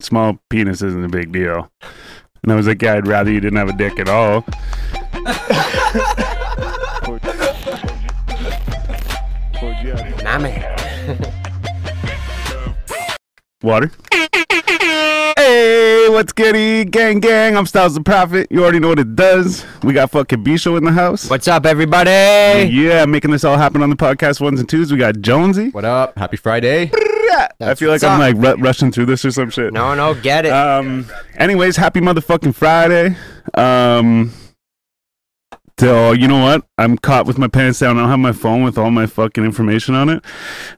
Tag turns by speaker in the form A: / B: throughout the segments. A: small penis isn't a big deal. And I was like, yeah, I'd rather you didn't have a dick at all.
B: Mommy.
A: Water. Hey, what's goody, gang, gang? I'm Styles the Prophet. You already know what it does. We got fucking Bisho in the house.
B: What's up, everybody?
A: Yeah, making this all happen on the podcast ones and twos. We got Jonesy.
C: What up? Happy Friday.
A: I feel like
B: what's
A: I'm
B: up.
A: like ru- rushing through this or some shit.
B: No, no, get it.
A: Um. Anyways, happy motherfucking Friday. Um. So you know what? I'm caught with my pants down. I don't have my phone with all my fucking information on it.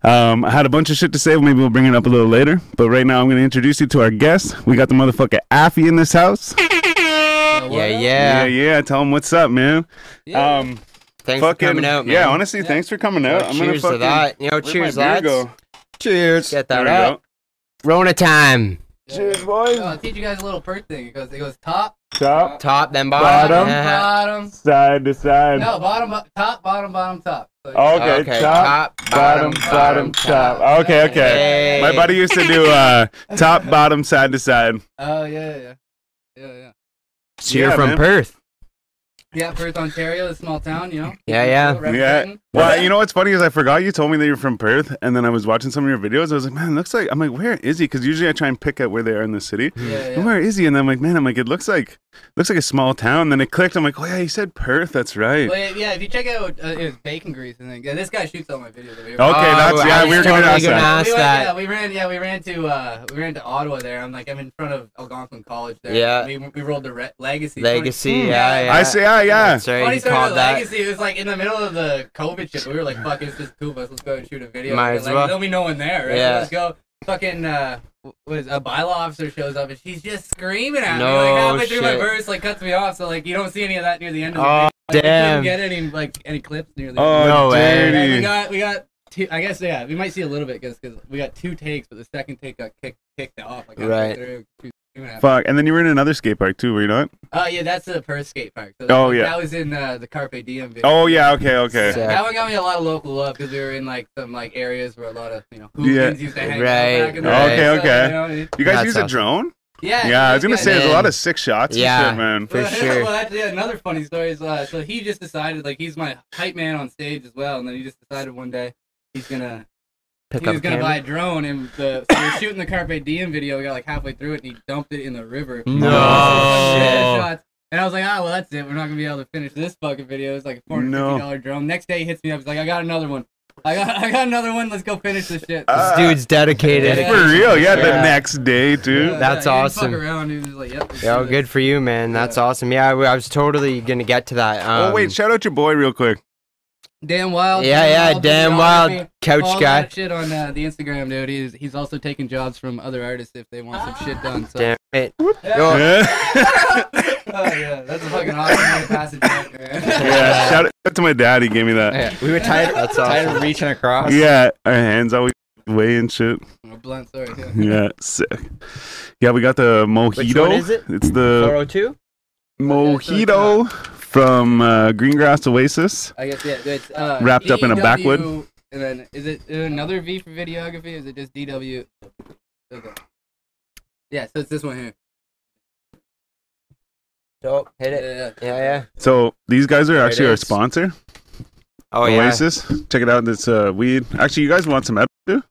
A: Um, I had a bunch of shit to say. Maybe we'll bring it up a little later. But right now, I'm gonna introduce you to our guest. We got the motherfucker Affy in this house.
B: yeah, yeah,
A: Yeah, yeah. Tell him what's up, man. Um, fucking,
B: Thanks for coming out, man.
A: yeah. Honestly, thanks for coming out.
B: Yo,
A: I'm gonna
B: cheers
A: fucking
B: to that. You know,
A: where'd
B: cheers,
A: my beer
B: lads.
A: go?
C: Cheers.
B: Get
A: There
B: that
A: we
B: up.
A: go.
B: Rona time.
A: Cheers, boys.
D: No, I'll teach you guys a little perk thing. It goes, it goes top,
A: Top,
B: Top, then
A: Bottom.
B: bottom. Yeah.
D: bottom.
A: side to side.
D: No, bottom, bo- top, bottom, bottom, top. So
A: Okay, top, bottom, bottom,
D: bottom,
A: top. Okay, okay.
B: Hey.
A: My buddy used to do uh, top, bottom, side to side.
D: Oh yeah, yeah, yeah, yeah.
B: So you're
A: Yeah,
B: from
A: man.
B: Perth.
D: Yeah, Perth, Ontario, a small town, you know.
B: Yeah, yeah.
A: Yeah.
D: Representing.
A: Well, you know what's funny is I forgot you told me that you're from Perth, and then I was watching some of your videos. I was like, man, it looks like I'm like, where is he? Because usually I try and pick out where they are in the city.
D: Yeah,
A: And
D: yeah.
A: Where is he? And then I'm like, man, I'm like, it looks like looks like a small town. Then it clicked. I'm like, oh yeah, he said Perth. That's right.
B: Oh,
D: Well, yeah, yeah, if you check out, uh, it was bacon grease. I think. Yeah, this guy shoots all my videos. Over
A: Okay,
D: here.
A: that's
B: Oh, I
A: yeah.
B: was
A: We were
B: totally
A: gonna ask
B: gonna
A: that.
B: ask
D: we went,
B: that.
D: Yeah, we ran. Yeah, we ran to uh, we ran to Ottawa there. I'm like, I'm in front of Algonquin College there.
B: Yeah.
D: We, we rolled the re- legacy.
B: Legacy.
D: Funny-
B: Yeah, yeah.
A: I say, ah, yeah.
B: That's right.
D: Funny
B: he
D: story
B: called
D: about
B: that.
D: Legacy. It was like in the middle of the COVID shit. We were like, "Fuck, it's just two of us. Let's go and shoot a video."
B: Might
D: Like,
B: as well.
D: There'll be no one there, right?
B: Yeah.
D: Let's go. Fucking uh, was a bylaw officer shows up and she's just screaming at
B: No
D: me like halfway through my
B: shit.
D: verse, like cuts me off. So like you don't see any of that near the end. of the
B: Oh,
D: video. Like,
B: damn.
D: We didn't get any like any clips near the. end.
A: Oh,
B: No way.
D: And we
A: dirty.
D: got we got two. I guess yeah, we might see a little bit because we got two takes, but the second take got kicked kicked off. Like halfway
B: Right.
D: through. She was screaming at me.
A: Fuck. And then you were in another skate park too, were you not?
D: Uh, yeah, that's the Perth skate park. So
A: Oh,
D: that-
A: yeah.
D: That was in uh, the Carpe Diem video.
A: Oh yeah. Okay. Okay.
B: Sick.
D: That one got me a lot of local love because we were in like some like areas where a lot of you know
A: Yeah.
D: hooligans used to hang
B: Right,
D: out. Back in the
B: right.
D: day,
A: Okay,
D: so,
A: okay.
D: you know what I mean?
A: You guys
B: That's
A: use a
B: awesome.
A: drone?
D: yeah.
A: Yeah. I was gonna
D: yeah,
A: say there's a
B: man.
A: lot of six shots.
B: Yeah.
A: And shit, man.
B: for
D: well,
B: sure.
D: Well, that's yeah, another funny story. Is, uh, so he just decided like he's my hype man on stage as well, and then he just decided one day he's gonna
B: Pick
D: he
B: up
D: was gonna
B: camera.
D: buy a drone, and the, so we were shooting the Carpe Diem video. We got like halfway through it, and he dumped it in the river.
B: No.
D: Shots. Oh, And I was like, ah, well, that's it. We're not gonna be able to finish this fucking video. It's like a four hundred fifty dollar drone. Next day, he hits me up. He's like, I got another one. I got, I got another one. Let's go finish this shit.
A: Uh,
B: this dude's dedicated.
D: Yeah.
A: For real, yeah, the
B: Yeah.
A: next day too.
D: Yeah,
B: that's
D: yeah, he didn't fuck
B: awesome.
D: around. He was like, yep. let's
B: Yo,
D: do
B: good
D: this.
B: for you, man. That's
D: Yeah.
B: awesome. Yeah, I, I was totally gonna get to that. Um,
A: oh wait, shout out your boy real quick.
D: Damn wild.
B: yeah, yeah, damn wild couch
D: All
B: guy.
D: that shit on uh, the Instagram, dude. He's he's also taking jobs from other artists if they want some shit done. So.
B: Damn it.
D: Yeah.
B: Yo,
D: Oh yeah, that's a fucking awesome way to pass it back, man.
A: yeah, shout out to my dad. He gave me that.
C: Yeah, we were tired,
B: That's
C: tired
B: awesome.
C: of reaching across.
A: Yeah, our hands always way and shit.
D: A blunt, sorry. Yeah.
A: Yeah, sick. Yeah, we got the mojito.
B: one is it?
A: It's the
B: 402?
A: mojito from uh, Greengrass Oasis.
D: I guess yeah. It's uh,
A: Wrapped up in a
D: DW,
A: backwood.
D: And then is it is it another V for videography? Is it just DW? Okay. Yeah, so it's this one here.
B: Dope. Hit
D: Yeah,
B: it.
D: yeah.
B: Yeah, yeah.
A: So these guys are actually our
B: is.
A: sponsor,
B: Oh, yeah.
A: Oasis. Check it out. This uh, weed. Actually, you guys want some? edible too?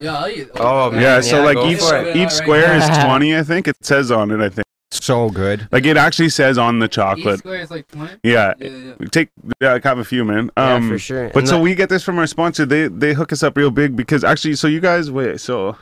D: Yeah, I'll use- E
B: Oh, man,
A: Yeah. So
B: yeah,
A: like
B: go
A: each
B: for
D: it.
A: each square is twenty. I think it says on it. I think
C: So good.
A: like it actually says on the
D: Each
A: chocolate.
D: square is like twenty.
A: Yeah.
D: Yeah, yeah.
A: We Take yeah, like, have a few, man.
B: Yeah,
A: Um,
B: for sure.
A: But
B: And
A: so
B: the-
A: we get this from our sponsor. They they hook us up real big because actually, so you guys wait. So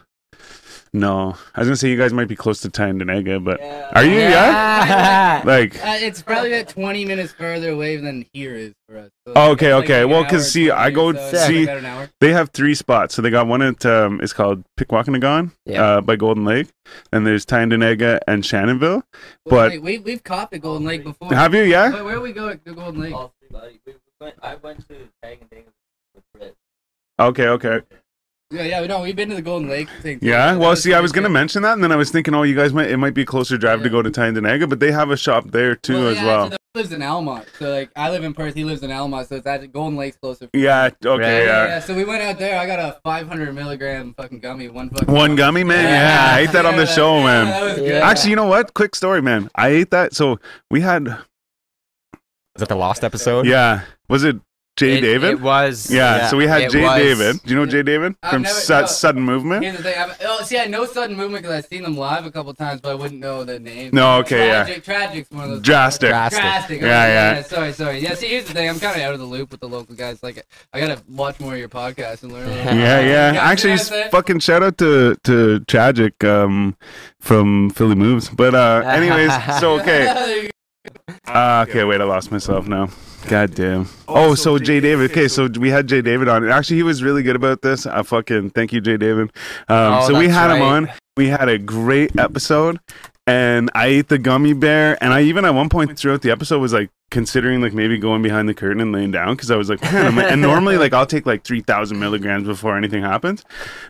A: no, I was gonna say you guys might be close to Tandonega, but are you? Yeah.
B: Yeah.
A: Like
D: Uh, it's probably about 20 minutes further away than here is for us. So
A: Oh,
D: it's
A: okay,
D: like
A: okay.
D: an
A: Well,
D: hour
A: 'cause
D: or
A: see, I
D: 20,
A: go-
D: so it's
B: see-
D: like about an hour.
A: they have three spots. So they got one at um, it's called Pickwalkinagon
B: Yeah.
A: uh, by Golden Lake, and there's Tandonega and Shannonville. But-
D: Wait, we, we've copped at Golden Lake before.
A: Have you? Yeah.
D: Wait, where do we go at the Golden Lake?
E: all three. Like, we we went, I went to Tag and Dang with Brett.
A: Okay. Okay.
D: Yeah, yeah, we know. We've been to the Golden Lake thing. too.
A: Yeah.
D: That
A: Well, see, I was gonna
D: pretty
A: mention that, and then I was thinking, oh, you guys might it might be a closer drive to
D: Yeah.
A: go to Tandanaga, but they have a shop there
D: sick.
A: too as well.
D: actually, he lives in Almont, so like I live in Perth. He lives in Almont, so it's actually Golden Lake's closer.
A: Yeah.
D: Yeah,
A: Okay.
D: yeah,
A: Yeah.
D: yeah. So we went out there. I got a 500 milligram fucking gummy. One fucking.
A: One gummy, man. Yeah, I ate that on the
D: Yeah,
A: show,
D: yeah,
A: man.
D: that was good.
B: Yeah.
A: Actually, you know what? Quick story, man. I ate that. So we had,
C: that the lost episode?
A: yeah, was it Jay
B: It-
A: David?
B: It was.
A: yeah, So we had
B: it
A: Jay
B: was.
A: David. Do you know Jay David
D: I've
A: from
D: never-
A: Su-
D: no.
A: Sudden Movement?
D: Here's the thing. I've, oh, see, I know sudden movement because I've seen them live a couple times, but I wouldn't know the name.
A: No, okay, yeah.
D: tragic, Tragic's one of those.
A: Drastic.
C: Drastic.
D: Drastic.
A: Yeah,
D: Yeah,
A: yeah.
D: yeah, Sorry, sorry. Yeah, see, here's the thing. I'm kind of out of the loop with the local guys. Like, I gotta watch more of your podcasts and learn. a little
B: Yeah,
D: more.
A: Yeah, yeah.
D: you
A: Actually,
D: know what I'm saying?
A: fucking shout out to to Tragic um, from Philly Moves. But uh, anyways, so okay.
D: There you
A: Uh, okay, wait, I lost myself now. God damn. Oh, so, Jay David. Okay, so we had Jay David on. And Actually, he was really good about this. I fucking thank you, Jay David. Um,
B: Oh,
A: so we
B: that's
A: had him
B: right.
A: on. We had a great episode, and I ate the gummy bear. And I even at one point throughout the episode was like considering like maybe going behind the curtain and laying down because I was like, man, I'm like- and normally like I'll take like three thousand milligrams before anything happens,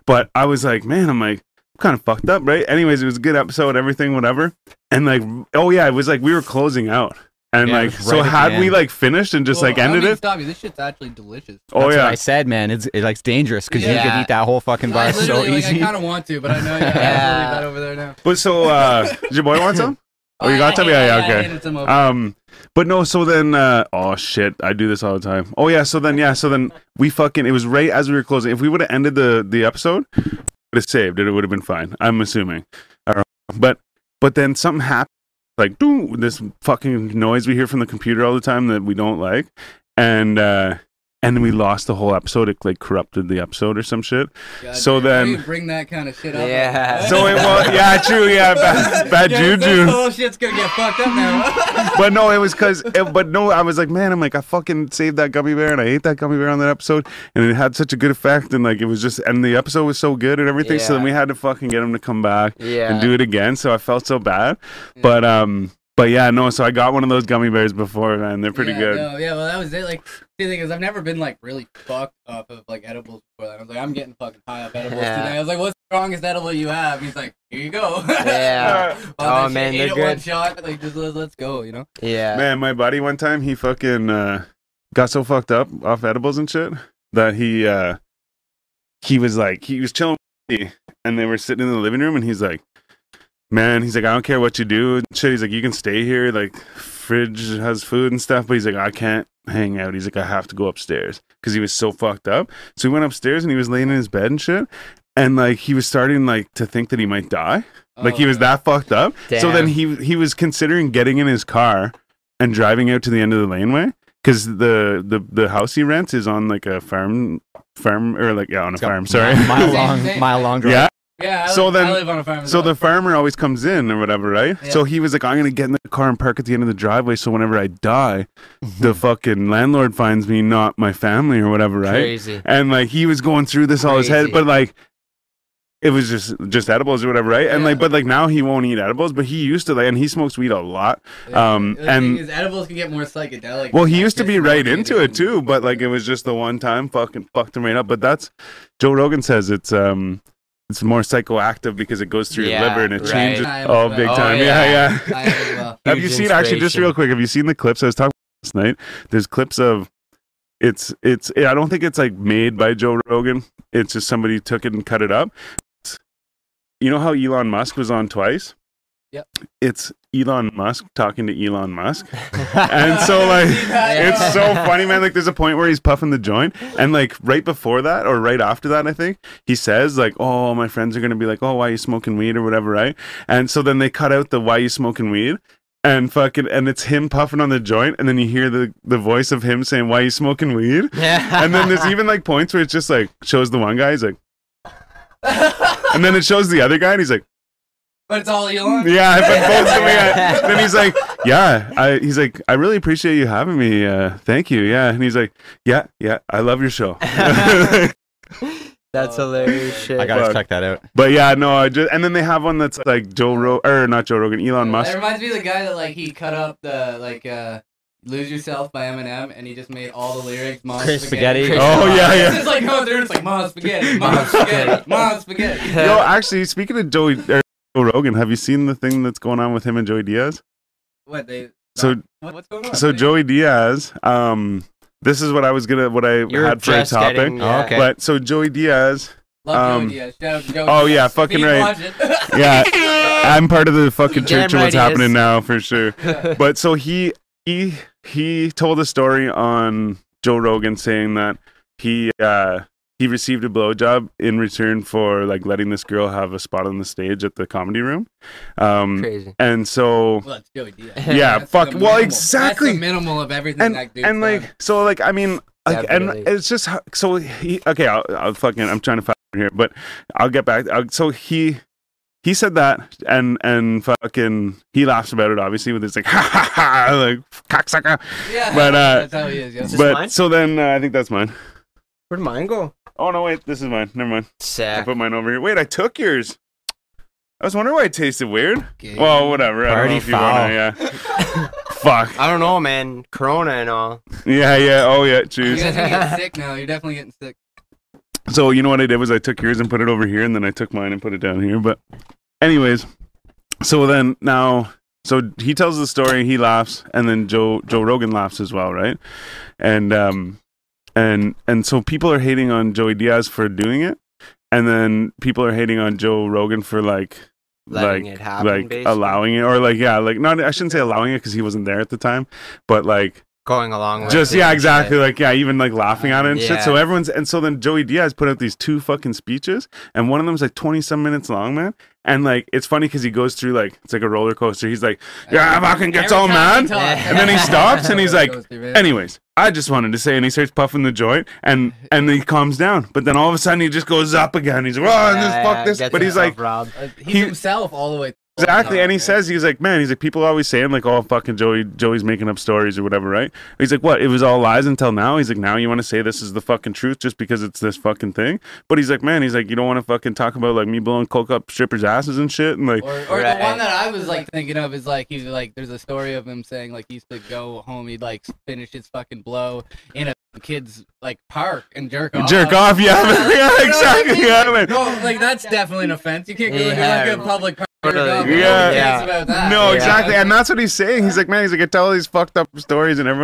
A: but I was like, man, I'm like kind of fucked up, right? Anyways, it was a good episode, everything, whatever. And like, oh yeah, it was like we were closing out, and
C: Yeah, it
A: like,
C: was
A: so
C: right at
A: had
C: the
A: we
C: end.
A: like finished and just
D: Well,
A: like
D: I don't
A: ended
D: mean to
A: it?
D: Stop you. This shit's actually delicious.
A: Oh
C: That's
A: yeah,
C: what I said, man. It's it, like it's dangerous because you
D: Yeah.
C: could eat that whole fucking
D: I
C: bar so
D: literally, like,
C: easy.
D: I kind of want to, but I know. Yeah,
B: Yeah.
D: yeah. I'll leave that over there now.
A: but so uh, did your boy want some? Oh, you got some?
D: to
A: Yeah, yeah,
D: I
A: okay.
D: handed some over.
A: Um, but no, so then, uh, oh shit, I do this all the time. Oh yeah, so then, yeah, so then we fucking, it was right as we were closing. If we would have ended the, the episode, would have saved it, it would have been fine. I'm assuming. I don't know. But, but then something happened, like, doo, this fucking noise we hear from the computer all the time that we don't like. And, uh, and then we lost the whole episode. It like corrupted the episode or some shit.
D: God
A: so
D: damn,
A: then-
D: you bring that kind of shit up.
B: Yeah.
A: So it was, yeah, true, yeah, bad, bad
D: Yeah, this
A: juju.
D: whole shit's gonna get fucked up now.
A: but no, it was because, but no, I was like, man, I'm like, I fucking saved that gummy bear and I ate that gummy bear on that episode and it had such a good effect. And like, it was just, and the episode was so good and everything. So then
B: Yeah.
A: we had to fucking get him to come back
B: Yeah.
A: and do it again. So I felt so bad. But, um, but yeah, no, so I got one of those gummy bears before, man. They're pretty
D: yeah,
A: good.
D: No, yeah, well, that was it. Like, the thing is, I've never been like really fucked up of like edibles before. That. I was like, I'm getting fucking high up edibles
B: Yeah.
D: today. I was like, what's the strongest edible you have? He's like, here you go.
B: Yeah.
D: All
B: Oh,
D: that shit,
B: man,
D: ate
B: they're
D: it One
B: good.
D: shot, like just let, let's go, you know.
B: yeah.
A: Man, my buddy one time, he fucking, uh, got so fucked up off edibles and shit that he, uh, he was like, he was chilling with me, and they were sitting in the living room, and he's like, man, he's like, I don't care what you do. and Shit, he's like, you can stay here. Like, fridge has food and stuff, but he's like, I can't hang out. He's like, I have to go upstairs because he was so fucked up. So he went upstairs and he was laying in his bed and shit. And like he was starting like to think that he might die, like
D: Oh,
A: he was
D: yeah.
A: that fucked up. So then
B: Damn.
A: he he was considering getting in his car and driving out to the end of the laneway because the, the the house he rents is on like a farm farm or like yeah on a
C: It's got
A: farm. Sorry,
C: mile
D: Same,
C: long,
D: same.
C: mile long drive.
A: yeah,
D: Yeah. I
A: So
D: live,
A: then-
D: I live on a farm. as
A: so
D: well.
A: the farmer always comes in or whatever, right?
D: Yeah.
A: So he was like, I'm gonna get in the car and park at the end of the driveway, so whenever I die, the fucking landlord finds me, not my family or whatever, right?
B: Crazy.
A: And like he was going through this all his head,
B: Crazy.
A: but like it was just just edibles or whatever, right? And
D: Yeah.
A: like, but like now he won't eat edibles, but he used to like, and he smokes weed a lot.
D: Yeah.
A: um,
D: The thing
A: and-
D: is, edibles can get more psychedelic.
A: Well, he
D: Like,
A: used to
D: you're
A: be right
D: smoking
A: into it too, but like it was just the one time fucking fucked him right up. But that's Joe Rogan says it's um it's more psychoactive because it goes through
B: Yeah,
A: your liver and it
B: right.
A: changes.
D: Time as
A: Oh,
D: well.
A: big
B: Oh,
A: time! yeah.
B: yeah.
A: yeah.
D: I as well.
A: have
B: Huge
A: you seen actually just
B: inspiration.
A: real quick have you seen the clips i was talking last night there's clips of it's it's i don't think it's like made by joe rogan it's just somebody took it and cut it up It's- you know how elon musk was on twice
D: Yep.
A: it's elon musk talking to elon musk and so like it's so funny man like there's a point where he's puffing the joint and like right before that or right after that i think he says like oh my friends are gonna be like oh why you smoking weed or whatever right and so then they cut out the why you smoking weed and fucking and it's him puffing on the joint and then you hear the the voice of him saying why you smoking weed
B: Yeah.
A: and then there's even like points where it's just like shows the one guy he's like and then it shows the other guy and he's like
D: But it's all Elon.
A: yeah but both of them, yeah. then he's like yeah I, he's like i really appreciate you having me uh thank you yeah and he's like yeah yeah i love your show
B: That's
D: Oh.
B: hilarious shit.
C: I gotta
A: Fuck.
C: check that out.
A: but yeah no i just and then they have one that's like er, joe rogan or not joe rogan elon musk
D: That reminds me of the guy that like he cut up the like uh Lose Yourself by Eminem, and he just made all the lyrics Mom
C: Chris
D: Spaghetti.
C: Spaghetti.
A: Oh yeah,
D: It's
A: yeah.
D: just like going through, it's like Mom Spaghetti, Mom Spaghetti, Mom Spaghetti.
A: Yo, actually, speaking of Joey er, Joe Rogan, have you seen the thing that's going on with him and Joey Diaz?
D: What they?
A: So
D: What, what's going on?
A: so Joey Diaz, um, this is what I was gonna what I
B: You're
A: had for a
B: just
A: topic.
B: getting, yeah.
C: Oh, okay.
A: But so Joey Diaz,
D: Love
A: um,
D: Joey Diaz. Shout out to Joey
A: oh,
D: Diaz.
A: yeah,
D: If
A: fucking
D: you
A: right.
D: watch it-
A: yeah, I'm part of the fucking
B: Damn
A: church of what's
B: right he is.
A: happening now for sure. But so he he he told a story on Joe Rogan saying that he uh he received a blowjob in return for like letting this girl have a spot on the stage at the comedy room. Um
B: Crazy.
A: and so
D: Well, that's Joey Diaz.
A: yeah,
D: That's
A: fuck
D: the
A: well
D: minimal-
A: exactly.
D: That's the minimal of everything
A: and
D: that dude
A: and like so like I mean like, and
B: Definitely.
A: it's just ho- so he okay I'll, I'll fucking I'm trying to find it here but I'll get back I'll, so he he said that and and fucking he laughs about it obviously with his like ha ha ha like cocksucker
D: yeah,
A: but, uh,
D: that's how he is. Yeah.
B: Is this
A: but
B: mine?
A: so then uh, I think that's mine
B: Where'd mine go?
A: oh no wait this is mine never mind I
B: Sick.
A: put mine over here wait I took yours I was wondering why it tasted weird well whatever I don't know
C: Party
A: if you wanna yeah fuck
B: I don't know, man. Corona and all.
A: yeah yeah oh yeah
D: you
A: cheers
D: guys are getting sick now. You're definitely getting sick.
A: So you know what I did was I took yours and put it over here, and then I took mine and put it down here. But, anyways, so then now, so he tells the story, he laughs, and then Joe Joe Rogan laughs as well, right? And um, and and so people are hating on Joey Diaz for doing it, and then people are hating on Joe Rogan for like
B: Letting
A: like
B: it happen,
A: like
B: basically.
A: allowing it or like yeah like not I shouldn't say allowing it because he wasn't there at the time, but like
B: Going along with
A: just
B: it
A: yeah
B: and
A: exactly
B: shit.
A: like yeah even like laughing at it and shit
B: Yeah.
A: so everyone's and so then joey diaz put out these two fucking speeches and one of them's like 20 some minutes long man and like it's funny because he goes through like it's like a roller coaster he's like yeah i fucking gets
D: Every
A: all
D: time
A: mad
D: he talks,
A: and then he stops and he's like
D: Goes through, man.
A: anyways i just wanted to say and he starts puffing the joint and and he calms down but then all of a sudden he just goes up again he's like oh, this,
B: Yeah,
A: fuck
B: yeah,
A: this
B: gets
A: but he's
B: himself
A: like
B: robbed.
D: Like, he's
A: he-
D: himself all the way.
A: Exactly, and he
D: Yeah.
A: says he's like, man, he's like, people always saying like, oh, fucking Joey, Joey's making up stories or whatever, right? He's like, what? It was all lies until now. He's like, now you want to say this is the fucking truth just because it's this fucking thing? But he's like, man, he's like, you don't want to fucking talk about like me blowing coke up strippers' asses and shit, and like,
D: Or, or
B: Right.
D: the one that I was like thinking of is like he's like there's a story of him saying like he used to go home he'd like finish his fucking blow in a kid's like park and jerk off.
A: jerk off, yeah, man. yeah,
D: Oh You know what I
A: exactly,
D: mean?
A: yeah, man.
D: No, like that's definitely an offense. You can't go
B: Yeah.
D: into like a public park. and jerk
B: Totally.
D: off. Nobody
A: Yeah.
D: cares
B: Yeah.
D: about that.
A: No,
B: Yeah.
A: exactly, and that's what he's saying. He's like, man, he's like, I tell all these fucked up stories, and everyone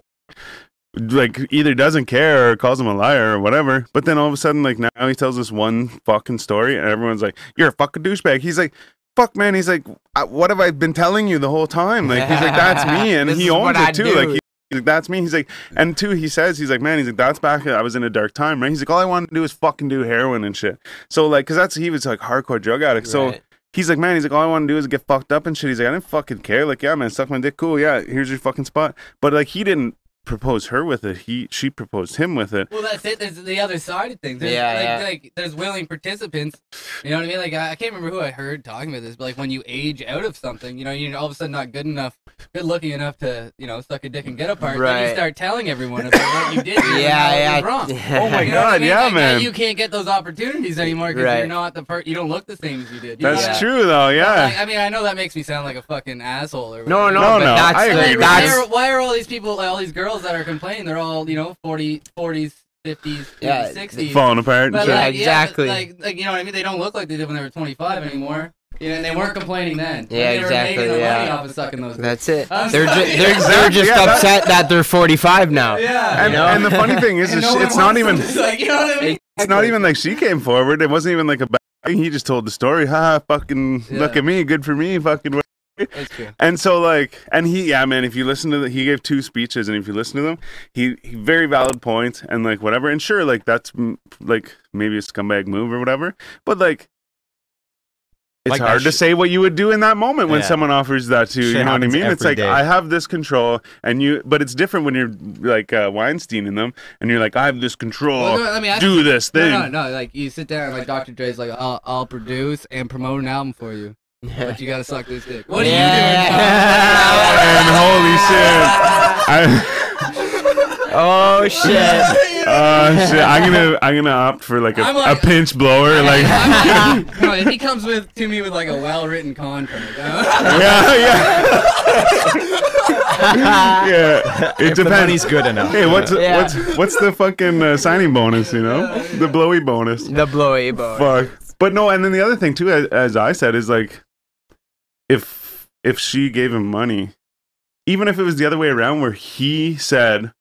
A: like either doesn't care or calls him a liar or whatever. But then all of a sudden, like now he tells this one fucking story, and everyone's like, "You're a fucking douchebag." He's like. Fuck man, he's like, "I- what have I been telling you the whole time? Like he's like, that's me, and
B: This
A: he
B: is
A: owns
B: what
A: it
B: I
A: too.
B: do.
A: Like he- he's like, that's me. He's like, and two, he says, he's like, man, he's like, that's back. I was in a dark time, right? He's like, all I wanted to do was fucking do heroin and shit. So like, cause that's he was like hardcore drug addict. So
B: Right.
A: he's like, man, he's like, all I want to do is get fucked up and shit. He's like, I didn't fucking care. Like, yeah, man, suck my dick, cool. Yeah, here's your fucking spot. But like, he didn't propose her with it. He she proposed him with it.
D: Well, that's it. There's the other side of things. There's,
B: Yeah,
D: like,
B: yeah.
D: like there's willing participants. You know what I mean? Like I, I can't remember who I heard talking about this, but like when you age out of something, you know, you're all of a sudden not good enough, good looking enough to, you know, suck a dick and get a part. Then
B: Right.
D: you start telling everyone about what you did. and how
B: Yeah,
D: it
B: yeah.
D: was Wrong.
A: Oh my
D: You know what
A: God,
D: I mean?
A: yeah,
D: Like, now
A: man.
D: You can't get those opportunities anymore because
B: Right.
D: you're not the part. You don't look the same as you did. You
A: That's
D: know?
A: true though.
D: Like,
A: Yeah.
D: I mean, I know that makes me sound like a fucking asshole. Or
B: No,
D: whatever.
A: No,
B: no, but
A: no,
B: that's
A: I
B: the-
A: agree
D: Like,
A: with
D: why,
B: that's
D: are, why are all these people, like, all these girls that are complaining? They're all you know, 40, 40s, 50s,
B: Yeah,
D: 60s.
A: Falling apart. And
D: But,
A: shit.
B: Yeah,
D: like, yeah, but,
B: exactly.
D: like, like, you know what I mean? They don't look like they did when they were 25 anymore. You know, and they weren't complaining then.
B: Yeah,
D: they
B: exactly,
D: Were making the money
B: yeah.
D: off of sucking those.
B: That's it.
D: I'm
B: They're, ju-
D: sorry.
B: they're, they're
A: Exactly,
B: just
A: yeah, that-
B: upset that they're 45 now.
D: yeah.
A: and,
B: you know?
A: and the funny thing is,
D: And
A: is
D: no
A: she-
D: one
A: it's not
D: wants
A: even
D: them. It's like, you know what I mean?
A: it's not even like she came forward. It wasn't even like a bad thing. He just told the story. Ha! ha, Fucking
D: Yeah.
A: look at me. Good for me. Fucking. wha-
D: That's true.
A: And so like, and he, yeah, man. If you listen to the, he gave two speeches, and if you listen to them, he, he very valid points, and like whatever. And sure, like that's mm, like maybe a scumbag move or whatever, but like. It's
C: Like that
A: hard to
C: sh-
A: say what you would do in that moment when
C: Yeah.
A: someone offers that to you.
C: Shit
A: You know what I
C: happens
A: mean? It's
C: every
A: like
C: day.
A: I have this control, and you. But it's different when you're like uh, Weinstein in them, and you're like, I have this control.
D: Well, no, I mean, I-
A: do this thing.
D: No, no, no. Like you sit down, like Dr. Dre's like, I'll, I'll produce and promote an album for you, but you gotta suck this dick. What are
B: Yeah.
D: you doing?
A: And holy shit. I,
B: oh, shit.
D: you
A: Uh, shit, I'm gonna I'm gonna opt for like a,
D: I'm like-
A: a pinch blower. Like, yeah,
D: I'm like, no, if he comes with to me with like a well-written contract,
A: yeah, yeah. It
C: If the
A: depends.
C: money's good enough.
A: hey, what's
B: Yeah.
A: what's what's the fucking uh, signing bonus? You know, the blowy bonus.
B: The blowy boy.
A: Fuck. But no, and then the other thing too, as, as I said, is like, if if she gave him money, even if it was the other way around, where he said,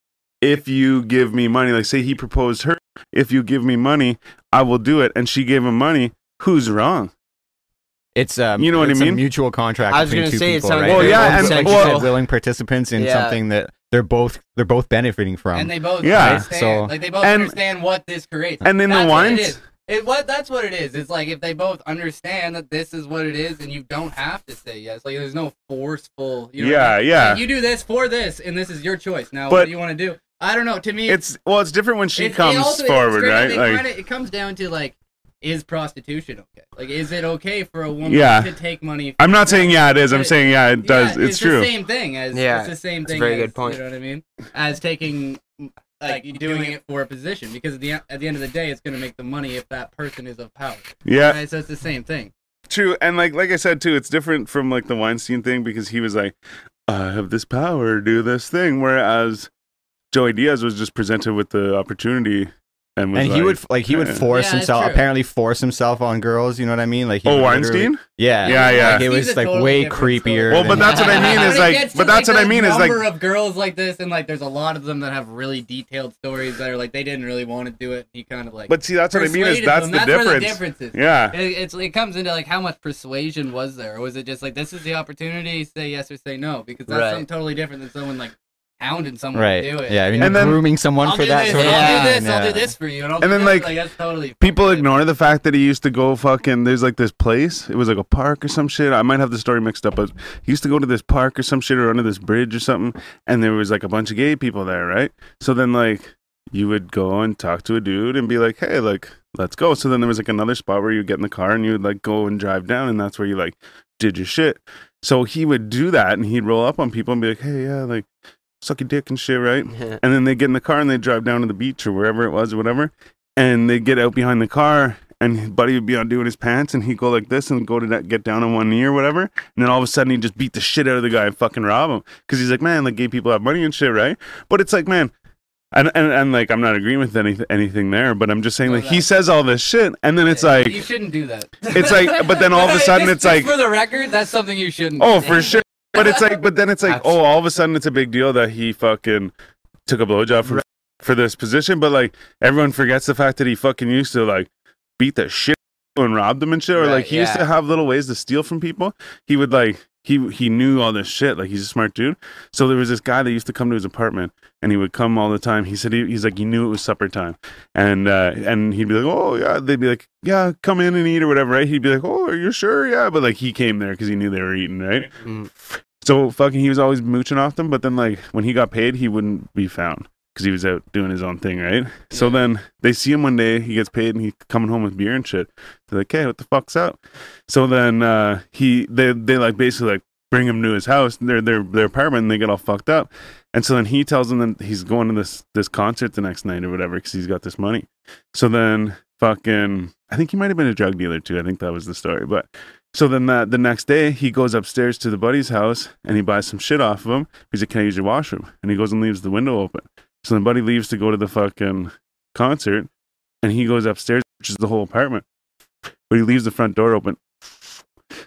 A: "If you give me money," like say he proposed her, "If you give me money, I will do it," and she gave him money. Who's wrong?
C: It's um,
A: You know what I
C: it's
A: mean?
C: A mutual contract.
B: I was
C: between
B: gonna
C: two
B: say, it
C: people,
B: sounds
C: right?
A: like Well, yeah,
C: They're both
A: and-
C: like you said,
A: well-
C: willing participants in
B: Yeah.
C: something that they're both they're both benefiting from.
D: and they both
A: Um, Yeah,
D: understand,
C: so-
D: like they both
A: and-
D: understand what this creates.
A: And then
D: That's
A: the
D: what it
A: wines.
D: is. It what that's what it is. It's like if they both understand that this is what it is, and you don't have to say yes. Like there's no forceful. You know what I
A: yeah,
D: mean?
A: yeah.
D: Like, you do this for this, and this is your choice. Now,
A: But-
D: what do you want to do? I don't know. To me,
A: it's well, it's different when she
D: it's- it
A: comes
D: also- it's
A: forward,
D: straight up,
A: right?
D: it
A: Like,
D: kinda- it comes down to like, is prostitution okay? Like, is it okay for a woman
A: Yeah.
D: to take money?
A: I'm not saying yeah, it is. I'm
D: It-
A: saying yeah, it does.
D: Yeah,
A: it's, true.
D: the same thing as
B: Yeah,
D: it's the same
B: it's a
D: thing.
B: very
D: as,
B: good point.
D: You know what I mean? As taking like doing, it for a position because at the at the end of the day, it's going to make the money if that person is of power.
A: Yeah,
D: Right? So it's the same thing.
A: True, and like like I said too, it's different from like the Weinstein thing because he was like, "I have this power, do this thing," whereas Joey Diaz was just presented with the opportunity and was
C: and
A: like, "Oh,
C: he would like he would
A: Yeah.
D: Yeah,
C: force
D: that's
C: himself
D: true.
C: apparently force himself on girls. You know what I mean? Like he
A: Oh,
C: would
A: Weinstein?
C: literally- Yeah,
A: Yeah, yeah.
C: Like, it
D: He's
C: was
D: a
C: like
D: totally
C: way
D: different story.
C: creepier.
A: Well,
C: than-
A: but that's what I mean is
D: When it
A: like-
D: gets to,
A: but that's what I
D: the
A: mean is, like-
D: number of girls like this, and like, there's a lot of them that have really detailed stories that are like they didn't really want to do it. He kind of like.
A: But see, that's what I mean is
D: persuaded
A: that's
D: them.
A: the
D: Where
A: difference.
D: the difference is.
A: Yeah,
D: It, it's it comes into like how much persuasion was there, or was it just like this is the opportunity, say yes or say no? Because that's
B: Right.
D: something totally different than someone like hounding someone
C: right.
D: to do it.
C: Yeah, I mean,
A: And then-
C: grooming someone
D: I'll
C: for
D: do
C: that
D: this,
C: sort of
D: I'll do
C: thing,
D: this, I'll
C: yeah.
D: do this for you, and, I'll
A: And
D: do
A: then,
D: this.
A: like,
D: that's totally
A: people
D: fucking-
A: ignore the fact that he used to go fucking. There's like this place. It was like a park or some shit. I might have the story mixed up, but he used to go to this park or some shit or under this bridge or something, and there was like a bunch of gay people there, right? So then like you would go and talk to a dude and be like, hey, like, let's go. So then there was like another spot where you get in the car and you would like go and drive down, and that's where you like did your shit. So he would do that and he'd roll up on people and be like, hey, yeah, like, suck your dick and shit, right? And then they get in the car and they drive down to the beach or wherever it was or whatever, and they get out behind the car. And Buddy would be undoing his pants, and he'd go like this and go to that, get down on one knee or whatever. And then all of a sudden, he'd just beat the shit out of the guy and fucking rob him. Cause he's like, man, like gay people have money and shit, right? But it's like, man, and, and, and like, I'm not agreeing with anything, anything there, but I'm just saying,
D: No,
A: like, he
D: that-
A: says all this shit, and then it's
D: you
A: like,
D: shouldn't do that.
A: it's like, but then all of a
D: Just-
A: sudden, it's
D: just
A: like,
D: for the record, that's something you shouldn't.
A: Oh,
D: do.
A: for sure. But it's like, but then it's like, oh,
B: Absolutely.
A: all of a sudden it's a big deal that he fucking took a blowjob from for this position. But like, everyone forgets the fact that he fucking used to like beat the shit and rob them and shit, or
B: Right,
A: like he used
B: yeah.
A: to have little ways to steal from people. He would like he he knew all this shit. Like he's a smart dude. So there was this guy that used to come to his apartment, and he would come all the time. He said he, he's like he knew it was supper time, and uh, and he'd be like, oh yeah, they'd be like, yeah, come in and eat or whatever, right? He'd be like, oh, are you sure? Yeah, but like he came there because he knew they were eating, right?
B: Mm.
A: So fucking, he was always mooching off them. But then like when he got paid, he wouldn't be found because he was out doing his own thing, right? So then they see him one day, he gets paid, and he's coming home with beer and shit. They're like, hey, what the fuck's up? So then uh, he they they like basically like bring him to his house, their their their apartment, and they get all fucked up. And so then he tells them that he's going to this this concert the next night or whatever because he's got this money. So then fucking, I think he might have been a drug dealer too. I think that was the story. But so then the, the next day he goes upstairs to the buddy's house and he buys some shit off of him. He's like, "Can I use your washroom?" And he goes and leaves the window open. So then buddy leaves to go to the fucking concert, and he goes upstairs, which is the whole apartment. But he leaves the front door open,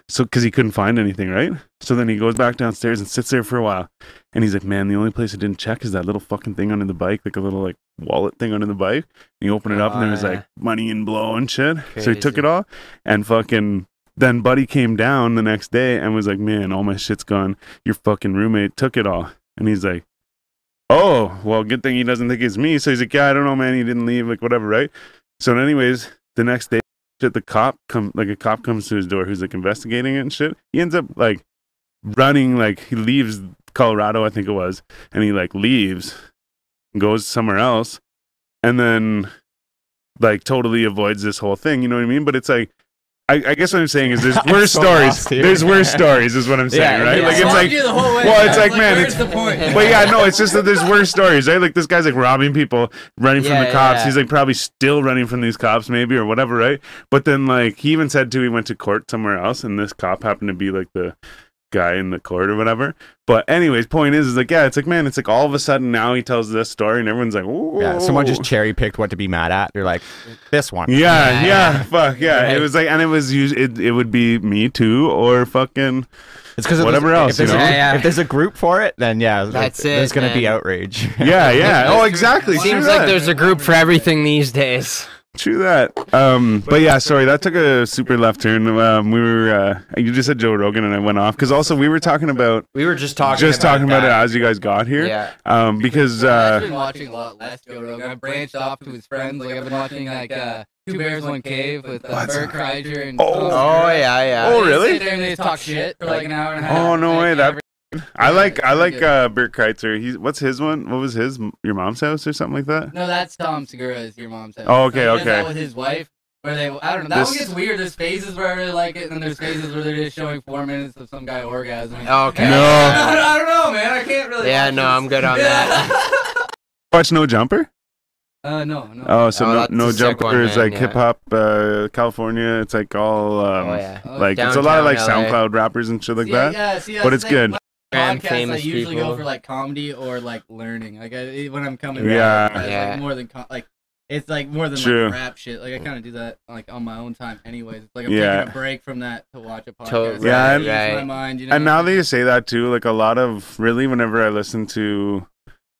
A: so because he couldn't find anything, right? So then he goes back downstairs and sits there for a while, and he's like, "Man, the only place I didn't check is that little fucking thing under the bike, like a little like wallet thing under the bike." And you open it up, and there was
B: Ah.
A: like money and blow and shit. So he took
B: Crazy.
A: it all, and fucking then Buddy came down the next day and was like, "Man, all my shit's gone. Your fucking roommate took it all." And he's like, "Oh, well, good thing he doesn't think it's me." So he's like, "Yeah, I don't know, man. He didn't leave, like whatever, right?" So, anyways, the next day, shit, the cop come like a cop comes to his door who's like investigating it and shit. He ends up like running, like he leaves Colorado, I think it was, and he like leaves, goes somewhere else, and then like totally avoids this whole thing. You know what I mean? But it's like I, I guess what I'm saying is there's
C: I'm
A: worse
C: so
A: stories.
C: lost here.
A: There's worse stories, is what I'm saying,
C: Yeah,
A: right?
C: yeah.
A: Like it's
D: Followed
A: like
D: you the whole way.
A: well,
D: I
A: it's
D: was
A: like, man,
D: where's
A: it's-
D: the point?
A: but yeah, no, it's just that there's worse stories, right? Like this guy's like robbing people, running from
B: Yeah,
A: the cops.
B: yeah.
A: He's like probably still running from these cops, maybe or whatever, right? But then like he even said too, he went to court somewhere else, and this cop happened to be like the guy in the court or whatever. But anyways, point is, is like yeah, it's like man, it's like all of a sudden now he tells this story, and everyone's like, Ooh.
C: Yeah, someone just cherry picked what to be mad at. They're like, this one.
A: Yeah, yeah,
B: Yeah, yeah.
A: fuck yeah! It
B: Right.
A: was like, and it was us- it, it would be me too, or fucking
C: It's because
A: Whatever else,
C: If there's,
A: you
C: a,
B: know? Yeah, yeah.
C: if there's a group for it, then yeah,
B: That's
C: There's
B: it,
C: gonna be
B: man.
C: outrage.
A: yeah, yeah. Oh,
D: That's true.
A: exactly.
D: Why
A: true
B: Seems
A: that.
B: like there's a group for everything these days.
A: True that. Um, but yeah, sorry, that took a super left turn. Um, we were uh, you just said Joe Rogan, and I went off because also we were talking about
B: We were just talking.
A: just
B: about
A: talking about it
B: that.
A: as you guys got here.
B: Yeah.
A: Um, because
D: I've
A: uh,
D: been watching a lot less Joe Rogan. I branched off to his friends. Like I've been watching like uh, Two Bears One Cave with uh,
A: What's-
D: Bert Kreischer and
A: Oh.
B: Oh yeah, yeah.
A: Oh,
D: They
A: really?
D: sit there and they just talk shit for like an hour and a half.
A: oh no
D: Like,
A: way that
D: every-
A: I like I like
D: good.
A: uh, Bert Kreitzer. He's what's his one? What was his? Your mom's house or something like that?
D: No, that's Tom Segura's your mom's house.
A: Oh, okay,
D: So he does
A: okay.
D: That with his wife, where they I don't know. That
A: This-
D: one gets weird. There's phases where I really like it, and then there's phases where they're just showing four minutes of some guy orgasming.
B: Okay.
A: Oh, No.
D: I don't- I don't know, man. I can't really.
B: Yeah,
D: watch
B: no,
D: this.
B: I'm good on
D: Yeah.
B: that.
A: Watch No Jumper.
D: Uh, no, no.
A: Oh, so
B: Oh,
A: no,
B: that's
A: no
B: a sick
A: Jumper
B: one,
A: is
B: man,
A: like
B: yeah.
A: hip hop, uh, California. It's like all um,
B: oh yeah.
D: Oh,
A: like it's a lot of
B: Downtown
A: like
B: LA.
A: SoundCloud rappers and shit like
D: See, I-
A: that.
D: Uh, yeah, see, that's
A: but
D: the
A: it's
D: thing.
A: good.
D: My
B: Grand
D: podcasts,
B: famous
D: I usually
B: people.
D: go for like comedy or like learning. Like I, when I'm coming,
A: Yeah.
D: back, it's,
B: Yeah.
D: like more than com- like it's like more than
A: True.
D: like rap shit. Like I kind of do that like on my own time, anyways. It's like I'm
A: Yeah.
D: taking a break from that to watch a podcast.
B: Totally.
A: Yeah,
D: Use
B: and-
D: my mind, you know?
A: And now that you say that too, like a lot of really whenever I listen to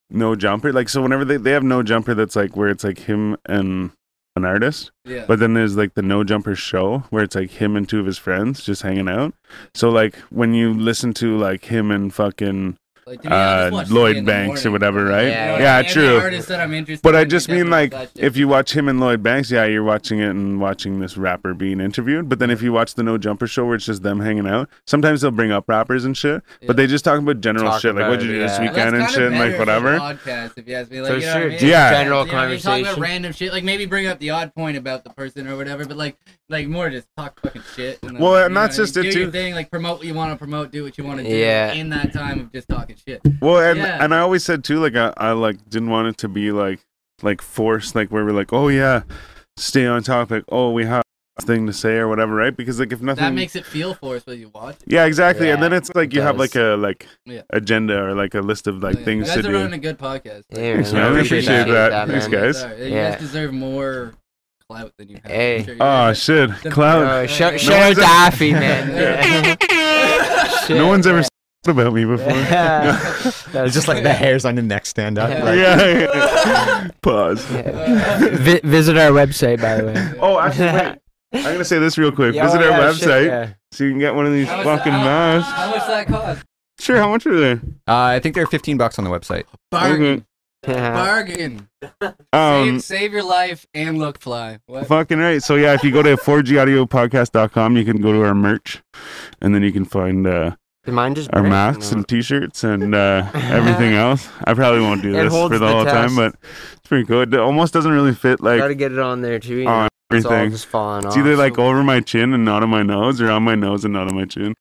A: No Jumper, like so whenever they, they have No Jumper that's like where it's like him and an artist,
D: yeah,
A: but then there's like the No Jumper show where it's like him and two of his friends just hanging out. So like when you listen to like him and fucking
D: like, to be honest,
A: uh,
D: watch three in
A: Lloyd
D: the
A: Banks or
D: morning.
A: whatever, right?
D: You know,
B: Yeah,
D: like,
A: yeah,
D: every
A: true.
D: Artist that I'm interested
A: But I
D: in,
A: just mean
D: definitely
A: like
D: watch it.
A: if you watch him and Lloyd Banks, yeah, you're watching it and watching this rapper being interviewed. But then if you watch the No Jumper show where it's just them hanging out, sometimes they'll bring up rappers and shit.
D: Yeah.
A: But they just talk about general
B: Talk
A: shit, like
B: about
A: what you
B: it,
A: do this
B: yeah.
D: Well, that's
A: weekend and
D: kinda
A: shit, and
D: better
A: like
D: for
A: whatever.
D: Podcast, if you ask me, like,
B: For
D: you know what I
B: sure,
D: mean?
A: just Yeah.
B: general
D: You know what I mean? Talk
B: conversation.
D: about random shit. Like maybe bring up the odd point about the person or whatever, but like, like more just talk fucking shit. And then,
A: Well,
D: you
A: and
D: know
A: that's
D: what I
A: just
D: mean?
A: it,
D: do
A: too.
D: Your thing, like promote what you want to promote, do what you want to do.
B: Yeah.
D: In that time of just talking shit.
A: Well, and
D: Yeah.
A: and I always said too, like I, I like didn't want it to be like like forced, like where we're like, oh yeah, stay on topic. Oh, we have a thing to say or whatever, right? Because like if nothing,
D: That makes it feel forced when you watch it.
A: yeah, exactly. And
B: Yeah,
A: then it's like
B: it
A: you have like a like
D: Yeah.
A: agenda or like a list of like
D: Yeah.
A: things
D: you
A: to
D: guys are
A: do.
D: running a good podcast.
B: Yeah,
D: Like,
A: Thanks,
B: man,
A: man.
B: I
A: We
B: appreciate
A: appreciate
B: that,
A: that. Thanks,
B: man.
A: guys.
D: are. You
B: Yeah.
D: guys deserve more clout than you have. I'm
B: Hey.
D: sure you
A: Oh
D: guys-
A: shit, clout.
B: Uh, shout
D: No
B: shout out
A: one's ever-
B: Daffy, man.
D: Yeah.
B: Shit.
A: No one's ever said about me before.
B: Yeah. That's
C: It's just like the hairs on your neck stand up.
B: Yeah.
C: like-
A: yeah. Pause.
B: Vi- visit our website, by the way.
A: Oh, actually, wait. I'm gonna say this real quick.
B: Yeah,
A: Visit
B: oh,
A: our
B: yeah, shit,
A: website
B: yeah.
A: so you can get one of these
D: How much-
A: fucking
D: how-
A: masks.
D: How much that cost?
A: Sure, how much are they?
C: Uh, I think they're 15 bucks on the website.
D: Bargain.
B: Yeah.
D: Bargain.
A: Um,
D: save, save your life and look fly. What?
A: Fucking right. So yeah, if you go to 4gaudiopodcast.com, you can go to our merch, and then you can find uh,
B: Did mine just
A: our
B: break?
A: masks and T-shirts and uh, everything else. I probably won't do
B: It
A: this
B: holds
A: for the,
B: the
A: whole time,
B: test.
A: but it's pretty cool. It almost doesn't really fit
B: Gotta
A: like
B: get it on there too. You know.
A: on
B: It's all
A: everything.
B: just falling
A: It's
B: off.
A: either like
B: so-
A: over my chin and not on my nose, or on my nose and not on my chin.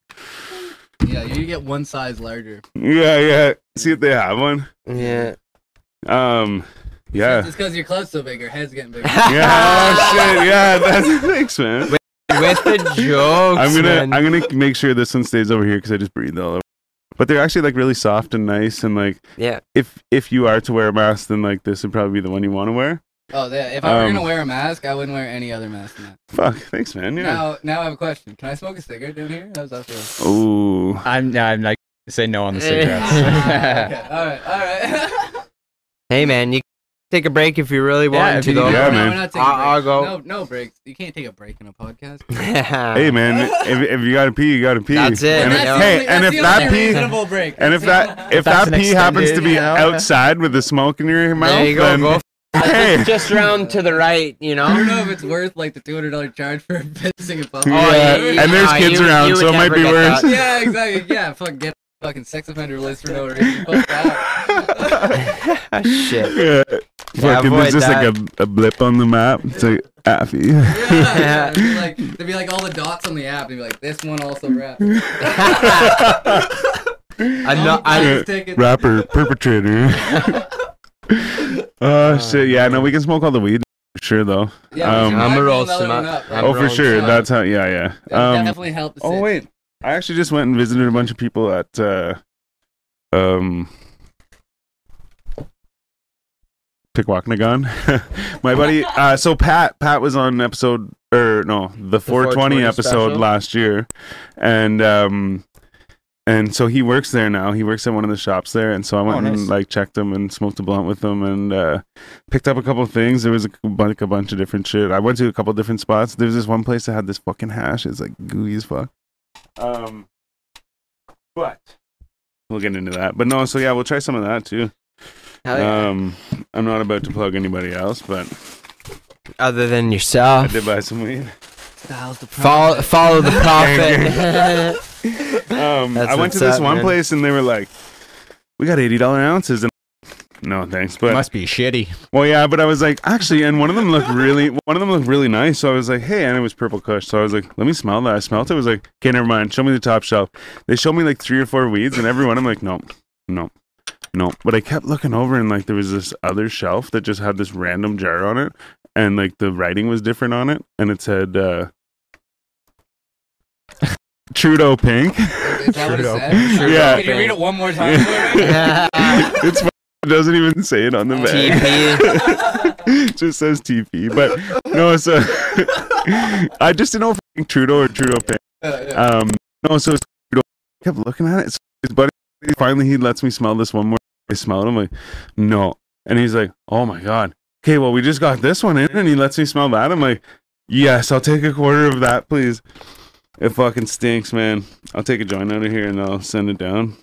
D: Yeah, you get one size larger.
A: Yeah, yeah. See if they have one.
B: yeah.
A: Um, yeah.
D: It's because your club's so big, your head's getting bigger.
A: Yeah. Oh shit. Yeah. That's thanks, man.
B: With the jokes,
A: I'm gonna
B: man.
A: I'm gonna make sure this one stays over here because I just breathed all over. But they're actually like really soft and nice, and like
B: yeah.
A: if if you are to wear a mask, then like this would probably be the one you want to wear.
D: Oh, yeah. If I were
A: Um,
D: gonna wear a mask, I wouldn't wear any other mask than that.
A: Fuck, thanks, man. Yeah.
D: Now, now I have a question. Can I smoke a cigarette down here? How's that feel?
A: Oh,
C: I'm, no, I'm like, say no on the
B: Eh.
C: cigarettes.
D: okay. All right. All right.
B: Hey, man, you can take a break if you really
C: Yeah,
B: want
C: if
B: to,
C: you-
B: though.
A: Yeah,
D: no,
A: man.
D: We're not taking
B: I'll- I'll
D: breaks.
B: go.
D: No, no breaks. You can't take a break in a podcast.
A: hey, man. If, if you gotta pee, you gotta pee.
B: That's it,
A: And
D: That's
A: if,
D: the
B: yeah.
A: hey,
D: only-
A: and
D: that's
A: if
D: the
A: that
D: only
A: pee,
D: reasonable break.
A: and if that if that
C: That's
A: pee
C: an
A: happens to
C: extended,
A: be
C: you know?
A: outside with the smoke in your mouth,
B: There you go.
A: then
B: go.
A: hey,
B: Just round to the right, you know.
D: I don't know if it's worth like the two hundred dollar charge for pissing a bubble.
A: Yeah, uh, and there's
B: nah,
A: kids
B: Oh, you-
A: around,
B: you would
A: so it might
B: never
A: be
B: get
A: worse.
B: that.
D: yeah, exactly. Yeah, fuck, get a fucking sex offender list for no reason. Fuck that.
B: Ah, Shit.
A: yeah.
B: Yeah,
A: Fucking,
B: avoid
A: there's just
B: that.
A: like a, a blip on the map. It's like Affy.
D: Yeah, yeah. it'd be like there'd be like all the dots on the app, and be like, this one also wrapped.
B: I'm not, I,
A: Rapper, perpetrator. oh shit! Yeah, no, we can smoke all the weed. for Sure though. Um,
B: I'ma roll some up. I'm
A: oh, for
B: rolling
A: sure.
B: some.
A: That's how. Yeah, yeah. Um,
D: definitely help. The
A: oh
D: sit.
A: wait, I actually just went and visited a bunch of people at uh, um, Pickwalknagon. My buddy. Uh, so Pat, Pat was on episode or no, the 420
B: 420
A: episode
B: special?
A: last year, and um, and so he works there now. He works at one of the shops there, and so I went
C: Oh, nice.
A: and like checked him and smoked a blunt with him and uh, picked up a couple of things. There was a, c- like a bunch of different shit. I went to a couple of different spots. There's this one place that had this fucking hash. It's like gooey as fuck. Um, but we'll get into that. But no, so yeah, we'll try some of that too.
B: Hell yeah.
A: Um, I'm not about to plug anybody else, but
B: other than
A: I
B: yourself,
A: did buy some weed.
D: Styles the
B: follow follow the
A: Dang.
B: prophet.
A: Um,
B: That's
A: I went
B: what's
A: to this
B: up,
A: one
B: man.
A: place and they were like, "We got eighty dollar ounces." And no, thanks. But
C: Must be shitty.
A: well, yeah. But I was like, actually, and one of them looked really, one of them looked really nice. So I was like, hey, and it was purple kush. So I was like, let me smell that. I smelled it. I was like, okay, never mind. Show me the top shelf. They showed me like three or four weeds, and every one I'm like, no, no, no. But I kept looking over, and like there was this other shelf that just had this random jar on it, and like the writing was different on it, and it said. uh Trudeau pink.
D: Is that what it
C: Trudeau.
D: said?
A: Trudeau Yeah.
D: Can you read it one more time? for me?
B: Ah.
A: it's fu- it doesn't even say it on the bag.
B: TP.
A: It just says TP. But no, so I just didn't know if it was Trudeau or Trudeau Pink.
D: Uh, yeah.
A: Um, no, so it's Trudeau. I kept looking at it. So his buddy finally he lets me smell this one more. I smell it. I'm like, no, and he's like, oh my god. Okay, well we just got this one in, and he lets me smell that. I'm like, yes, I'll take a quarter of that, please. It fucking stinks, man. I'll take a joint out of here and I'll send it down.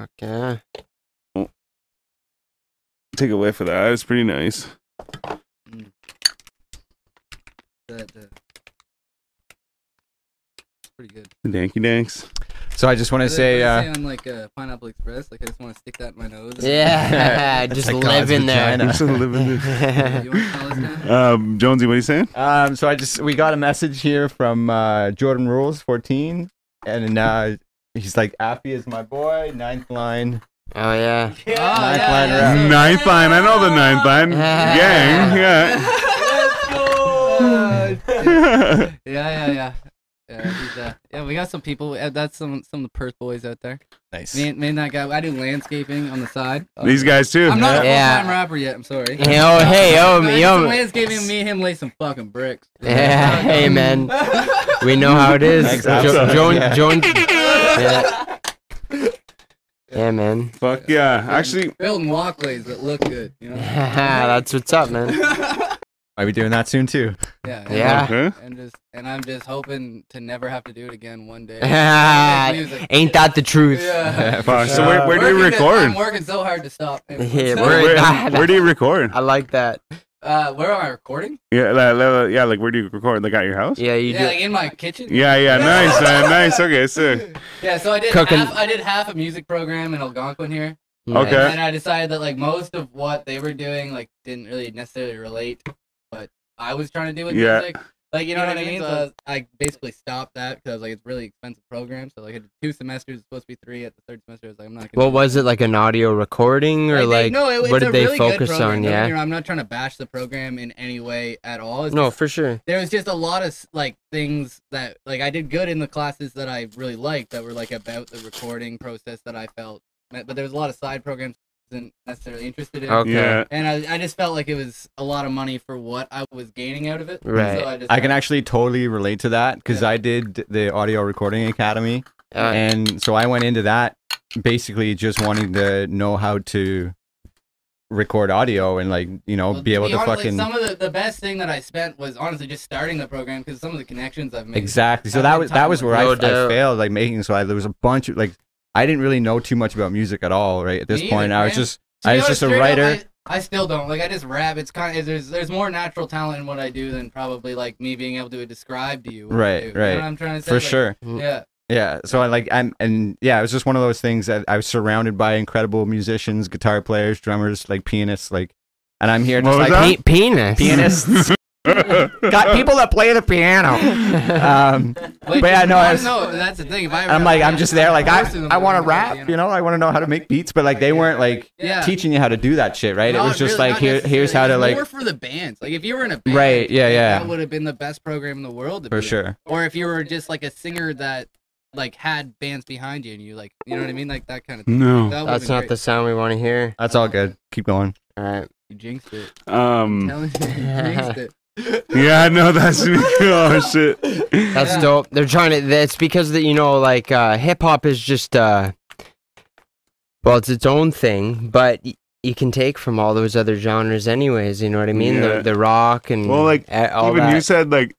B: okay.
A: Take away for that. It's pretty nice.
D: That, uh, pretty good.
A: Danky danks.
C: So I just want to
D: What do
C: say,
D: they
C: uh,
D: say on like uh, Pineapple Express, like I just want to stick that in my nose.
B: Yeah, just live
C: Like God's
B: in there.
C: vagina.
A: Just a living-
D: You want to tell us now?
A: um, Jonesy, what are you saying?
C: Um, so I just we got a message here from uh, Jordan Rules 14, and uh, he's like, "Appy is my boy." Ninth line.
B: oh yeah.
D: Oh,
C: Ninth
D: yeah,
C: line
D: yeah,
C: rap.
D: yeah.
A: Ninth line. I know the ninth line.
B: Yeah.
A: Gang. Yeah.
D: Let's go. yeah, yeah, yeah. Yeah, he's, uh, yeah, we got some people. uh, That's some some of the Perth boys out there.
C: Nice.
D: Me, and- me and that guy. I do landscaping on the side. Uh,
A: These guys too.
D: I'm not a
B: Yeah.
D: full-time rapper yet. I'm sorry.
B: Hey, oh, hey, oh,
D: I
B: me-
D: did some
B: yo.
D: landscaping. and Me and him lay some fucking bricks.
B: Yeah, hey, man. We know how it is.
C: Thanks,
B: Jo-
C: Absol.
B: Joan,
C: Yeah.
B: Joan. Yeah. yeah, man.
A: Fuck yeah. Actually,
D: building walkways that look good. You know.
B: That's what's up, man.
C: Might be doing that soon too.
D: Yeah.
B: Yeah.
A: okay.
D: And just and I'm just hoping to never have to do it again one day. music.
B: Ain't that the truth?
D: Yeah.
A: Fuck. So
C: sure.
A: where, where do you
D: Working this- I'm
A: record?
D: working so hard to stop.
B: Yeah,
A: Where,
B: we're-
A: where- where do you record?
B: I like that.
D: Uh, where am I recording?
A: Yeah, like, like, like- yeah, like where do you record? Like at your house?
B: Yeah, you
D: yeah,
B: do.
D: like in my kitchen.
A: Yeah, yeah, nice, man, nice. Okay, uh, so
D: Yeah, so I did
B: Cooking.
D: half. I did half a music program in Algonquin here,
A: Okay.
D: and I decided that like most of what they were doing like didn't really necessarily relate, but I was trying to do with
A: Yeah.
D: music. Like you know what I mean? So I, was- I basically stopped that because like it's really expensive program. So like I did two semesters, it's supposed to be three. At the third semester, I was like, I'm not. Gonna
B: What was it like an audio recording or
D: Like,
B: like
D: they- no, it-
B: what
D: it's
B: did
D: a
B: they
D: really good
B: focus
D: program,
B: on?
D: don't get me
B: Yeah.
D: wrong, I'm not trying to bash the program in any way at all. It's
B: No, for sure.
D: there was just a lot of s- like things that like I did good in the classes that I really liked that were like about the recording process that I felt, but but there was a lot of side programs I wasn't necessarily interested in,
B: Okay.
A: yeah,
D: and I, I just felt like it was a lot of money for what I was gaining out of it.
B: Right.
D: So I, just
C: I can actually totally relate to that because
D: Yeah.
C: I did the Audio Recording Academy,
B: Uh,
C: and so I went into that basically just wanting to know how to record audio and like you know
D: Well,
C: be able to
D: honest, like,
C: fucking
D: some of the, the best thing that I spent was honestly just starting the program because some of the connections I've made.
C: Exactly. So
D: At
C: that
D: that
C: was
D: time,
C: that was
D: like-
C: where I,
B: No
C: I
B: doubt.
C: failed, like making. So I, there was a bunch of like I didn't really know too much about music at all, right? At this
D: Me
C: point,
D: either,
C: I was
D: man.
C: just
D: To be
C: I was
D: honest,
C: just a
D: straight up,
C: writer.
D: I, I still don't like. I just rap. It's kind of there's there's more natural talent in what I do than probably like me being able to describe to you. What I
C: Right,
D: do. You
C: right.
D: know what I'm trying to say
C: for
D: Like,
C: sure.
D: Yeah.
C: Yeah. So I like I'm and yeah, it was just one of those things that I was surrounded by incredible musicians, guitar players, drummers, like pianists, like and I'm here
A: What
C: just
A: was
C: like
A: that?
B: Pe- penis.
C: pianists. Got people that play the piano. Um,
D: Wait,
C: But yeah, no, I
D: I
C: was-
D: no, that's the thing. If I ever
C: I'm
D: got
C: like,
D: a
C: I'm
D: band,
C: just there. Like, I,
D: most of them
C: I
D: are
C: want
D: gonna
C: to
D: play
C: rap,
D: piano.
C: you know? I want to know how to make beats, but like, they weren't like
D: Yeah.
C: teaching you how to do that shit, right? It
D: Not
C: was just
D: really,
C: like,
D: not
C: here, here's how
D: necessarily.
C: to
D: It's
C: like,
D: more for the bands. Like if you were in a band,
C: Right, yeah,
D: like,
C: yeah.
D: that would have been the best program in the world to
C: for
D: be in.
C: sure.
D: Or if you were just like a singer that like had bands behind you and you like, you know what I mean, like that kind of. thing.
A: no.
D: That
B: That's not the sound we want to hear.
C: That's all good. Keep going.
B: All right.
D: You jinxed it.
C: Mm.
A: Um.
D: Telling you, you jinxed it.
A: Yeah, no, that's me. Oh shit.
B: That's
D: Yeah.
B: dope. They're trying to. That's because that you know, like uh, hip hop is just uh, well, it's its own thing, but y- you can take from all those other genres, anyways. You know what I mean?
A: Yeah.
B: The the rock and
A: Well, like,
B: a- all
A: Even
B: that.
A: you said like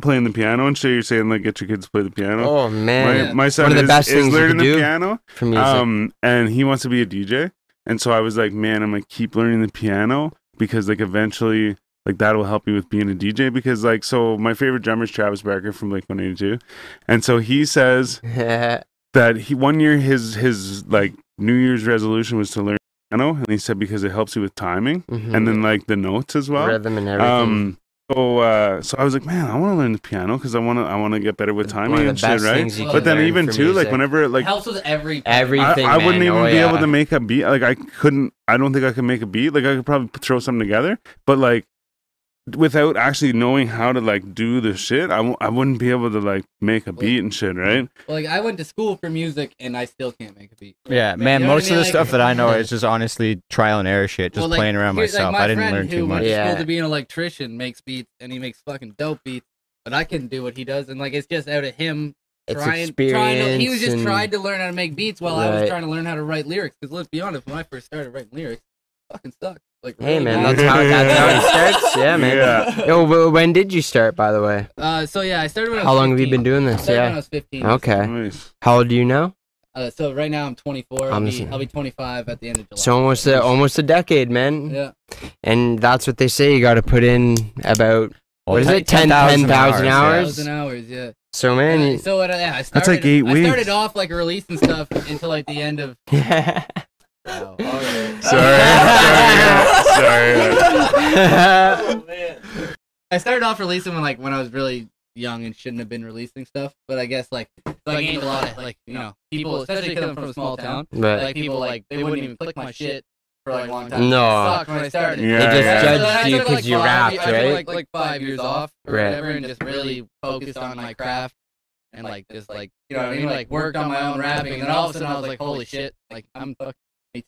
A: playing the piano and shit. You're saying like get your kids to play the piano.
B: oh
A: my,
B: man,
D: Yeah.
A: my son
B: One of the
A: is,
B: best
A: is
B: things you
A: learning
B: can
A: the
B: do.
A: piano,
B: for music.
A: um, and he wants to be a DJ. And so I was like, man, I'm gonna keep learning the piano because like eventually like that will help you with being a DJ. Because like so my favorite drummer is Travis Barker from Blink 182, and so he says
B: Mm-hmm.
A: that he one year his his like New Year's resolution was to learn piano, and he said because it helps you with timing and then like the notes as well.
B: Mm. rhythm and everything.
A: Um, so uh, so I was like, man, I want to learn the piano because I want to I want to get better with
B: It's
A: timing
B: one of the
A: and shit,
B: best
A: right?
B: things you
D: can
A: But then
B: learn
A: even
B: from
A: too, like
B: music.
A: whenever like
D: helps with every.
A: I,
B: everything.
A: I wouldn't
B: man.
A: even
B: Oh,
A: be
B: yeah.
A: able to make a beat. Like I couldn't. I don't think I could make a beat. Like I could probably throw something together, but like without actually knowing how to like do the shit, I w- I wouldn't be able to like make a beat and shit, right?
D: Like I went to school for music and I still can't make a beat.
C: Yeah,
D: man,
C: man,
D: you know what I
C: most of the
D: mean?
C: stuff
D: Like-
C: that I know is just honestly trial and error shit, just
D: Well, like,
C: playing around
D: here's,
C: myself.
D: Like, my
C: I didn't
D: friend
C: learn
D: who
C: too much.
D: went to
B: Yeah.
D: school to be an electrician makes beats and he makes fucking dope beats, but I couldn't do what he does. And like it's just out of him
B: It's
D: trying, trying to, he was just
B: experience
D: trying to learn how to make beats while I
B: Right.
D: was trying to learn how to write lyrics. Because let's be honest, when I first started writing lyrics, it fucking sucked. Like
B: Hey
D: really
B: man,
D: bad.
B: that's how that's how it starts. Yeah, man.
A: Yeah.
B: Yo, wh- when did you start, by the way?
D: Uh, so yeah, I started when I was
B: How long have you been
D: 15.
B: doing
D: I
B: this?
D: started when I
B: Yeah.
D: was 15.
B: Okay.
A: Nice.
B: How old are you now?
D: Uh, so right now I'm 24. I'll
B: I'm
D: be,
B: listening.
D: I'll be 25 at the end of July.
B: So almost a, almost a decade, man.
D: yeah.
B: And that's what they say. You got to put in about what is it, 10 10,000 hours?
D: Thousand hours, yeah.
B: so man.
D: Uh, so what, yeah, I started,
A: That's like eight
D: I
A: weeks.
D: started off like releasing stuff until like the end of.
B: you-
D: Wow, all right.
A: Sorry, sorry, sorry.
D: I started off releasing when like when I was really young and shouldn't have been releasing stuff, but I guess like I gained a lot of like you know people, especially because I'm from a small town,
B: but
D: like people like they wouldn't even click my shit for like a long time.
B: No.
D: It sucked when I started.
A: Yeah,
B: they just
A: yeah.
D: So then I
B: judged you
D: took,
B: because
D: like,
B: you
D: five-
B: rapped,
D: I took,
B: right?
D: Like, like five years off or
B: Right.
D: whatever, and just really focused on my craft and like just like you know what I mean, like worked on my own rapping. And then all of a sudden I was like, holy shit, like I'm fucking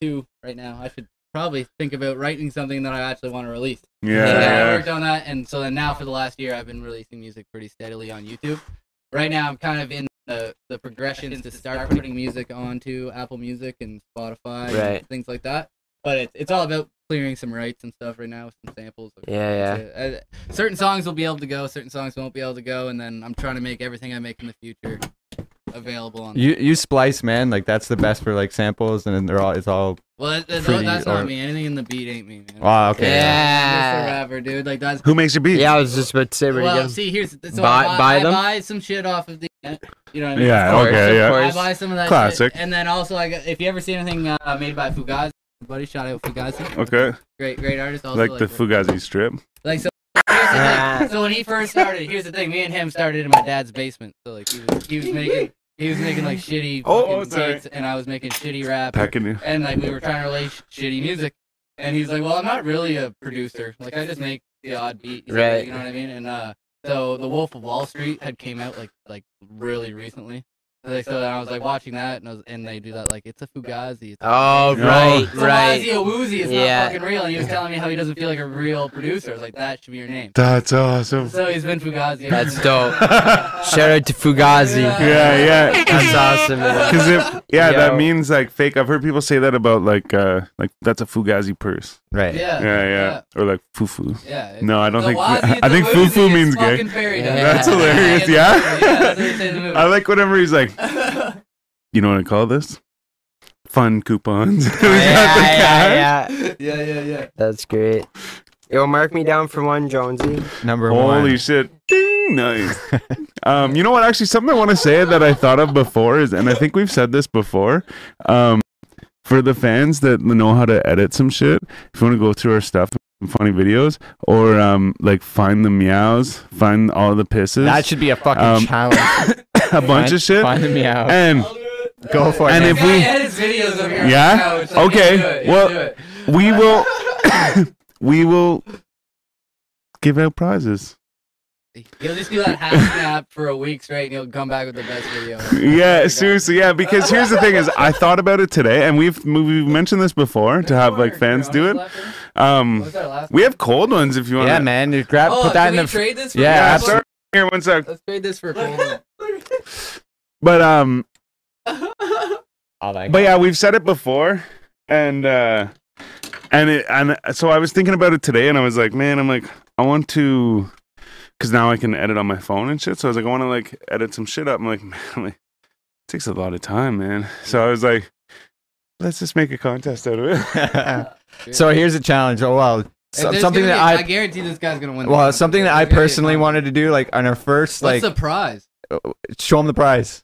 D: 22 right now. I should probably think about writing something that I actually want to release. So then I
A: Yeah,
D: worked on that, uh, and so then now for the last year I've been releasing music pretty steadily on YouTube. Right now I'm kind of in the, the progressions to start putting music onto Apple Music and Spotify
B: Right.
D: and things like that. But it's it's all about clearing some rights and stuff right now with some samples.
B: Yeah,
D: Uh, certain songs will be able to go, certain songs won't be able to go, and then I'm trying to make everything I make in the future available on.
C: You you splice, man. Like that's the best for like samples, and then they're all it's all.
D: well, that, that,
C: Pretty
D: that's
C: or-
D: not me. Anything in the beat ain't me, man.
C: Wow, okay.
D: That's a
B: yeah.
D: rapper, dude. Like that's
A: Who makes your beat?
B: Yeah, I was just about to say where
D: well,
B: to
D: see, here's so
B: Buy-
D: I, buy,
B: buy
D: I
B: them?
D: buy some shit off of the internet, you know what I mean?
A: Yeah.
B: Of course,
A: okay.
B: of
A: Yeah.
B: course.
D: I buy some of that
A: Classic.
D: shit. and then also I got, if you ever see anything uh, made by Fugazi, buddy, shout out Fugazi,
A: Okay.
D: great, great artist. Also,
A: Like the Fugazi strip.
D: like so. Here's the
B: Ah.
D: thing. So when he first started, here's the thing. Me and him started in my dad's basement. So like he was, he was making he was making like shitty
A: Oh,
D: fucking
A: oh, sorry.
D: beats, and I was making shitty rap,
A: Packing you.
D: and like we were trying to relate sh- shitty music. And he's like, "Well, I'm not really a producer. Like I just make the odd beat, He's like,
B: Right.
D: You know what I mean?" And uh, so the Wolf of Wall Street had came out like like really recently. So, Like, so then I was like watching that, and I was, and they do that like it's a Fugazi. It's a
B: Oh,
A: No.
B: right,
D: it's a
B: right.
D: Ozzy Awuzie is
B: Yeah.
D: not fucking real. And he was telling me how he doesn't feel like a real producer. I was like, that should be your name.
A: That's awesome.
D: So he's been Fugazi. ever
B: That's
D: since.
B: dope.
A: yeah,
B: Shout out to Fugazi.
A: yeah.
B: That's awesome. man.
A: Because if yeah, that
B: Yo.
A: means like fake. I've heard people say that about like uh like that's a fugazi purse.
C: Right.
D: Yeah,
A: Yeah, yeah, or like fufu.
D: yeah. it's-
A: No, I don't
D: the
A: think.
D: Wazzy
A: I
D: and
A: think
D: the
A: fufu
D: Woozy
A: means
D: is
A: gay.
D: fucking fairy
B: Yeah.
D: dust.
A: That's hilarious.
D: that's what they
A: Yeah. Uh,
D: say in the movie.
A: I like whatever he's like.
D: yeah,
A: You know what I call this? Fun coupons. We got the
B: yeah,
A: cash.
B: yeah, yeah.
D: yeah, yeah.
B: That's great. Yo, mark me down for one, Jonesy.
C: Number one.
A: Holy shit. Ding, nice. um, you know what? Actually, something I want to say that I thought of before is, and I think we've said this before. Um, for the fans that know how to edit some shit, if you want to go through our stuff, some funny videos, or um, like find the meows, find all the pisses,
C: That should be a fucking
A: Um,
C: challenge.
A: a bunch
C: Find-
A: of shit,
C: Find me out.
A: and
C: Go for
A: And
C: it.
A: if we-
D: edits videos of your
A: Yeah?
D: couch, like,
A: Okay,
D: you do it, you
A: well-
D: do it.
A: we will, we will give out prizes.
D: you'll just do that half snap for a week straight, and you'll come back with the best video. Oh
A: yeah seriously yeah because here's the thing is i thought about it today and we've we've mentioned this before to have like fans do it um
D: What's our last
A: we have cold ones if you want
C: yeah, man. You grab,
D: Oh,
C: put that
D: can
C: in
D: we
C: the.
D: trade this? For
C: yeah,
D: cold
A: yeah
D: ones?
A: sorry here one sec
D: Let's trade this for cold. ones.
A: but um
C: Oh, my
A: but yeah we've said it before and uh and it and so i was thinking about it today and i was like man i'm like i want to because now i can edit on my phone and shit so i was like i want to like edit some shit up i'm like man like, it takes a lot of time man so i was like let's just make a contest out of it
C: God. so here's a challenge. Oh wow,
D: If
C: So-
D: there's
C: something
D: gonna
C: that
D: be- I
C: I
D: guarantee this guy's gonna win.
C: well
D: this.
C: something that
D: I
C: I
D: guarantee it's
C: personally
D: not.
C: wanted to do like on our first
D: What's
C: like
D: the prize?
C: show them the prize.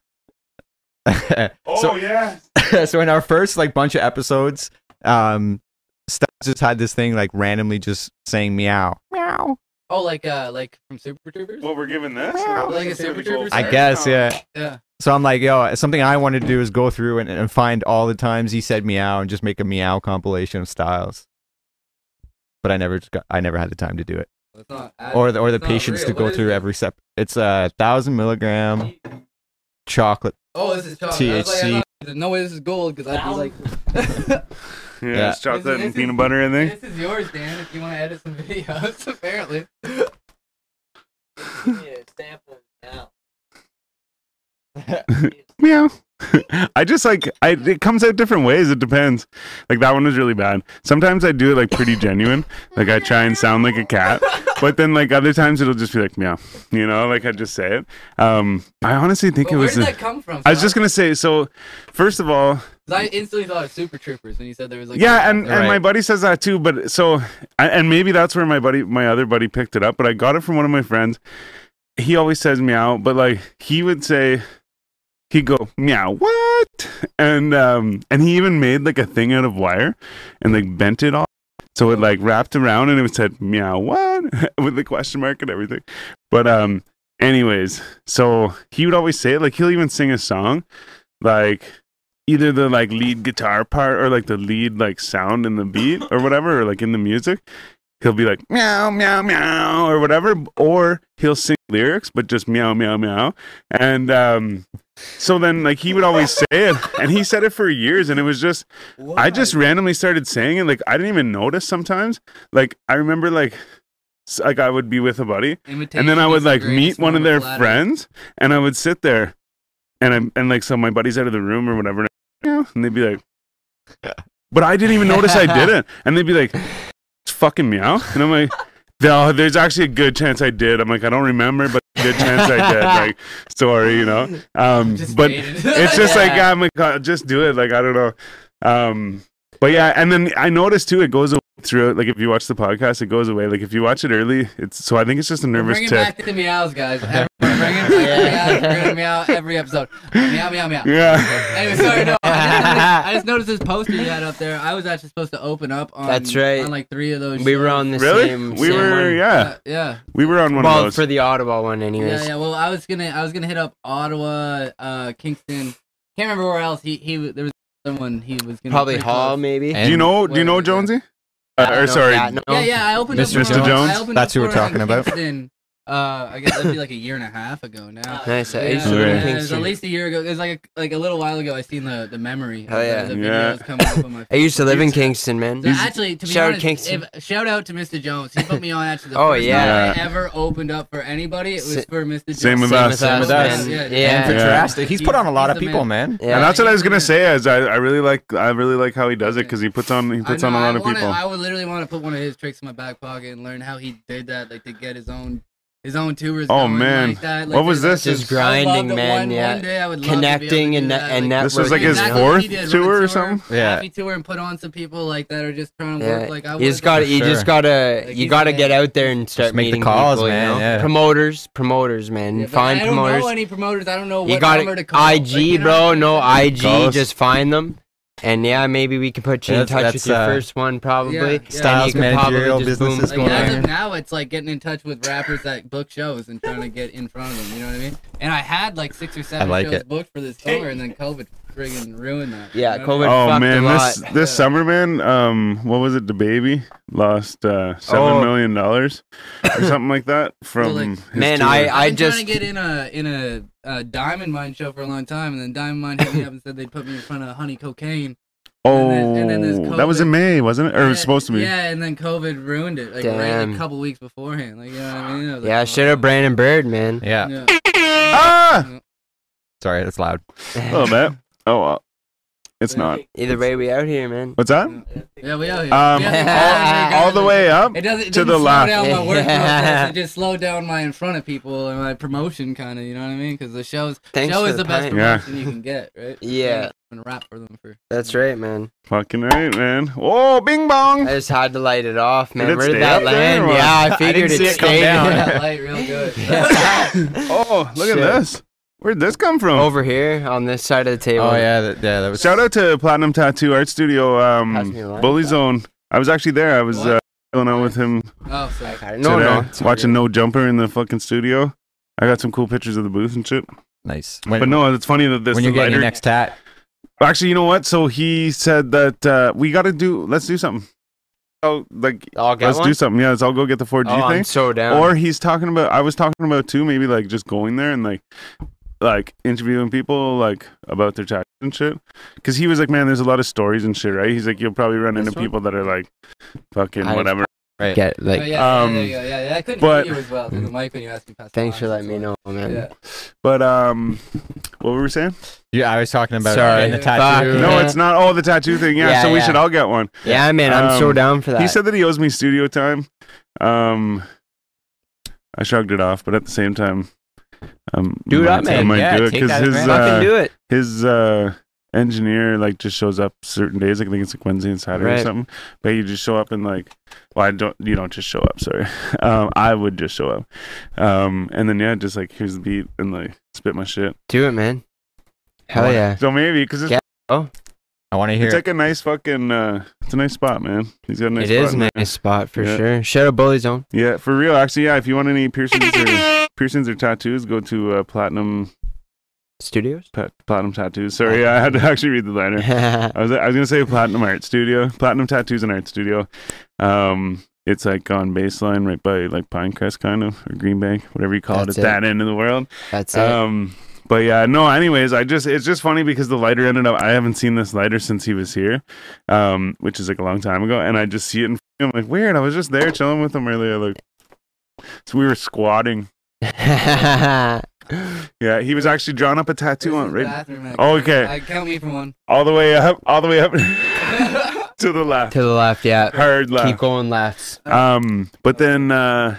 C: so
A: Oh, yeah
C: so in our first like bunch of episodes, um, Stubbs just had this thing like randomly just saying meow meow.
D: Oh, like uh, like from Super Troopers.
A: What we're giving this?
C: Well,
D: Like a Super Troopers?
C: I
A: Oh.
C: guess yeah.
D: Yeah.
C: So I'm like, yo, something I wanted to do is go through and, and find all the times he said meow and just make a meow compilation of styles. But I never, just got, I never had the time to do it,
D: It's not, I-
C: or the or the
D: it's not
C: patience to
D: real.
C: go
D: What is
C: through
D: it?
C: every step. It's a thousand milligram chocolate.
D: Oh, this is chocolate. I was like, I
C: THC.
D: thought- there's no way this is gold because I'd be like,
A: Yeah,
C: Yeah.
A: it's chocolate
D: This
A: and
D: is-
A: peanut butter, I think.
D: this is yours, Dan. If you want to edit some videos, apparently.
A: Meow. I just like I. It comes out different ways. It depends. Like that one was really bad. Sometimes I do it like pretty genuine. Like I try and sound like a cat, but then like other times it'll just be like meow. You know, like I just say it. Um, I honestly think
D: But
A: it
D: where
A: was.
D: did
A: a-
D: that come from?
A: I was just gonna say. So, first of all,
D: Because I instantly thought of Super Troopers when you said there was like.
A: yeah, and, and
C: Right.
A: my buddy says that too. But so, I- and maybe that's where my buddy, my other buddy, picked it up. But I got it from one of my friends. He always says meow, but like he would say, he'd go meow what, and um, and he even made like a thing out of wire, and like bent it off, so it like wrapped around and it said meow what with the question mark and everything. But um, anyways, so he would always say it. Like he'll even sing a song, like either the like lead guitar part or like the lead like sound in the beat or whatever, or like in the music. He'll be like meow meow meow or whatever, or he'll sing lyrics but just meow meow meow. And um, so then like he would always say it, and he said it for years, and it was just I just randomly started saying it. Like I didn't even notice sometimes. Like I remember like s- like I would be with a buddy and then I would like meet one of their friends, and I would sit there, and I'm and like so my buddy's out of the room or whatever, and, I, "Yeah," and they'd be like, but I didn't even notice I did it, and they'd be like, it's fucking meow, and I'm like. No, there's actually a good chance I did. I'm like, I don't remember, but good chance I did. Like, sorry, you know. Um, but it's just like I'm like, uh, just do it. Like I don't know. Um, but yeah, and then I noticed too, it goes away throughout. Like if you watch the podcast, it goes away. Like if you watch it early, it's so I think it's just a nervous
D: Bring it
A: tick.
D: back to the meows, guys. Everyone, bring it back to the meows. We're gonna meow every episode. Meow, meow, meow.
A: Yeah.
D: Anyway, sorry, no. I just noticed this poster you had up there. I was actually supposed to open up on.
B: That's right.
D: On like three of those.
B: We were
D: shows.
B: on the
A: really?
B: same.
A: we
B: same
A: were
B: one.
A: yeah,
D: Uh, yeah.
A: we were on one
B: Well,
A: of
B: for
A: those.
B: the Ottawa one, anyways.
D: Yeah, yeah. Well, I was gonna, I was gonna hit up Ottawa, uh, Kingston. Can't remember where else. He, he, there was someone he was gonna
B: Probably
D: pretty
B: Hall,
D: close.
B: maybe.
A: Do you know? Do you know
D: Whatever, yeah.
A: Jonesy? Uh, or sorry,
D: Yeah, yeah. I opened
C: Mr.
D: up for-
A: Jones?
D: I opened
C: That's
D: up
C: who we're
D: for, uh,
C: talking about.
D: Kingston, uh, I guess that'd be like a year and a half ago now.
B: Nice. I
D: Yeah,
B: used to live
A: Alright.
B: in
D: yeah, it was
B: Kingston.
D: at least a year ago. It was like a, like a little while ago. I seen the the memory. of
B: Hell
D: the-
B: yeah.
D: The,
A: Yeah.
D: videos coming up on my.
B: I used to live in Kingston, man.
D: So actually, to be
B: Shout out
D: honest,
B: Kingston.
D: If, shout out to Mr. Jones. He put me on actually the
B: Oh,
D: first
A: yeah.
D: time I ever opened up for anybody. It was
B: Sa-
D: for Mr. Jones.
A: Same with us.
C: Same with us.
B: man.
D: Yeah,
C: And for
B: Yeah.
A: Yeah.
C: Jurassic, he's put on a lot
D: He's
C: of
D: the
C: people, man.
B: Yeah.
A: and that's what I was
D: Yeah.
A: gonna say. Is I, I really like I really like how he does it because he puts on he
D: I
A: puts
D: know,
A: on a
D: I
A: lot of
D: wanna-
A: people.
D: I would literally want to put one of his tricks in my back pocket and learn how he did that, like to get his own his own tours.
A: Oh,
D: going
A: man.
D: like that.
A: What was
D: there's
A: this?
D: a-
A: Just
D: I would love
B: grinding,
D: to
B: man,
D: One,
B: yeah.
D: one day I would love to be able to
B: Connecting
D: do
B: and
D: that,
B: and
D: like,
B: networking.
A: This was like his
D: exactly
A: fourth
D: what he did, run a
A: tour or something?
C: Yeah.
D: Happy tour and put on some people like that are just trying to
B: Yeah.
D: work like I
B: you just
D: was.
B: got to
C: For
B: you
C: sure.
B: just gotta
D: Like,
B: you
D: he's
B: gotta
D: a
B: get
D: man.
B: out there and start
C: make the
B: meeting
C: calls,
B: people,
C: man,
B: You know?
C: yeah.
B: Promoters, promoters, man.
D: Yeah, but
B: Find
D: I don't
B: promoters.
D: know any promoters. I don't know what
B: you
D: number
B: got
D: to call.
B: IG,
D: Like, you know
B: bro.
D: what I'm
B: No
D: saying?
B: IG.
A: Call us.
B: Just find them. And yeah, maybe we can put you in
C: That's-
B: touch
C: that's,
B: with your
C: uh,
B: first one, probably.
D: yeah.
B: And you
C: Styles
B: could
C: managerial
B: probably just
C: business
B: boom-
C: is going
D: Like, as of
C: on.
D: now, it's like getting in touch with rappers that book shows and trying to get in front of them. You know what I mean? And I had like six or seven
C: like
D: shows
C: it.
D: booked for this summer, and then COVID friggin' ruined that.
B: Yeah,
D: you know what I mean?
B: COVID
A: oh
B: fucked
A: man,
B: a lot.
A: this this summer, man. Um, what was it? The baby lost uh,
C: Oh.
A: seven million dollars or something like that from
D: like,
A: his
B: man,
A: tour.
B: I-
D: I've been trying
B: just-
D: to get in a in a, uh diamond mine show for a long time, and then diamond mine hit me up and said they put me in front of honey cocaine.
A: oh,
D: and then there's
A: that was in May, wasn't it? Or it was
D: Yeah,
A: supposed to be?
D: Yeah, and then COVID ruined it. Like right
B: Damn.
D: a couple weeks beforehand. Like you know what I mean? I was like,
B: yeah,
D: oh,
B: should have Brandon Bird, man.
C: Yeah.
D: yeah.
A: Ah,
C: Sorry, that's loud.
A: a little bit. Oh, well, it's
D: Yeah.
A: not.
B: Either way, we out here, man.
A: What's that?
D: Yeah, we out here.
A: Um,
D: We out here.
B: Yeah.
A: all, all the way up.
D: It doesn't, it
A: To
D: doesn't
A: the
D: slow
A: left.
D: down my work
B: Yeah.
D: process. It just slowed down my in front of people and my promotion, kind of. You know what I mean? Because the show's
B: Thanks
D: show
B: for
D: is
B: the
D: the best
B: pint.
A: Yeah.
D: promotion you can get, right?
B: Yeah.
D: I've been rap for them for.
B: That's right, man.
A: Fucking right, man. Oh, bing bong.
B: I just had to light it off, man.
A: it
B: Where
A: stay
B: did that
A: up there
B: land?
A: or what?
B: Yeah, I
C: I
B: figured
C: didn't
B: it,
C: see it come
B: stayed
C: down.
D: Oh, That light real good.
A: Oh, look
B: Shit.
A: at this. Where'd this come from?
B: over here on this side of the table.
C: Oh yeah, that, yeah, that was.
A: Shout out to Platinum Tattoo Art Studio,
B: Pass me the
A: um,
B: line.
A: Bully Zone. I was actually there. I was uh, going out with him
D: Oh, sorry.
B: No,
A: today,
B: no, it's all
A: watching No Jumper in the fucking studio. I got some cool pictures of the booth and shit.
C: Nice. When,
A: But no, it's funny that this
C: when you're getting
A: lighter.
C: your next tat,
A: Actually, you know what? So he said that uh, we got to do. Let's do something. Oh, like
B: good. I'll get
A: let's
B: one?
A: do something. Yeah, let's all go get the 4G
B: Oh,
A: thing.
B: I'm so down.
A: or he's talking about i was talking about too maybe like just going there and like like interviewing people like about their tattoos and shit because he was like man there's a lot of stories and shit right he's like you'll probably run
B: This
A: into
B: one?
A: people that are like fucking
B: I-
A: whatever
C: right?
B: get
D: Oh,
B: like.
D: yeah, yeah,
A: um,
D: there you go. yeah, yeah, I couldn't
A: but-
D: hear you as well through the mic when you asked me. Past the
B: Thanks for
D: line,
B: letting me know,
D: so-
B: man.
D: Yeah.
A: but um what were we saying
C: Yeah, I was talking about
B: Sorry.
C: getting the
D: Fuck.
C: tattoo.
A: no
B: Yeah.
A: it's not all the tattoo thing yeah,
B: Yeah,
A: so we
B: yeah.
A: should all get one
B: Yeah, man, I'm so
A: Um,
B: down for that.
A: he said that he owes me studio time um i shrugged it off but at the same time um
B: Do it up,
A: i
B: man.
A: might
C: Yeah,
A: do it
C: take
A: because
C: that
A: his
C: advantage.
A: uh,
B: "Fucking do it."
A: his uh engineer like just shows up certain days like i think it's like wednesday and saturday or
B: Right.
A: something but you just show up and like well i don't you don't just show up sorry um i would just show up um and then yeah just like here's the beat and like spit my shit
B: Do it, man. Hell
C: Wanna-
B: yeah.
A: so maybe because it's,
B: Yeah,
C: I want to hear.
A: it's
C: it.
A: like a nice fucking uh it's a nice spot man he's got a nice
B: it is
A: spot in
B: a
A: there.
B: nice spot for
A: Yeah.
B: sure. Shout out Bully Zone.
A: yeah for real actually yeah if you want any piercings or piercings or tattoos go to uh platinum
B: Studios.
A: pa- platinum tattoos
B: Oh.
A: sorry yeah, i had to actually read the liner
B: yeah,
A: I was I was gonna say Platinum Art Studio, Platinum Tattoos and Art Studio. Um, it's like on baseline, right by like Pinecrest, kind of or Green Bank, whatever you call
B: That's
A: it.
B: it.
A: It's that end of the world.
B: that's it.
A: Um, but yeah, no. Anyways, I just it's just funny because the lighter ended up. I haven't seen this lighter since he was here, um, which is like a long time ago, and I just see it. And I'm like, weird. I was just there chilling with him earlier, like. So we were squatting.
B: Uh,
A: Yeah, he was actually drawing up a tattoo
D: Where's
A: on
D: his
A: right,
D: bathroom at?
A: Oh, okay.
D: I count me for one.
A: all the way up, all the way up to the left,
B: to the left, yeah.
A: hard left.
B: Keep going left.
A: Um, but then, uh,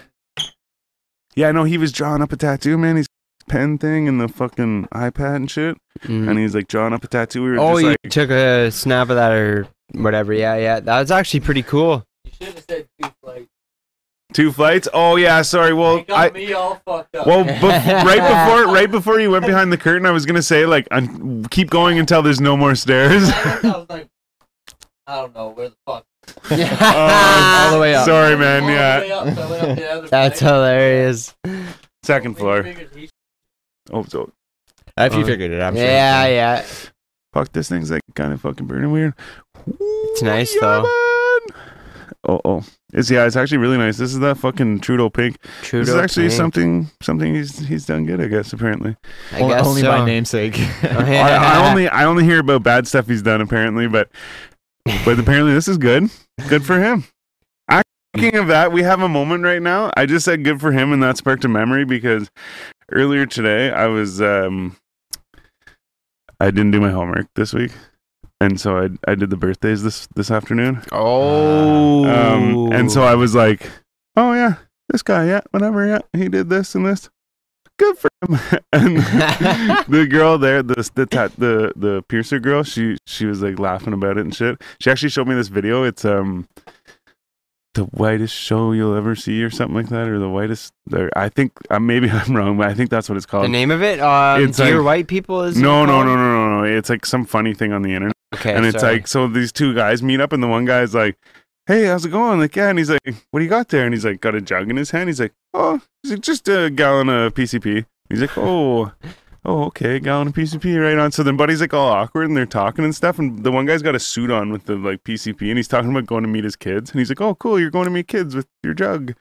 A: yeah, I know he was drawing up a tattoo, man. He's pen thing and the fucking iPad and shit,
B: Mm.
A: and he's like drawing up a tattoo. We were
B: Oh,
A: just
B: you
A: like,
B: took a snap of that or whatever. Yeah, yeah. That was actually pretty cool.
D: you should have said two flights.
A: two flights. Oh yeah, sorry. Well,
D: It got
A: I.
D: me all fucked up.
A: Well, bef- right before right before you went behind the curtain, I was gonna say like, un- keep going until there's no more stairs.
D: I was like, I don't know where the fuck.
A: Oh,
C: all the way up.
A: Sorry,
D: Oh,
A: man. Yeah,
D: Yeah.
B: That's hilarious.
A: second floor. Oh, so
C: if you figured it, I'm sure.
B: yeah, yeah.
A: fuck this thing's like kind of fucking burning weird. It's
B: nice, though.
A: Oh, oh, it's yeah, it's actually really nice. This is that fucking Trudeau pig.
B: Trudeau.
A: this is actually
B: King.
A: something something he's he's done good, I guess. Apparently,
B: I guess
C: only
B: so.
C: by namesake.
B: Oh,
A: I, I
B: yeah.
A: only I only hear about bad stuff he's done. Apparently, but but apparently this is good. Good for him. Ac- Speaking of that, we have a moment right now. I just said good for him, and that sparked a memory because earlier today I was um I didn't do my homework this week, and so I I did the birthdays this this afternoon.
B: Oh.
A: Uh, Um, and so I was like, oh, yeah, this guy, yeah, whatever, yeah, he did this and this. Good for him. and the girl there, the the, tat, the the piercer girl, she she was like laughing about it and shit. She actually showed me this video. It's um the whitest show you'll ever see or something like that, or the whitest. Or I think uh, maybe I'm wrong, but I think that's what it's
B: the
A: called.
B: name of it, um,
A: It's
B: dear
A: like-
B: white people is.
A: No,
B: it
A: no,
B: called?
A: no, no, no, no. It's like some funny thing on the internet.
B: Okay.
A: and it's
B: sorry.
A: like so these two guys meet up and the one guy's like hey how's it going like yeah and he's like what do you got there and he's like got a jug in his hand he's like oh he's like, just a gallon of pcp he's like oh oh okay gallon of pcp right on so then buddy's like all awkward and they're talking and stuff and the one guy's got a suit on with the like pcp and he's talking about going to meet his kids and he's like oh cool you're going to meet kids with your jug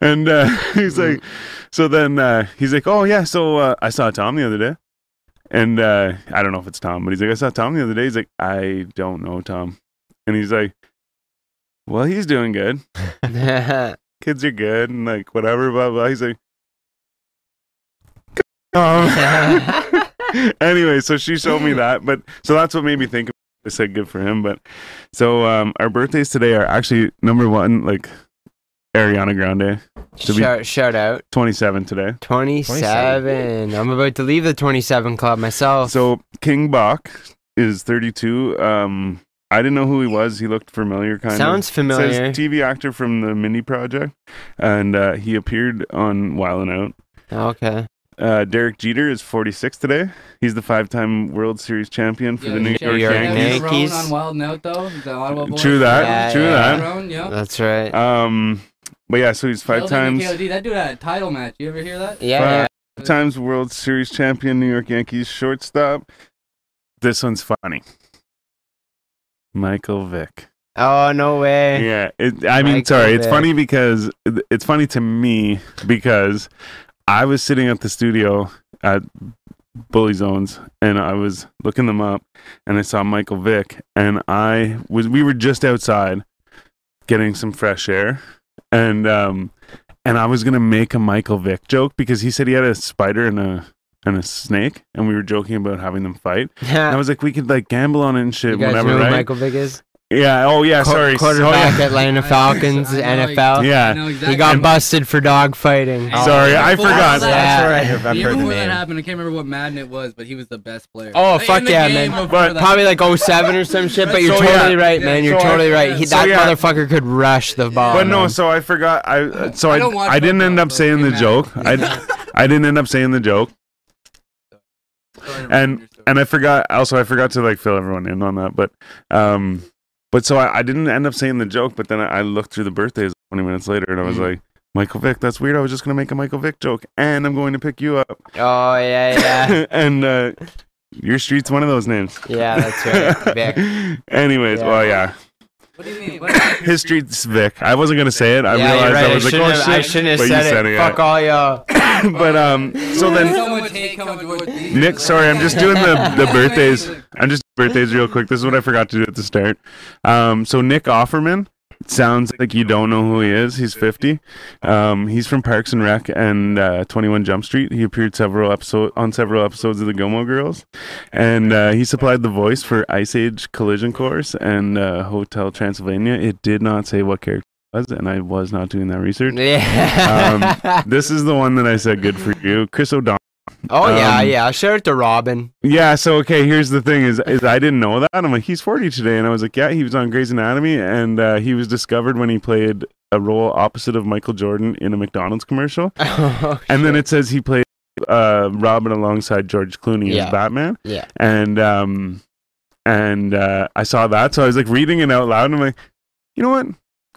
A: and uh, he's like so then uh, he's like oh yeah so uh, i saw tom the other day and uh, I don't know if it's Tom, but he's like, I saw Tom the other day. He's like, I don't know Tom. And he's like, Well, he's doing good. Kids are good and like whatever, blah blah. He's like Tom. anyway, so she showed me that, but so that's what made me think. of it. I said good for him, but so um, our birthdays today are actually number one, like Ariana Grande, To be-
B: shout, shout out.
A: twenty seven today.
B: 27. I'm about to leave the 27 club myself.
A: So King Bach is 32. Um, I didn't know who he was. He looked familiar, kind
B: Sounds
A: of.
B: familiar.
A: Says TV actor from the Mindy Project, and uh, he appeared on Wild 'N Out.
B: okay.
A: Uh, Derek Jeter is 46 today. He's the five-time World Series champion for
D: Yo,
A: the
D: you
A: New
D: check
A: York
D: out
A: Yankees.
D: his drone
B: Yankees.
D: On Wild Note though, the Ottawa boys.
A: True that,
B: Yeah, true yeah.
A: that.
D: Drone, yeah.
B: That's right.
A: Um, but yeah, so he's five
D: Well, thank
A: times.
D: you, KOD. That dude had a title match. You ever hear that?
B: yeah.
A: Uh,
B: yeah.
A: Five times World Series champion, New York Yankees shortstop. This one's funny. Michael Vick.
B: Oh, no way.
A: Yeah, it, I mean,
B: Michael
A: sorry. It's
B: Vick.
A: funny because it's funny to me because I was sitting at the studio at Bully Zones and I was looking them up and I saw Michael Vick and I was we were just outside getting some fresh air and um and I was gonna make a Michael Vick joke because he said he had a spider and a and a snake and we were joking about having them fight and I was like we could like gamble on it and shit
B: Uh, you guys
A: whatever
B: know
A: right
B: who Michael Vick is?
A: yeah oh yeah
B: Qu-
A: sorry so- oh, yeah.
B: Quarterback Atlanta Falcons,
D: I know,
B: NFL.
D: Uh, I
A: Yeah.
D: know exactly.
B: He got busted for dog fighting.
D: Oh.
A: Sorry, I
D: Full
A: forgot.
D: set.
B: Yeah.
C: That's all right. I've
D: Even
C: heard the
D: before that
C: name.
D: happened, I can't remember what Madden it was, but he was the best player.
B: Oh,
D: Like, in
B: fuck
D: the
B: yeah,
D: game
B: man.
D: before
A: But
D: that.
B: Probably like 07 or some shit, but you're
A: So,
B: totally
A: yeah.
B: right,
D: Yeah,
B: man. You're
A: so I-
B: totally right. He,
A: so,
B: that
A: yeah.
B: motherfucker could rush the ball.
A: But no,
B: man.
A: so I forgot. I uh, so
D: I
A: I
D: don't watch
A: I, didn't end
D: football,
A: up
D: so
A: saying the
D: it
A: joke.
D: doesn't
A: I I didn't end up saying the joke,
D: Sorry to ruin
A: and
D: your story.
A: and I forgot. Also, I forgot to like fill everyone in on that. But um, but so I, I didn't end up saying the joke. But then I, I looked through the birthdays twenty minutes later, and I
D: Mm-hmm.
A: was like. Michael Vick, that's weird. I was just gonna make a Michael Vick joke, and I'm going to pick you up.
B: Oh, yeah, yeah.
A: and uh, your street's one of those names.
B: yeah, that's right. Vic.
A: Anyways,
B: Yeah.
A: well, yeah,
D: What do you mean? What is
A: his street's Vic. I wasn't gonna say it. I
B: yeah,
A: realized
B: you're right.
A: I was like,
B: shouldn't
A: oh shit, but
B: have, I shouldn't have
A: you
B: said
A: said
B: it.
A: it,
B: Fuck
A: yeah.
B: all y'all.
A: but um, so then
D: so much hate coming towards these.
A: Nick, sorry, I'm just doing the, the birthdays. I'm just birthdays real quick. This is what I forgot to do at the start. Um, so Nick Offerman sounds like you don't know who he is. He's 50. Um, he's from Parks and Rec and uh, 21 Jump Street. He appeared several episode on several episodes of The Gilmore Girls, and uh, he supplied the voice for Ice Age Collision Course and uh, Hotel Transylvania. It did not say what character it was, and I was not doing that research.
B: Yeah.
A: This is the one that I said good for you, Chris O'Donnell.
B: oh, yeah,
A: um,
B: yeah. Shout out to Robin.
A: Yeah, so okay, here's the thing is is I didn't know that. I'm like, he's 40 today, and I was like, yeah, he was on Grey's Anatomy, and uh, he was discovered when he played a role opposite of Michael Jordan in a McDonald's commercial.
B: Oh,
A: And then
B: shit.
A: it says he played uh, Robin alongside George Clooney
B: Yeah.
A: as Batman,
B: Yeah.
A: and um, and uh, I saw that, so I was like reading it out loud, and I'm like, you know what,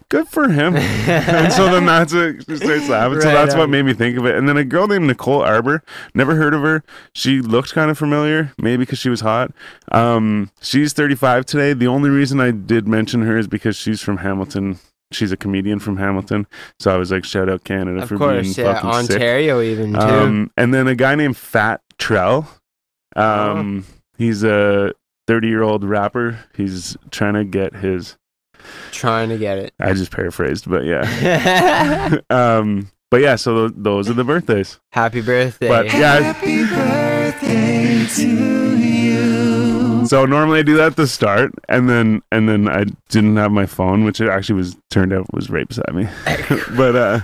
A: good for him and so then that's what she starts laughing. so
B: Right
A: that's what
B: on.
A: made me think of it. And then a girl named Nicole Arbor, never heard of her. She looked kind of familiar, maybe because she was hot. Um, she's 35 today. The only reason I did mention her is because she's from Hamilton. She's a comedian from Hamilton. So I was like, shout out Canada
B: of
A: for
B: course,
A: being
B: yeah.
A: fucking sick.
B: Ontario, even too.
A: Um, and then a guy named Fat Trell.
B: Oh.
A: Um, He's a 30 year old rapper. He's trying to get his.
B: trying to get it.
A: I just paraphrased, but yeah um, but yeah, so th- those are the birthdays.
B: Happy birthday.
A: But yeah. So normally I do that at the start, and then and then I didn't have my phone, which it actually was turned out was right beside me. but uh,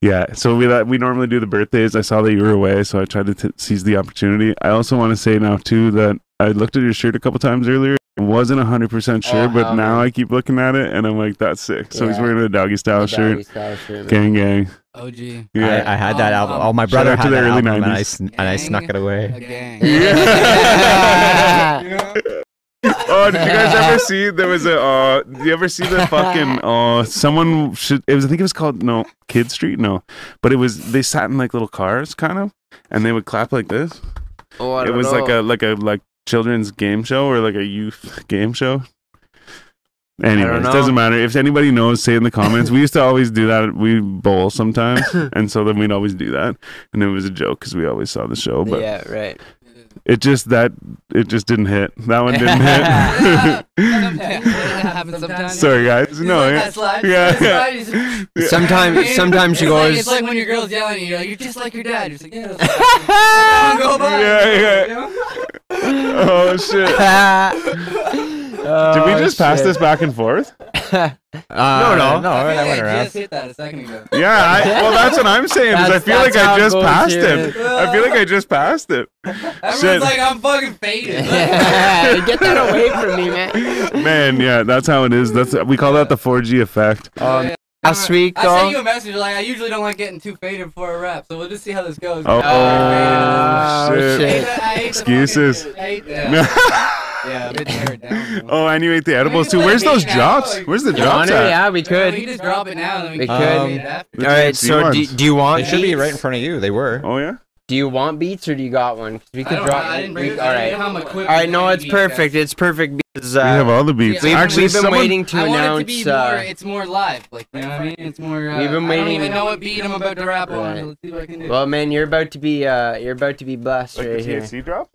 A: yeah, so we that we normally do the birthdays. I saw that you were away, so I tried to t- seize the opportunity. I also want to say now too that I looked at your shirt a couple times earlier. I wasn't hundred percent sure,
B: Oh,
A: but
B: hell
A: now
B: no.
A: I keep looking at it, and I'm like, that's sick. So he's
B: Yeah.
A: wearing a doggy style
B: Doggy
A: shirt,
B: style shirt, man.
A: gang gang.
D: Oh, gee.
A: Yeah,
C: I, I had that album. Oh, my
A: Shout
C: brother
A: out to
C: had
A: the
C: that
A: early
C: album, and
A: 90s.
C: I,
B: Oh,
C: sn- and I snuck it away.
D: A gang.
A: Yeah.
D: You know?
A: Oh, did you guys ever see? There was a. Uh, did you ever see the fucking? Uh, someone should. It was. I think it was called no Kid Street. No, but it was. They sat in like little cars, kind of, and they would clap like this.
B: Oh, I
A: It
B: don't
A: was like a
B: know.
A: like a like children's game show or like a youth game show. Anyways,
B: know.
A: doesn't matter. If anybody knows, say in the comments. we used to always do that. We bowl sometimes, and so then we'd always do that, and it was a joke because we always saw the show. But
B: yeah, right.
A: it just that it just didn't hit. That one didn't hit.
D: Sometimes. It happens sometimes.
A: Sorry guys. No.
D: like
A: yeah.
D: that slide.
A: Yeah.
D: That slide is-
A: Yeah.
B: Sometimes, sometimes you
D: it's
B: go.
D: Like, it's like when your girl's yelling at you, you're like, you're just like your dad. You're just like, yeah. that's fine." Go by.
A: Yeah, yeah.
D: You know?
A: Oh shit. Did we
B: Oh,
A: just pass this back and forth?
C: Uh,
B: no.
D: I,
C: no. That
D: feel like
C: went
D: I
C: around.
D: just hit that a second ago.
A: Yeah, I, well that's what I'm saying is I
B: That's-
A: feel like
B: that's how
A: I
B: it
A: just
B: goes
A: passed
B: here.
A: it. I feel like I just passed it.
D: Everyone's
A: Shit.
D: like, I'm fucking faded.
B: Get that away from me, man.
A: Man, yeah, that's how it is. That's we call that the 4G effect.
D: Um,
B: Last week,
D: I sent you
B: though.
D: a message like I usually don't like getting too faded before a rap, so we'll just see how this goes.
A: Oh, shit.
B: Oh,
D: I hate
B: shit.
D: that- I hate the
A: Excuses.
D: fucking- I hate that. Yeah, bitch, tear it down.
A: oh, and you ate the edibles too. Where's those drops? Where's the
B: You want
A: drops
B: it?
A: at?
B: Yeah, we
D: Good. We can
B: could.
D: just drop it now, and then we
B: It
D: can
C: could.
D: read it after.
A: The
B: All right.
A: THC
B: So, do,
A: ones.
B: do you want?
C: They should be
B: beats?
C: right in front of you. They were.
A: Oh yeah.
B: Do you Uh, want beats or do you got one? 'Cause we
D: I
B: could
D: don't-
B: drop.
D: I didn't
B: we-
D: bring it.
B: all right.
D: All right.
B: All right. No, it's perfect. It's perfect because uh,
A: we have all the beats.
D: we've-
A: Actually,
B: we've been
A: someone,
B: waiting to
D: I want
B: announce.
D: it to be
B: uh,
D: more. It's more live. Like you know what I mean? It's more. Uh,
B: We've been
D: I don't
B: waiting-
D: even know what beat I'm about to rap
B: Right.
D: on. So let's see what I can do.
B: well, man, you're about to be uh, you're about to be blessed
A: like the
B: right here.
A: THC drop?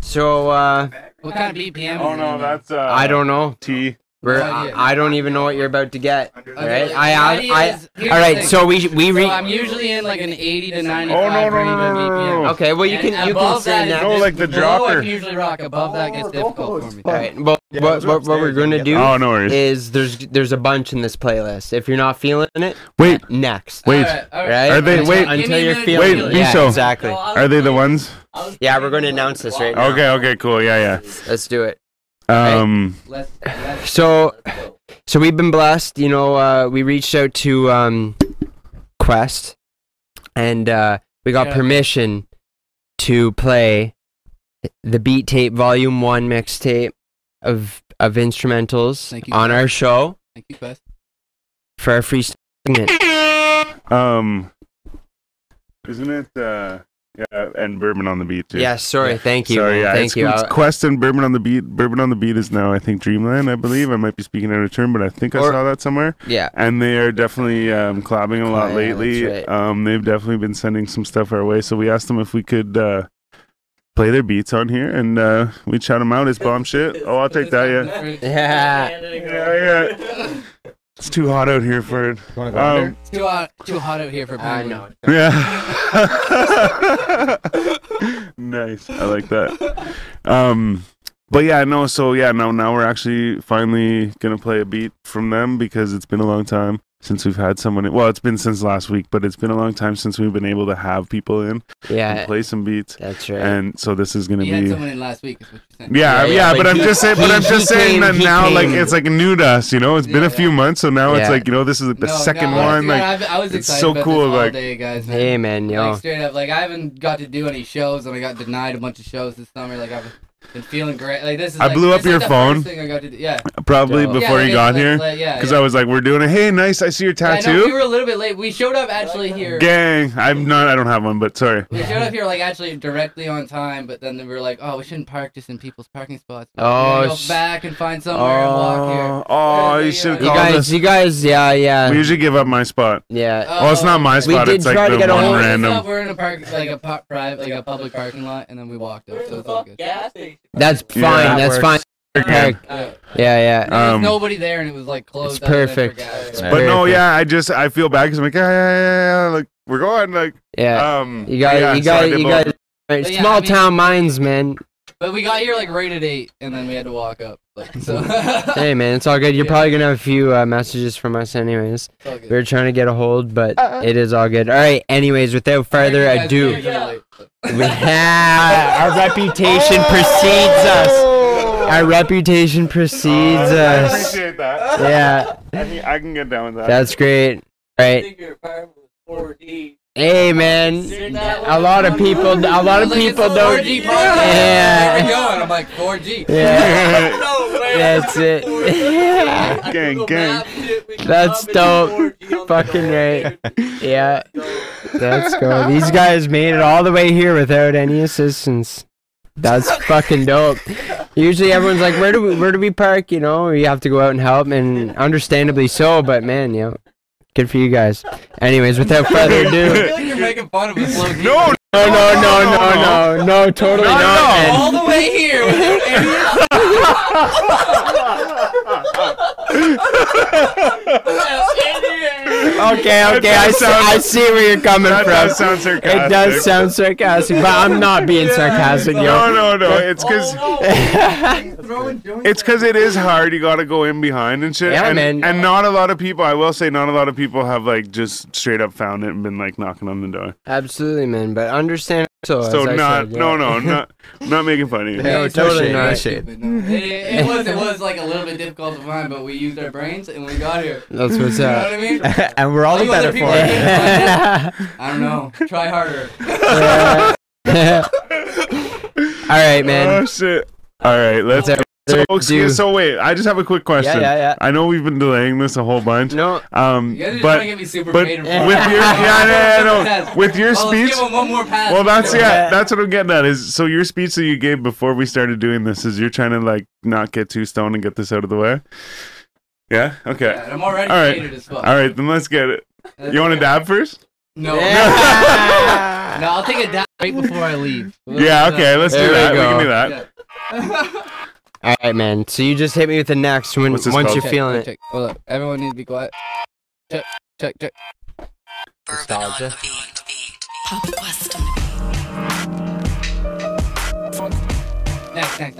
B: So uh,
D: what kind of BPM?
A: Oh
D: is
A: no,
D: it?
A: that's uh,
B: Mm-hmm. I don't know.
A: T.
B: We're,
D: Oh, yeah.
B: I, I don't even know what you're about to get. All
D: Okay,
B: right.
D: the
B: I,
D: idea
B: I,
D: is-
B: I
D: here's
B: all
D: the
B: right.
D: thing.
B: So we we
D: So
B: re.
D: I'm usually in like an 80 to 95
A: Oh, no, no,
D: range
A: no,
D: of
A: no, no,
D: BPM.
A: no.
B: Okay. Well, you
D: And
B: can you can
D: above
B: say
D: that is
B: that.
A: No,
D: just
A: like the
D: below I
A: dropper.
D: can usually rock. Above that gets difficult for me.
B: all right. Well,
C: Yeah,
B: what,
C: those are
B: what, what we're
C: upstairs, you
B: gonna
C: can
B: do
C: get
A: Oh no worries.
B: is there's there's a bunch in this playlist. If you're not feeling it,
A: Wait,
B: next.
A: wait.
D: All right, all right.
B: Right?
A: Are they-
B: Until-
A: wait.
D: Give me a
B: Until you're
D: minute to
B: feeling
A: feel
B: it.
A: it.
B: Yeah,
A: Biso.
B: exactly.
D: No, I'll-
A: Are they the ones?
D: I'll-
B: Yeah, we're gonna announce this right now.
A: Okay, okay, cool. Yeah,
B: Let's do it.
A: yeah. Um,
D: Let's, let's
B: So
D: go.
B: so we've been blessed. You know, uh, we reached out to um, Quest, and uh, we got
D: Yeah.
B: permission to play the Beat Tape Volume One mixtape of of instrumentals
D: Thank you.
B: on our show
D: Thank you, Quest.
B: for our free segment.
A: um, isn't it? Uh, yeah, and bourbon on the beat too.
B: Yes, sorry. Thank you.
A: Sorry,
B: man,
A: yeah,
B: thank
A: it's,
B: you.
A: it's
B: I-
A: Quest and Bourbon on the Beat. Bourbon on the Beat is now, I think, Dreamland. I believe I might be speaking out of turn, but I think I
B: Or-
A: saw that somewhere.
B: yeah.
A: And they are definitely um, collabing a lot
B: Yeah,
A: lately.
B: that's right.
A: Um, they've definitely been sending some stuff our way. So we asked them if we could uh, play their beats on here, and uh, we shout them out. It's bomb shit. Oh, I'll take that. Yeah,
B: Yeah.
A: yeah, yeah. It's too hot out here for it.
C: You wanna go under?
A: Um,
D: It's too hot, too hot out here for
B: I
D: penguins.
B: know.
A: Yeah. nice. I like that. Um but yeah, no, so yeah, now now we're actually finally gonna play a beat from them because it's been a long time since we've had someone well, it's been since last week, but it's been a long time since we've been able to have people in and
B: Yeah.
A: play some beats.
B: That's right.
A: And so this is gonna
D: You had
A: be
D: someone in last week, is what you're saying.
A: yeah, yeah,
B: Yeah, yeah,
A: but,
B: but
A: I'm
B: he-
A: just saying, but
B: he-
A: I'm just
B: he
A: saying
B: came-
A: that
B: he
A: now, like
B: came-
A: it's like new to us, you know. It's been
D: Yeah,
A: a few months, so now it's
B: Yeah.
A: like you know, this is like the
D: No,
A: second
D: no,
A: one.
D: honestly,
A: Like,
D: I've- I was
A: it's
D: excited
A: so
D: about
A: cool,
D: This all
A: like-
D: day, guys. man.
B: hey, man, yo.
D: Like straight up, like I haven't got to do any shows, and I got denied a bunch of shows this summer. Like I've been feeling great. Like this is.
A: I
D: like-
A: blew up
D: this is
A: your
D: the
A: phone.
D: first thing I got to do. Yeah.
A: probably
B: Yeah,
A: before
D: yeah,
A: you
D: like,
A: got
D: like,
A: here,
D: like, yeah.
A: because
D: yeah.
A: I was like, we're doing a hey, nice, I see your
D: Yeah, I know,
A: tattoo.
D: we were a little bit late. We showed up actually here.
A: Gang, I'm not. I don't have one, but sorry.
D: We showed up here like actually directly on time, but then we were like, oh, we shouldn't park just in people's parking spots. We're
B: Oh,
D: gonna go
B: sh-
D: back and find
A: Oh,
D: somewhere and walk here.
A: oh,
D: Yeah,
A: you
D: yeah,
A: should have
D: yeah.
B: You
A: called
B: guys,
A: us.
B: you guys, yeah, yeah,
A: We usually give up my spot.
B: yeah.
A: Oh, it's not my
D: okay.
B: We
A: spot.
B: did
A: It's like
B: try to
A: the
B: get a
A: one
B: hold of
D: Up,
A: random.
D: we're in a park, like a pu- private, like a public parking lot, and then we walked up. So it's all good.
B: That's fine.
A: Yeah, that
B: that's
C: works.
B: fine.
A: Again.
D: Yeah.
B: Yeah, yeah.
D: There was
A: Um,
D: nobody there, and it was like closed.
B: it's
D: other than for
B: perfect.
D: guys.
B: It's
A: But no,
B: Perfect.
A: yeah, I just I feel bad because I'm like, yeah, yeah, yeah, yeah, like we're going, like,
B: Yeah.
A: um,
B: you guys,
A: yeah,
B: you
A: so I
B: guys,
A: did
B: you
A: both.
B: guys. right,
D: But yeah,
B: Small
D: I mean-
B: town minds, man.
D: But we got here like right at eight, and then we had to walk up. Like, so
B: Hey, man, it's all good. You're
D: Yeah.
B: probably gonna have a few uh, messages from us, anyways.
D: It's all good.
B: We were trying to get a hold, but
D: Uh-uh.
B: it is all good. All right. Anyways, without further
D: Guys, we
B: ado,
D: were late, but-
B: we have our reputation
D: Oh!
A: Oh!
B: precedes us. Our reputation precedes
A: Oh, I
B: us.
A: appreciate that.
B: Yeah,
A: I, mean, I can get down with that.
B: that's great. All right. Hey man, a lot of people, a lot of people don't.
D: 4G podcast. Where
B: Yeah,
D: we going? I'm like 4G.
B: yeah,
D: No way.
B: that's it.
D: I
A: Gang,
D: Google
A: gang.
D: Maps it. We can
B: That's
D: comment
B: dope.
D: 4G on the
B: Fucking
D: door.
B: right. Yeah,
D: Dope.
B: let's go. These guys made it all the way here without any assistance. That's fucking dope. Usually everyone's like, "Where do we, where do we park?" You know, you have to go out and help, and understandably so. But man, you know, good for you guys. Anyways, without further
D: I
B: ado,
D: feel like you're making fun of us, Loki.
A: No,
B: no, no, no, no, no, no, totally
A: Not at all.
B: not. man.
D: all the way here. without any- without any-
B: Okay, okay,
A: That
B: I,
A: does
B: see,
A: sound-
B: I see where you're coming
A: that
B: from.
A: does sound sarcastic.
B: It does sound sarcastic, but I'm not being sarcastic,
A: No,
B: yo.
A: no, no. It's because
D: Oh, Throwing joints.
A: it's because it is hard. You got to go in behind and shit.
B: Yeah,
A: and,
B: man.
A: and not a lot of people. I will say, not a lot of people have like just straight up found it and been like knocking on the door.
B: Absolutely, man. But understand. So,
A: so
B: Oh, as I
A: not,
B: said, yeah.
A: no, no, not, not making fun of you.
C: Yeah. No,
D: it's
B: totally
D: shade,
B: not.
D: no shade. It, it was it was like a little bit difficult to find, but we used our brains and we got here.
B: That's what's
D: You know
B: up.
D: what I mean?
C: and we're all
D: All
C: the
D: you other
C: better
D: people
C: for it.
B: Yeah.
D: I don't know. Try harder.
B: All right,
A: Oh
B: man.
A: shit! All right, let's.
B: Without
A: So,
B: further ado-
A: excuse, so wait, I just have a quick question.
B: yeah, yeah.
A: I know we've been delaying this a whole bunch.
B: No,
A: Um,
D: You guys are trying to
A: but
D: get me super
A: but
D: paid
A: with
D: in
A: your
D: front.
A: yeah, yeah, yeah,
D: One more
A: no,
D: pass.
A: with your
D: Oh, let's
A: speech.
D: give him one more pass.
A: Well, that's yeah,
B: Yeah.
A: that's what I'm getting at. Is so your speech that you gave before we started doing this is you're trying to like not get too stoned and get this out of the way. Yeah. Okay.
D: Yeah, I'm already
A: All right.
D: faded as fuck.
A: All right, then let's get it.
D: That's-
A: You want to dab first?
D: No.
B: Yeah.
D: no, I'll take a dab right before I leave.
A: Yeah. Okay. Let's do
B: There
A: that.
B: we
A: We can
B: go.
A: do that.
D: Yeah.
B: All right, man. So you just hit me with the next one
A: What's
B: once
A: this called?
B: you're feeling it.
D: Check. Hold up. Everyone needs to be quiet. Check. Check. Check. Nostalgia. Next. Next. Next.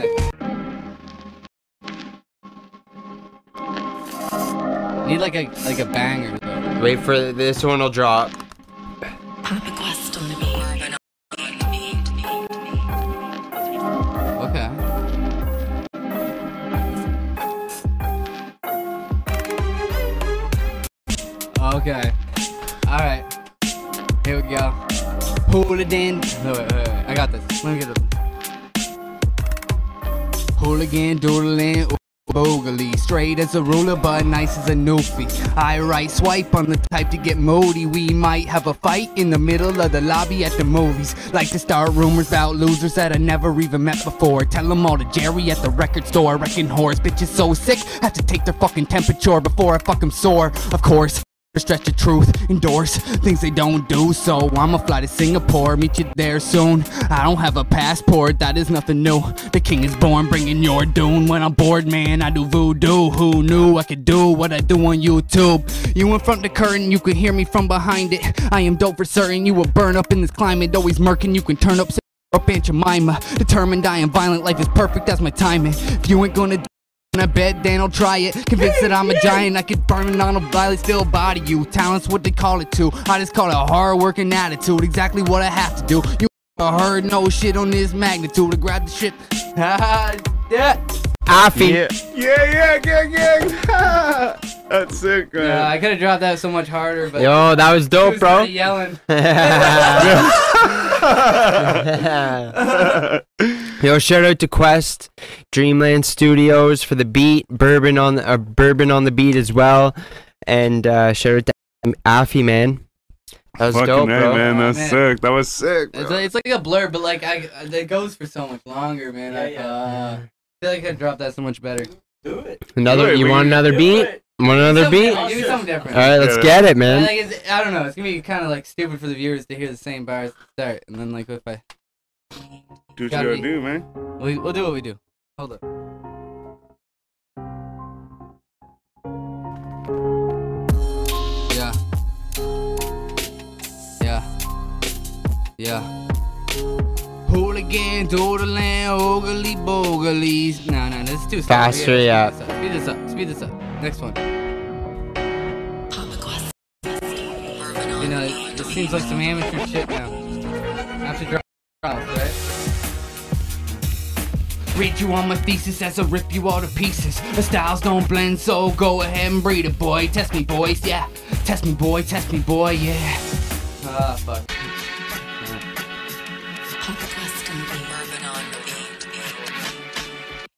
D: Need like a like a banger though.
B: Wait for this one will drop.
D: Okay. Okay. All right. Here we go. Pull it in. No, wait, wait, wait. I got this. Let me get it. Hooligan, doodling, boogly. Straight as a ruler, but nice as a noofy. I right swipe on the type to get moldy. We might have a fight in the middle of the lobby at the movies. Like to start rumors about losers that I never even met before. Tell them all to Jerry at the record store. Reckon whores, bitches so sick. Have to take their fucking temperature before I fuck 'em sore. Of course. Or stretch the truth, endorse things they don't do. So I'ma fly to Singapore, meet you there soon. I don't have a passport, that is nothing new. The king is born, bringing your doom. When I'm bored, man, I do voodoo. Who knew I could do what I do on YouTube? You in front the curtain, you can hear me from behind it. I am dope for certain, you will burn up in this climate. Always murking, you can turn up. Up Aunt Jemima, determined I am violent. Life is perfect, that's my timing. If you ain't gonna and I bet Dan will try it. Convinced that I'm a giant, I could burn it on a violet, still body you. Talent's what they call it too. I just call it a hard working attitude, exactly what I have to do. You heard no shit on this magnitude. I grab the shit. yeah.
B: Afi.
A: Yeah. Yeah. Gang. Gang. that's sick, man.
D: could have dropped that so much harder, but
B: Yo, that was dope, bro.
D: yelling.
B: Yo, shout out to Quest, Dreamland Studios for the beat, Bourbon on the, uh, Bourbon on the beat as well, and uh, shout out to Afi man. That was
A: Fucking
B: dope,
A: A,
B: bro.
A: man.
D: Oh,
A: That's
D: man.
A: sick. That was sick.
D: It's,
A: bro.
D: like- it's like a blur, but like I, it goes for so much longer, man. I, uh, feel like I could drop that so much better.
B: Another,
A: Wait,
B: you
A: wait,
B: want another beat? Want another
D: Something
B: beat?
D: different,
B: All
D: Do something different.
B: right, let's
A: Yeah.
B: get it,
D: I,
B: man.
D: like it's, I don't know. It's gonna be kind of like stupid for the viewers to hear the same bars at the start, and then like if I
A: do what you
D: gotta
A: gotta
D: be-
A: do, man.
D: we, we'll do what we do. Hold up. Yeah. Yeah. Yeah. Hooligan, doodling, ogly boglies. Nah, nah, this is too slow.
B: Faster,
D: We
B: yeah.
D: gotta Speed this up. Speed this up. Speed this up. Next one. You know, it just seems like some amateur shit now. After drop, right? Read you on my thesis as I rip you all to pieces. The styles don't blend, so go ahead and breed it, boy. Test me, boys, yeah. Test me, boy, test me, boy, yeah. Uh, Ah, fuck.
E: Urban on the beat.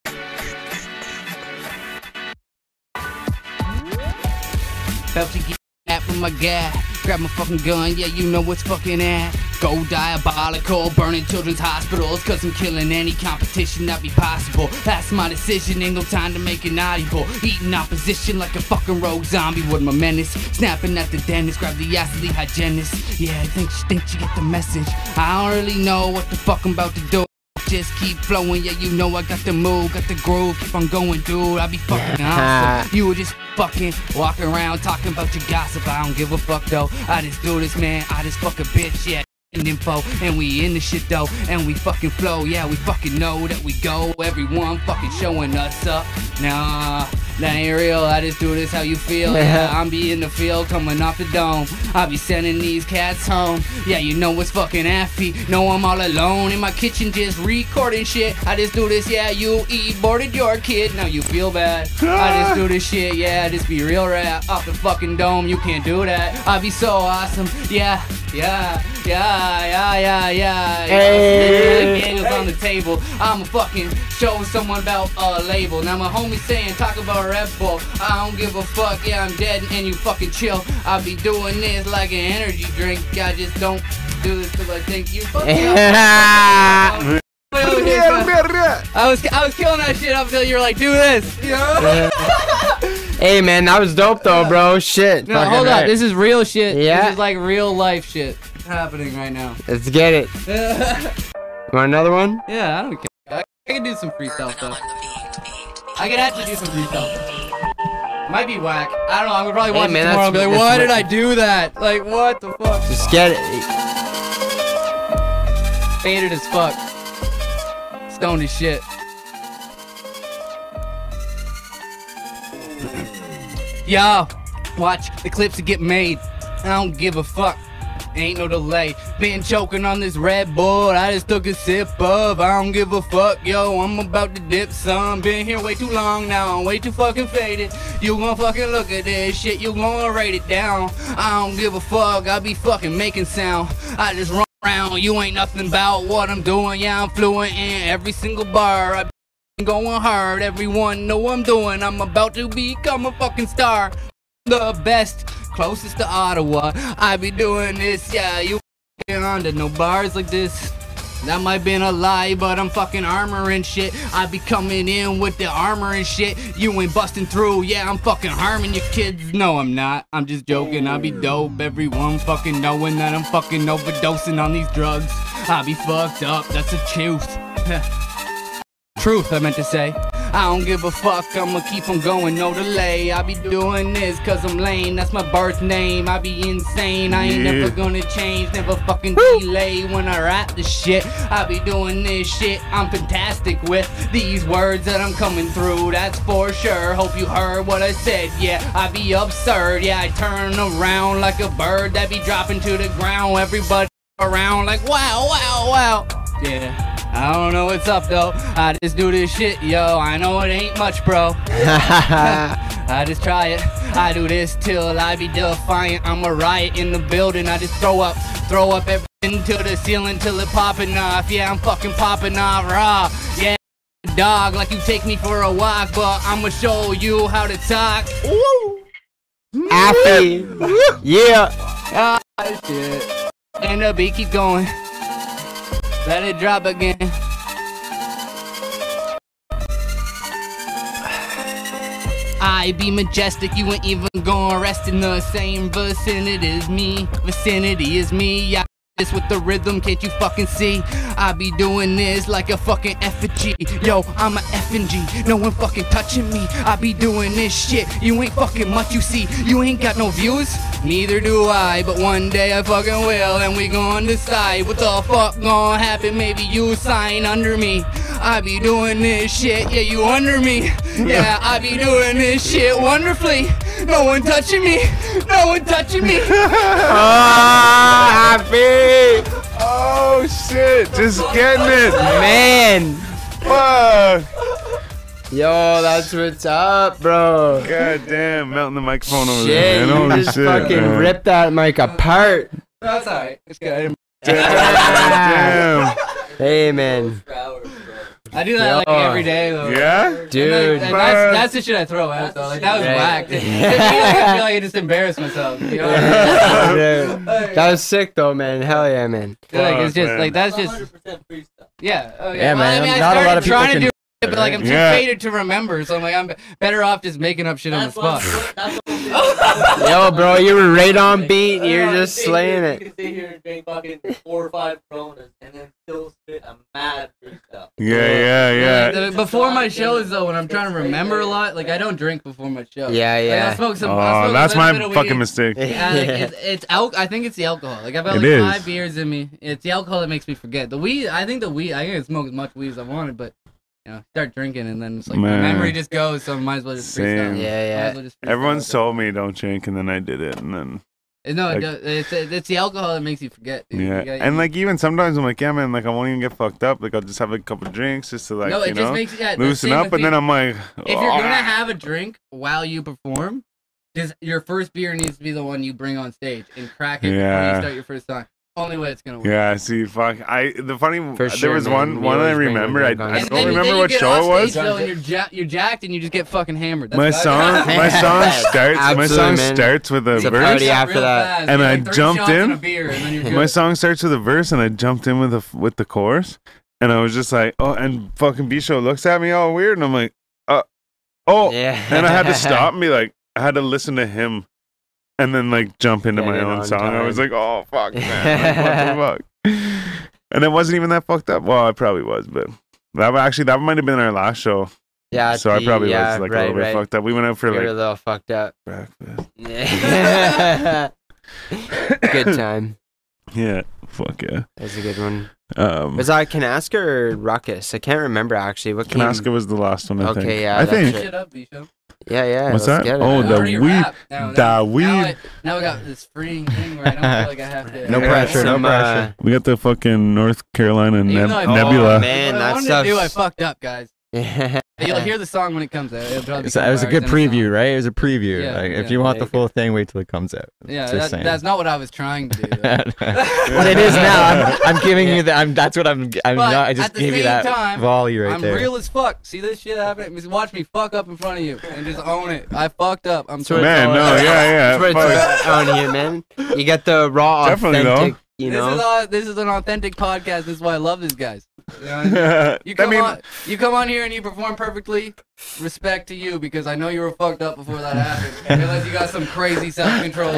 D: About to get at with my guy. Grab my fucking gun, yeah, you know what's fucking at. Go diabolical, burning children's hospitals, cause I'm killing any competition that be possible. That's my decision, ain't no time to make it audible. Eating opposition like a fucking rogue zombie with my menace. Snapping at the dentist, grab the athlete hygienist. Yeah, I think she think she get the message. I don't really know what the fuck I'm about to do. Just keep flowing, yeah, you know I got the move, got the groove, keep on going, dude. I be fucking awesome. You were just fucking walking around talking about your gossip. I don't give a fuck though. I just do this, man. I just fuck a bitch, yeah. And info, and we in the shit though, and we fucking flow, yeah, we fucking know that we go. Everyone fucking showing us up. Nah, that ain't real. I just do this how you feel. Yeah, I'm be in the field coming off the dome. I be sending these cats home. Yeah, you know it's fucking affy. No, I'm all alone in my kitchen just recording shit. I just do this, yeah, you e boarded your kid. Now you feel bad. I just do this shit, yeah, just be real rap. Off the fucking dome, you can't do that. I be so awesome, yeah, yeah, yeah, yeah, yeah, yeah.
B: Hey.
D: Yeah, Daniels on the table. I'm a fucking showing someone about a label. Now my homie saying talk about Red Bull. I don't give a fuck. Yeah, I'm dead and you fucking chill. I be doing this like an energy drink. I just don't do this 'cause I think you fucking. I was I was killing that shit up until you were like do this. You know?
B: Hey man, that was dope though, bro. Shit.
D: No,
B: fucking
D: hold up.
B: right.
D: This is real shit.
B: Yeah.
D: This is like real life shit happening right now.
B: Let's get it.
D: yeah,
B: Want another one?
D: I don't care. I, I can do some freestyle
E: Urban
D: stuff.
E: on the beat.
D: I could actually do some freestyle. Might be whack. I don't know. I'm gonna probably
B: Hey,
D: watch
B: man,
D: it tomorrow and be
B: that's- that's
D: like, why did
B: what-
D: I do that? Like, what the fuck?
B: Just get it.
D: Faded as fuck. Stoned as shit. Yo, watch the clips that get made. I don't give a fuck. Ain't no delay. Been choking on this Red Bull. I just took a sip of. I don't give a fuck, yo. I'm about to dip some. Been here way too long now. I'm way too fucking faded. You gon' fucking look at this shit. You gon' rate it down. I don't give a fuck. I be fucking making sound. I just run around. You ain't nothing about what I'm doing. Yeah, I'm fluent in every single bar. I be going hard. Everyone know I'm doing. I'm about to become a fucking star the best, closest to Ottawa. I be doing this, yeah. You fucking under no bars like this. That might been a lie, but I'm fucking armor and shit. I be coming in with the armor and shit. You ain't busting through, yeah. I'm fucking harming your kids. No, I'm not. I'm just joking. I be dope. Everyone fucking knowing that I'm fucking overdosing on these drugs. I be fucked up. That's the truth. Truth, I meant to say. I don't give a fuck, I'ma keep on going, no delay. I be doing this cause I'm lame, that's my birth name. I be insane, I ain't
A: Yeah.
D: never gonna change, never fucking delay when I rap this shit. I be doing this shit, I'm fantastic with these words that I'm coming through, that's for sure. Hope you heard what I said, yeah, I be absurd, yeah, I turn around like a bird that be dropping to the ground. Everybody around like wow, wow, wow. Yeah. I don't know what's up though. I just do this shit, yo. I know it ain't much, bro. I just try it. I do this till I be defiant. I'm a riot in the building. I just throw up, throw up everything to the ceiling till it popping off. Yeah, I'm fucking popping off raw. Yeah, dog, like you take me for a walk, but I'ma show you how to talk.
B: Appy. Yeah.
D: Ah, shit. And the beat keep going. Let it drop again. I be majestic, you ain't even gonna rest in the same vicinity as me. Vicinity is me, yeah. This with the rhythm, can't you fucking see? I be doing this like a fucking effigy. Yo, I'm a G. no one fucking touching me. I be doing this shit, you ain't fucking much, you see. You ain't got no views, neither do I. But one day I fucking will, and we gon' decide what the fuck gon' happen. Maybe you sign under me. I be doing this shit, yeah, you under me. Yeah, I be doing this shit wonderfully. No one touching me, no one touching me.
B: Ah, happy.
A: Oh shit! Just getting it.
B: Man.
A: Fuck.
B: Yo, that's what's up, bro.
A: God damn, melting the microphone over
B: Shit,
A: there. Man.
B: you
A: Holy
B: just
A: shit,
B: fucking
A: man.
B: ripped that mic apart.
D: That's all right. It's good. I didn't
A: Damn.
B: Hey man,
D: I do that like
B: Yeah.
D: every day though.
A: Yeah?
D: And, like,
B: dude.
D: and that's, that's the shit I throw out though. Like that was
B: Right.
D: whack. I feel like I just embarrassed myself. You know? what I mean?
B: Dude, That was sick though, man. Hell yeah, man.
D: like
A: Fuck,
D: it's just
A: man.
D: like that's just yeah. Oh,
C: Yeah,
D: well, I
C: man,
D: mean, I
C: not a
D: started
C: lot of people
D: trying to
C: can
D: do it, but like I'm too
A: Yeah.
D: faded to remember, so I'm like I'm b- better off just making up shit on the spot.
B: Yo, bro, you were right on beat. You're just slaying it.
F: You can sit here and drink fucking four or five Coronas and then still spit a mad freestyle.
A: Yeah, yeah,
D: Like,
A: yeah.
D: the- before my shows though, when I'm trying to remember a lot, like I don't drink before my show.
B: Yeah,
D: Like, I'll
B: yeah.
D: smoke some. I'll
A: Oh,
D: smoke a
A: that's
D: little
A: my
D: bit of
A: fucking
D: weed.
A: mistake.
D: Yeah, like,
B: Yeah.
D: it's, it's al- I think it's the alcohol. Like I've had
A: It
D: like
A: is.
D: five beers in me. It's the alcohol that makes me forget. The weed. I think the weed. I can smoke as much weed as I wanted, but you know, start drinking and then it's like
A: Man.
D: my memory just goes. So I might as well just
A: Same.
D: freestyle.
A: Yeah,
D: Might
B: yeah.
D: as well just freestyle.
A: Everyone's told me don't drink, and then I did it, and then
D: No, it
A: like-
D: does- it's it's the alcohol that makes you forget. Dude.
A: yeah,
D: You gotta-
A: and like even sometimes I'm like, yeah, man, like I won't even get fucked up. Like I'll just have like, a couple drinks just to like
D: no, it
A: you
D: just
A: know
D: makes yeah, the
A: loosen
D: same
A: up,
D: with
A: and
D: me.
A: then I'm like, "Ah."
D: if you're gonna have a drink while you perform, just your first beer needs to be the one you bring on stage and crack it when
A: Yeah.
D: you start your first song. Only way it's gonna work.
A: yeah, see, fuck, I the funny there
B: For sure,
A: was
B: man.
A: one
B: We
A: one I
B: always bring
A: remember.
B: our
A: I,
B: drink on
A: I
B: stage.
A: don't
D: then you-
A: remember
D: then you
A: what
D: get
A: show
D: off
A: it was.
D: stage, though, and you're, ja- you're jacked and you just get fucking hammered. That's
A: My
D: what I-
A: song, my song starts. my
B: Absolutely,
A: song
B: man.
A: starts with a
B: It's a
A: verse.
B: party
D: Yeah,
B: after
D: real
B: that.
D: fast.
A: And
D: Get,
A: I
D: like, three
A: jumped
D: shots and
A: in.
D: a beer, and then you're
A: My
D: good.
A: song starts with a verse, and I jumped in with the with the chorus, and I was just like, oh, and fucking Bisho looks at me all weird, and I'm like, uh, oh,
B: Yeah.
A: and I had to stop and be like, I had to listen to him, and then like jump into
B: Get
A: my
B: it
A: own
B: on
A: song. I was
B: time.
A: like, oh fuck, man, like, what the fuck, and it wasn't even that fucked up. Well, I probably was, but that actually that might have been our last show,
B: Yeah.
A: so I
B: gee,
A: probably
B: yeah,
A: was like a
B: right,
A: little bit
B: right.
A: fucked up. We went out for
B: You were a
A: like
B: little fucked up.
A: breakfast.
B: good time.
A: Yeah, fuck yeah.
B: That's a good one.
A: Um,
B: Was that Kanaska or Ruckus? I can't remember actually. What came?
A: Kanaska was the last one. I
B: Okay,
A: think.
B: yeah,
A: I
B: that's
A: think
B: it.
D: Shit up, Bisho.
B: Yeah, yeah.
A: What's that?
B: let's get it.
A: Oh,
D: I
A: the
D: already
A: weed-
D: rap Now,
A: the
D: now I,
A: weed.
D: now I got this freeing thing where I don't feel like I have to.
C: No
A: Yeah.
C: pressure, no
B: Some,
C: pressure.
B: uh,
A: we got the fucking North Carolina
D: Even
A: neb-
D: though I-
B: Oh,
A: Nebula.
B: man.
D: What
B: that
D: I wanted
B: stuff's-
D: to do, I fucked up, guys. You'll hear the song when it comes out. It'll probably
C: It's-
D: become
C: it was a
D: ours
C: good
D: in song.
C: preview, right? It was a preview.
D: Yeah,
C: like, If
D: yeah.
C: you want
B: There
C: the
B: you
C: full thing, wait till it comes out.
D: Yeah,
C: Just
D: that,
C: saying.
D: that's not what I was trying to do. Though.
C: what it is now. I'm, I'm giving you the. I'm. That's what I'm. I'm
D: But
C: not. I
D: at
C: just
D: the
C: gave you
D: same
C: that
D: time,
C: volley right
D: I'm
C: there.
D: real as fuck. See this shit happen? Just Watch me fuck up in front of you and just own it. I fucked up. I'm sorry.
A: Man,
B: all
A: no,
B: about.
A: yeah,
B: That's
A: yeah.
B: what
A: fuck.
B: it's about on here, man. You got the raw,
A: Definitely, though.
B: authentic. You
D: This is
B: know.
D: all, this is an authentic podcast. This is why I love these guys. You, know what I mean? You
A: I
D: come
A: mean,
D: on, you come on here and you perform perfectly. Respect to you because I know you were fucked up before that happened. Unless you got some crazy self control.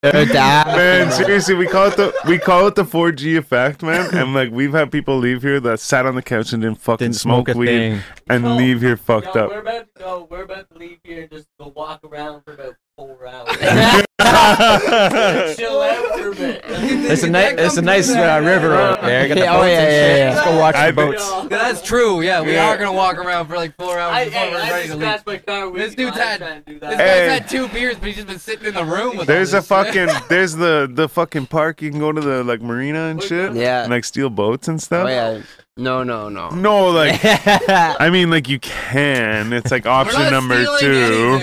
B: Dude, that-
A: man, seriously, we call it the we call it the 4G effect, man. And like, we've had people leave here that sat on the couch and didn't fucking
C: Didn't
A: smoke,
C: smoke, a
A: weed
C: thing.
A: and
F: No.
A: leave here fucked
F: Yo,
A: up.
F: We're about to go. We're about to leave here and just go walk around for about four hours. Chill out for a bit.
C: It's a nice. It's a nice uh, river out there. Got the
B: Yeah, oh,
C: boats
B: yeah,
C: and
B: yeah,
C: shit.
B: yeah.
C: Let's go watch
A: I
C: the
A: think-
C: boats.
D: That's true. Yeah, we are gonna walk around for like four hours
F: I,
D: before
F: hey,
D: we're
F: I
D: ready to
F: just
D: leave.
F: crashed my car. with
D: This
F: you.
D: dude's
F: I'm
D: had-
F: trying to do
D: This
F: that.
A: Hey.
D: guy's had two beers, but he's just been sitting in the room with. all
A: There's a
D: this shit.
A: fucking there's the the fucking park you can go to the like marina and shit.
B: Yeah.
A: And like steal boats and stuff.
B: Oh yeah. No, no, no.
A: No, like I mean, like you can. It's like
D: We're
A: option
D: not
A: number two,
D: stealing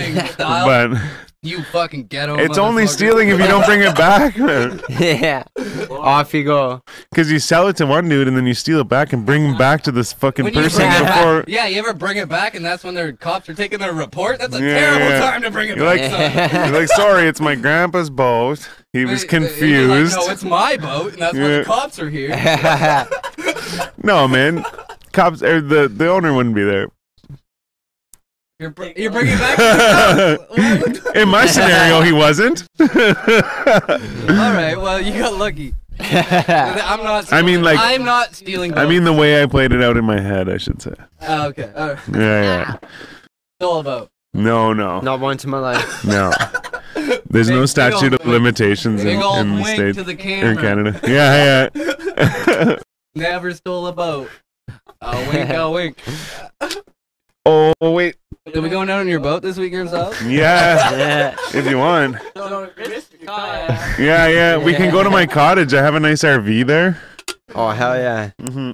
D: anything, Kyle.
A: but
D: you fucking ghetto.
A: it's only
D: Oh, motherfucker.
A: stealing if you don't bring it back, man.
B: yeah. Off you go.
A: Because you sell it to one dude and then you steal it back and bring him back to this fucking
D: When you
A: person
D: bring it back-
A: before.
D: yeah, you ever bring it back and that's when their cops are taking their report? That's a
A: Yeah,
D: terrible
A: yeah.
D: time to bring it
A: You're
D: back.
A: like, you're like, sorry, it's my grandpa's boat. He was
D: They- they- they're
A: confused.
D: Like, no, it's my boat, and that's why
A: Yeah.
D: the cops are here.
A: no, man, cops or the the owner wouldn't be there.
D: You're, br- you're bringing back. the cops. Why would-
A: In my scenario, he wasn't.
D: All right, well you got lucky. I'm not.
A: I mean,
D: stealing-
A: like-
D: I'm not stealing.
A: I
D: boats.
A: mean, the way I played it out in my head, I should say.
D: Oh, okay. All right.
A: Yeah, yeah.
D: Ah. Stole a boat.
A: No, no,
B: Not once in my life.
A: no. There's no
D: Big- big
A: statute
D: old
A: of
D: wink.
A: limitations in,
D: Big old
A: in the
D: wink
A: states
D: to the
A: or
D: camera.
A: in Canada. Yeah, yeah.
D: Never stole a boat. Oh wink, oh wink.
A: oh wait,
D: Did we go down on your boat this week or something?
A: yeah.
B: Yeah.
A: If you want.
F: So, Mr. Kyle,
A: Yeah, yeah. We can go to my cottage. I have a nice RV there.
B: Oh hell yeah.
A: Mm-hmm.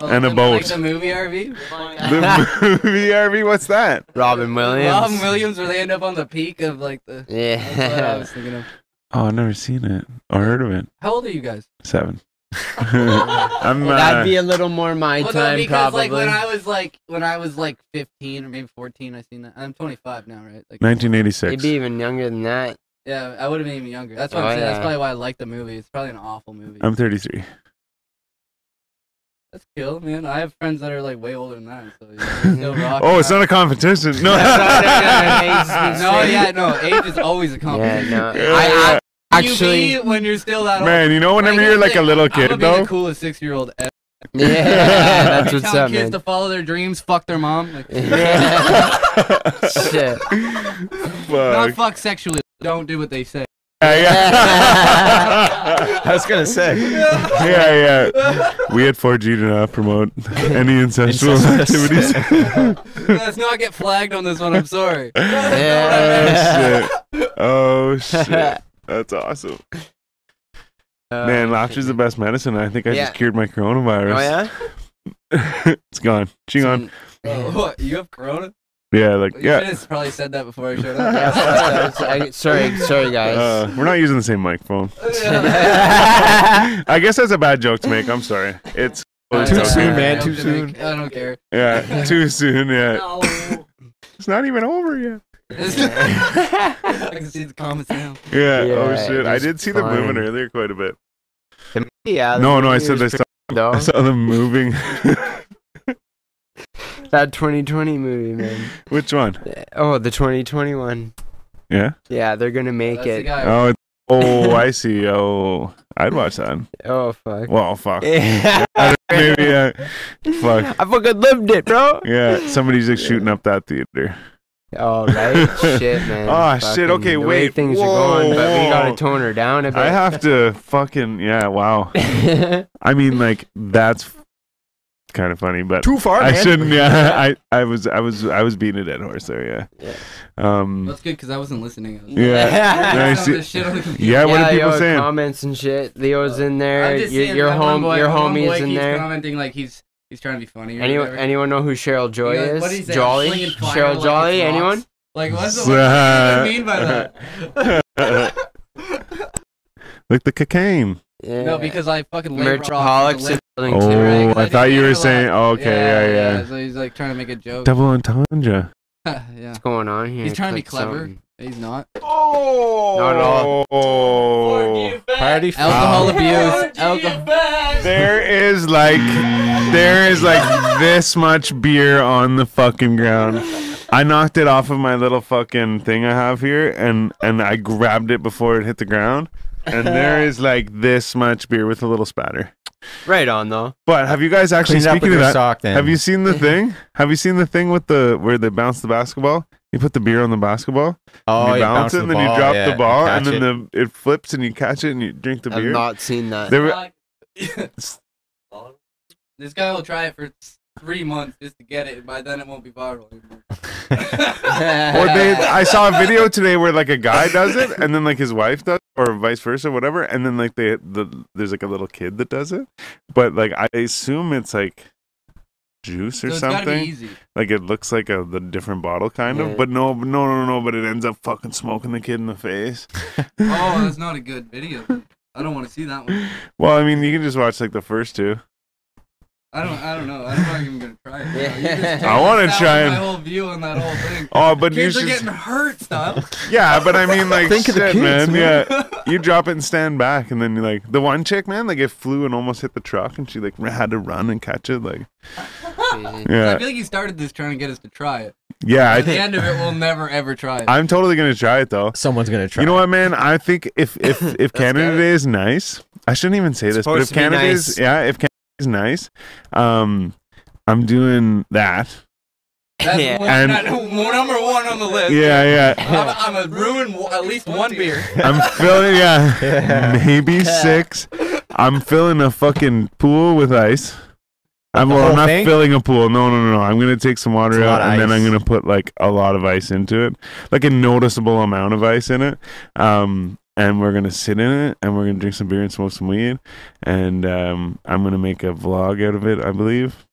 A: And a
D: the-
A: boat.
D: Like the movie RV.
F: Flying
A: The movie RV, what's that?
B: Robin Williams.
D: Robin Williams, where they end up on the peak of like the. That's what I
B: Yeah.
D: was thinking of.
A: Oh, I've never seen it or heard of it.
D: How old are you guys?
A: Seven. I'm
B: Well,
A: uh,
B: that'd be a little more my
D: Well, no,
B: time,
D: because
B: probably.
D: like when I was like when I was like 15 or maybe 14, I seen that. I'm 25 now, right? Like,
A: 1986.
B: You'd be even younger than that.
D: Yeah, I would have been even younger. That's why
B: Oh,
D: I'm saying. That's
B: yeah.
D: probably why I like the movie. It's probably an awful movie.
A: I'm 33.
D: That's cool, man. I have friends that are like way older than that. So yeah, still rock
A: oh, it's not a competition. No.
B: That's
D: No, yeah, no. Age is always a
B: Yeah,
D: compliment.
B: no.
A: Yeah.
B: I, I
D: You
B: actually.
D: be when you're still that old.
A: Man, you know, whenever you're
D: here's
A: like
D: the
A: a little
D: thing, I'm
A: kid,
D: gonna be
A: though,
D: the coolest six year old ever.
B: Yeah, that's what's
D: Telling
B: up,
D: kids
B: man.
D: to follow their dreams, fuck their mom. Like,
B: Shit.
D: Not
A: Fuck.
D: fuck sexually. Don't do what they say.
A: Yeah, yeah.
C: I was gonna say.
A: yeah, yeah. We at 4G do not promote any ancestral
C: Incestuous.
A: activities.
D: Let's not get flagged on this one. I'm sorry.
B: Yeah.
A: oh, shit. Oh, shit. That's awesome. Man, laughter's the best medicine. I think I
B: Oh, Yeah.
A: just cured my
B: Oh
A: coronavirus.
B: yeah.
A: it's gone. She gone.
D: Oh, what? You have corona?
A: Yeah, like,
D: You
A: yeah.
D: should have probably said that before I showed
B: Oh, Yeah,
D: up.
B: fuck that. I- sorry, sorry guys.
A: Uh, we're not using the same microphone.
B: Yeah.
A: I guess that's a bad joke to make. I'm sorry. It's
C: Too
A: it's
C: soon,
A: okay.
C: man,
D: I
C: too
D: don't
C: soon.
D: think- I don't care.
A: Yeah, too soon. Yeah,
F: No.
A: it's not even over yet.
D: I can see the comments now.
A: Yeah. oh
B: Yeah,
A: shit! I
B: it's
A: did see the moving
B: fine.
A: earlier quite a bit.
B: yeah.
A: No,
B: the
A: no, I
B: movie
A: said I
B: was
A: saw,
B: pretty good,
A: I
B: though.
A: saw them moving.
B: That 2020 movie, man.
A: Which one?
B: Oh, the 2021.
A: Yeah.
B: Yeah, they're gonna make
D: That's the
B: it.
D: guy.
A: Oh, it's, oh, I see. Oh, I'd watch that.
B: Oh fuck.
A: Well, fuck.
B: Yeah.
A: Maybe. Uh, fuck.
B: I fucking lived it, bro.
A: Yeah, somebody's like shooting up that theater.
B: Oh right, shit, man.
A: Ah, shit,
B: Fucking
A: okay,
B: the way
A: wait,
B: things
A: whoa,
B: are going, but we
A: whoa.
B: gotta tone her down a bit.
A: I have to fucking yeah. Wow. I mean, like that's kind of funny, but
C: Too far,
A: I
C: man.
A: shouldn't. Yeah, I, I was, I was, I was beating a dead horse there. Yeah. Um.
D: That's good because I wasn't listening. I was
A: Yeah. I
D: Some of
A: see-
D: the shit on the computer.
A: Yeah. What
B: yeah,
A: are people
B: yo,
A: saying?
B: Comments and shit. Leo's in there.
D: I'm just
B: Your,
D: saying,
B: your
D: that one
B: home,
D: boy-
B: your
D: that one boy
B: homies in
D: keeps
B: there.
D: Commenting like he's he's trying to be funny. Or
B: Anyone,
D: whatever.
B: anyone know who Cheryl Joy
D: He goes,
B: is?
D: "What is that,
B: Jolly,
D: flinging fire
B: Cheryl
D: like
B: Jolly.
D: it's
B: Anyone?
D: Like what's the, what
A: Uh,
D: do you mean by that?
A: Like the cocaine.
B: Yeah.
D: No, because I fucking lay rock off
B: Merchaholics
D: the
B: in
D: lip.
B: the building too.
D: right,
A: Oh,
D: 'cause I
A: I
D: did
A: thought you were
D: Angela.
A: saying. oh, Okay, yeah, yeah.
D: So he's like trying to make a joke.
A: Double entendre.
D: yeah.
B: What's going on here?
D: He's trying to be
B: Click
D: clever.
B: something.
D: He's not.
A: Oh.
B: Not at all.
F: Fuck you, fat.
C: Party foul.
A: Oh.
D: Alcohol abuse.
F: Fuck you,
D: Alcohol.
F: fat.
A: There is like, there is like this much beer on the fucking ground. I knocked it off of my little fucking thing I have here, and and I grabbed it before it hit the ground. And there is like this much beer with a little spatter.
B: Right on though.
A: But have you guys actually
C: Clean up
A: speaking
C: with
A: of
C: your
A: that?
C: sock, then.
A: Have you seen the thing? Have you seen the thing with the where they bounce the basketball? You put the beer on the basketball,
C: Oh,
A: you bounce it,
C: bounced
A: and
C: the
A: then you
C: ball,
A: drop
C: yeah,
A: the ball, and
C: catch
A: then
C: it.
A: the it flips, and you catch it, and you drink the
B: I've
A: beer.
B: not seen that.
A: There were-
D: This guy will try it for three months just to get it, and by then it won't be viral anymore.
A: Or they, I saw a video today where like a guy does it, and then like his wife does, or vice versa, whatever. And then like they, the there's like a little kid that does it, but like I assume it's like juice
D: So
A: or
D: it's gotta be
A: something.
D: easy.
A: Like it looks like a the different bottle kind
B: Yeah.
A: of, but no, no, no, no. But it ends up fucking smoking the kid in the face.
D: Oh, that's not a good video. I don't want to see that one.
A: Well, I mean, you can just watch like the first two.
D: I don't. I don't know. I'm not even gonna try it. You just
B: Yeah.
D: took
A: I wanna
D: us out
A: try
D: of
A: and-
D: My whole view on that whole thing.
A: Oh, but
D: Kids
A: you should.
D: are getting hurt, stuff.
A: Yeah, but I mean, like,
C: Think
A: shit,
C: of the
A: man.
C: kids, man.
A: Yeah, you drop it and stand back, and then you like the one chick, man, like it flew and almost hit the truck, and she like had to run and catch it, like.
B: Crazy.
A: Yeah,
D: I feel like you started this trying to get us to try it.
A: yeah. I
D: At the
A: think
D: end of it, we'll never ever try it.
A: I'm totally gonna try it though.
C: Someone's gonna try.
A: You know what, man? I think if if if Canada Day is nice, I shouldn't even say this, but
C: supposed
A: if
C: to be
A: Canada
C: nice.
A: is yeah, if Canada is nice, um, I'm doing that.
D: That's
B: Yeah.
D: one,
A: And-
D: that- number one on the list.
A: Yeah, yeah.
D: I'm, I'm a ruin w- at least one beer.
A: I'm filling, yeah,
C: Yeah.
A: maybe six. I'm filling a fucking pool with ice. I'm, well, I'm
C: whole
A: not
C: thing?
A: filling a pool. No, no, no, no. I'm gonna take some water
C: It's a
A: out
C: lot of
A: and then
C: ice.
A: I'm gonna put like a lot of ice into it, like a noticeable amount of ice in it. Um, and we're gonna sit in it and we're gonna drink some beer and smoke some weed and um, I'm gonna make a vlog out of it, I believe.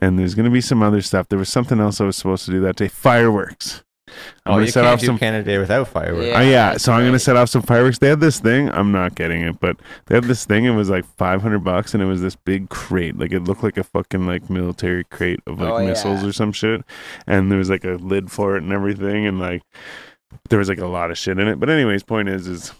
A: And there's gonna be some other stuff. There was something else I was supposed to do that day. Fireworks. I'm
C: oh,
A: gonna
C: you
A: set
C: can't
A: off
C: do
A: some.
C: Canada Day without fireworks.
A: Oh, yeah, so I'm gonna
F: right.
A: set off some fireworks. They had this thing. I'm not getting it, but they had this thing. It was like 500 bucks, and it was this big crate. Like it looked like a fucking like military crate of like
B: Oh,
A: missiles
B: yeah.
A: or some shit. And there was like a lid for it and everything, and like there was like a lot of shit in it. But anyways, point is, is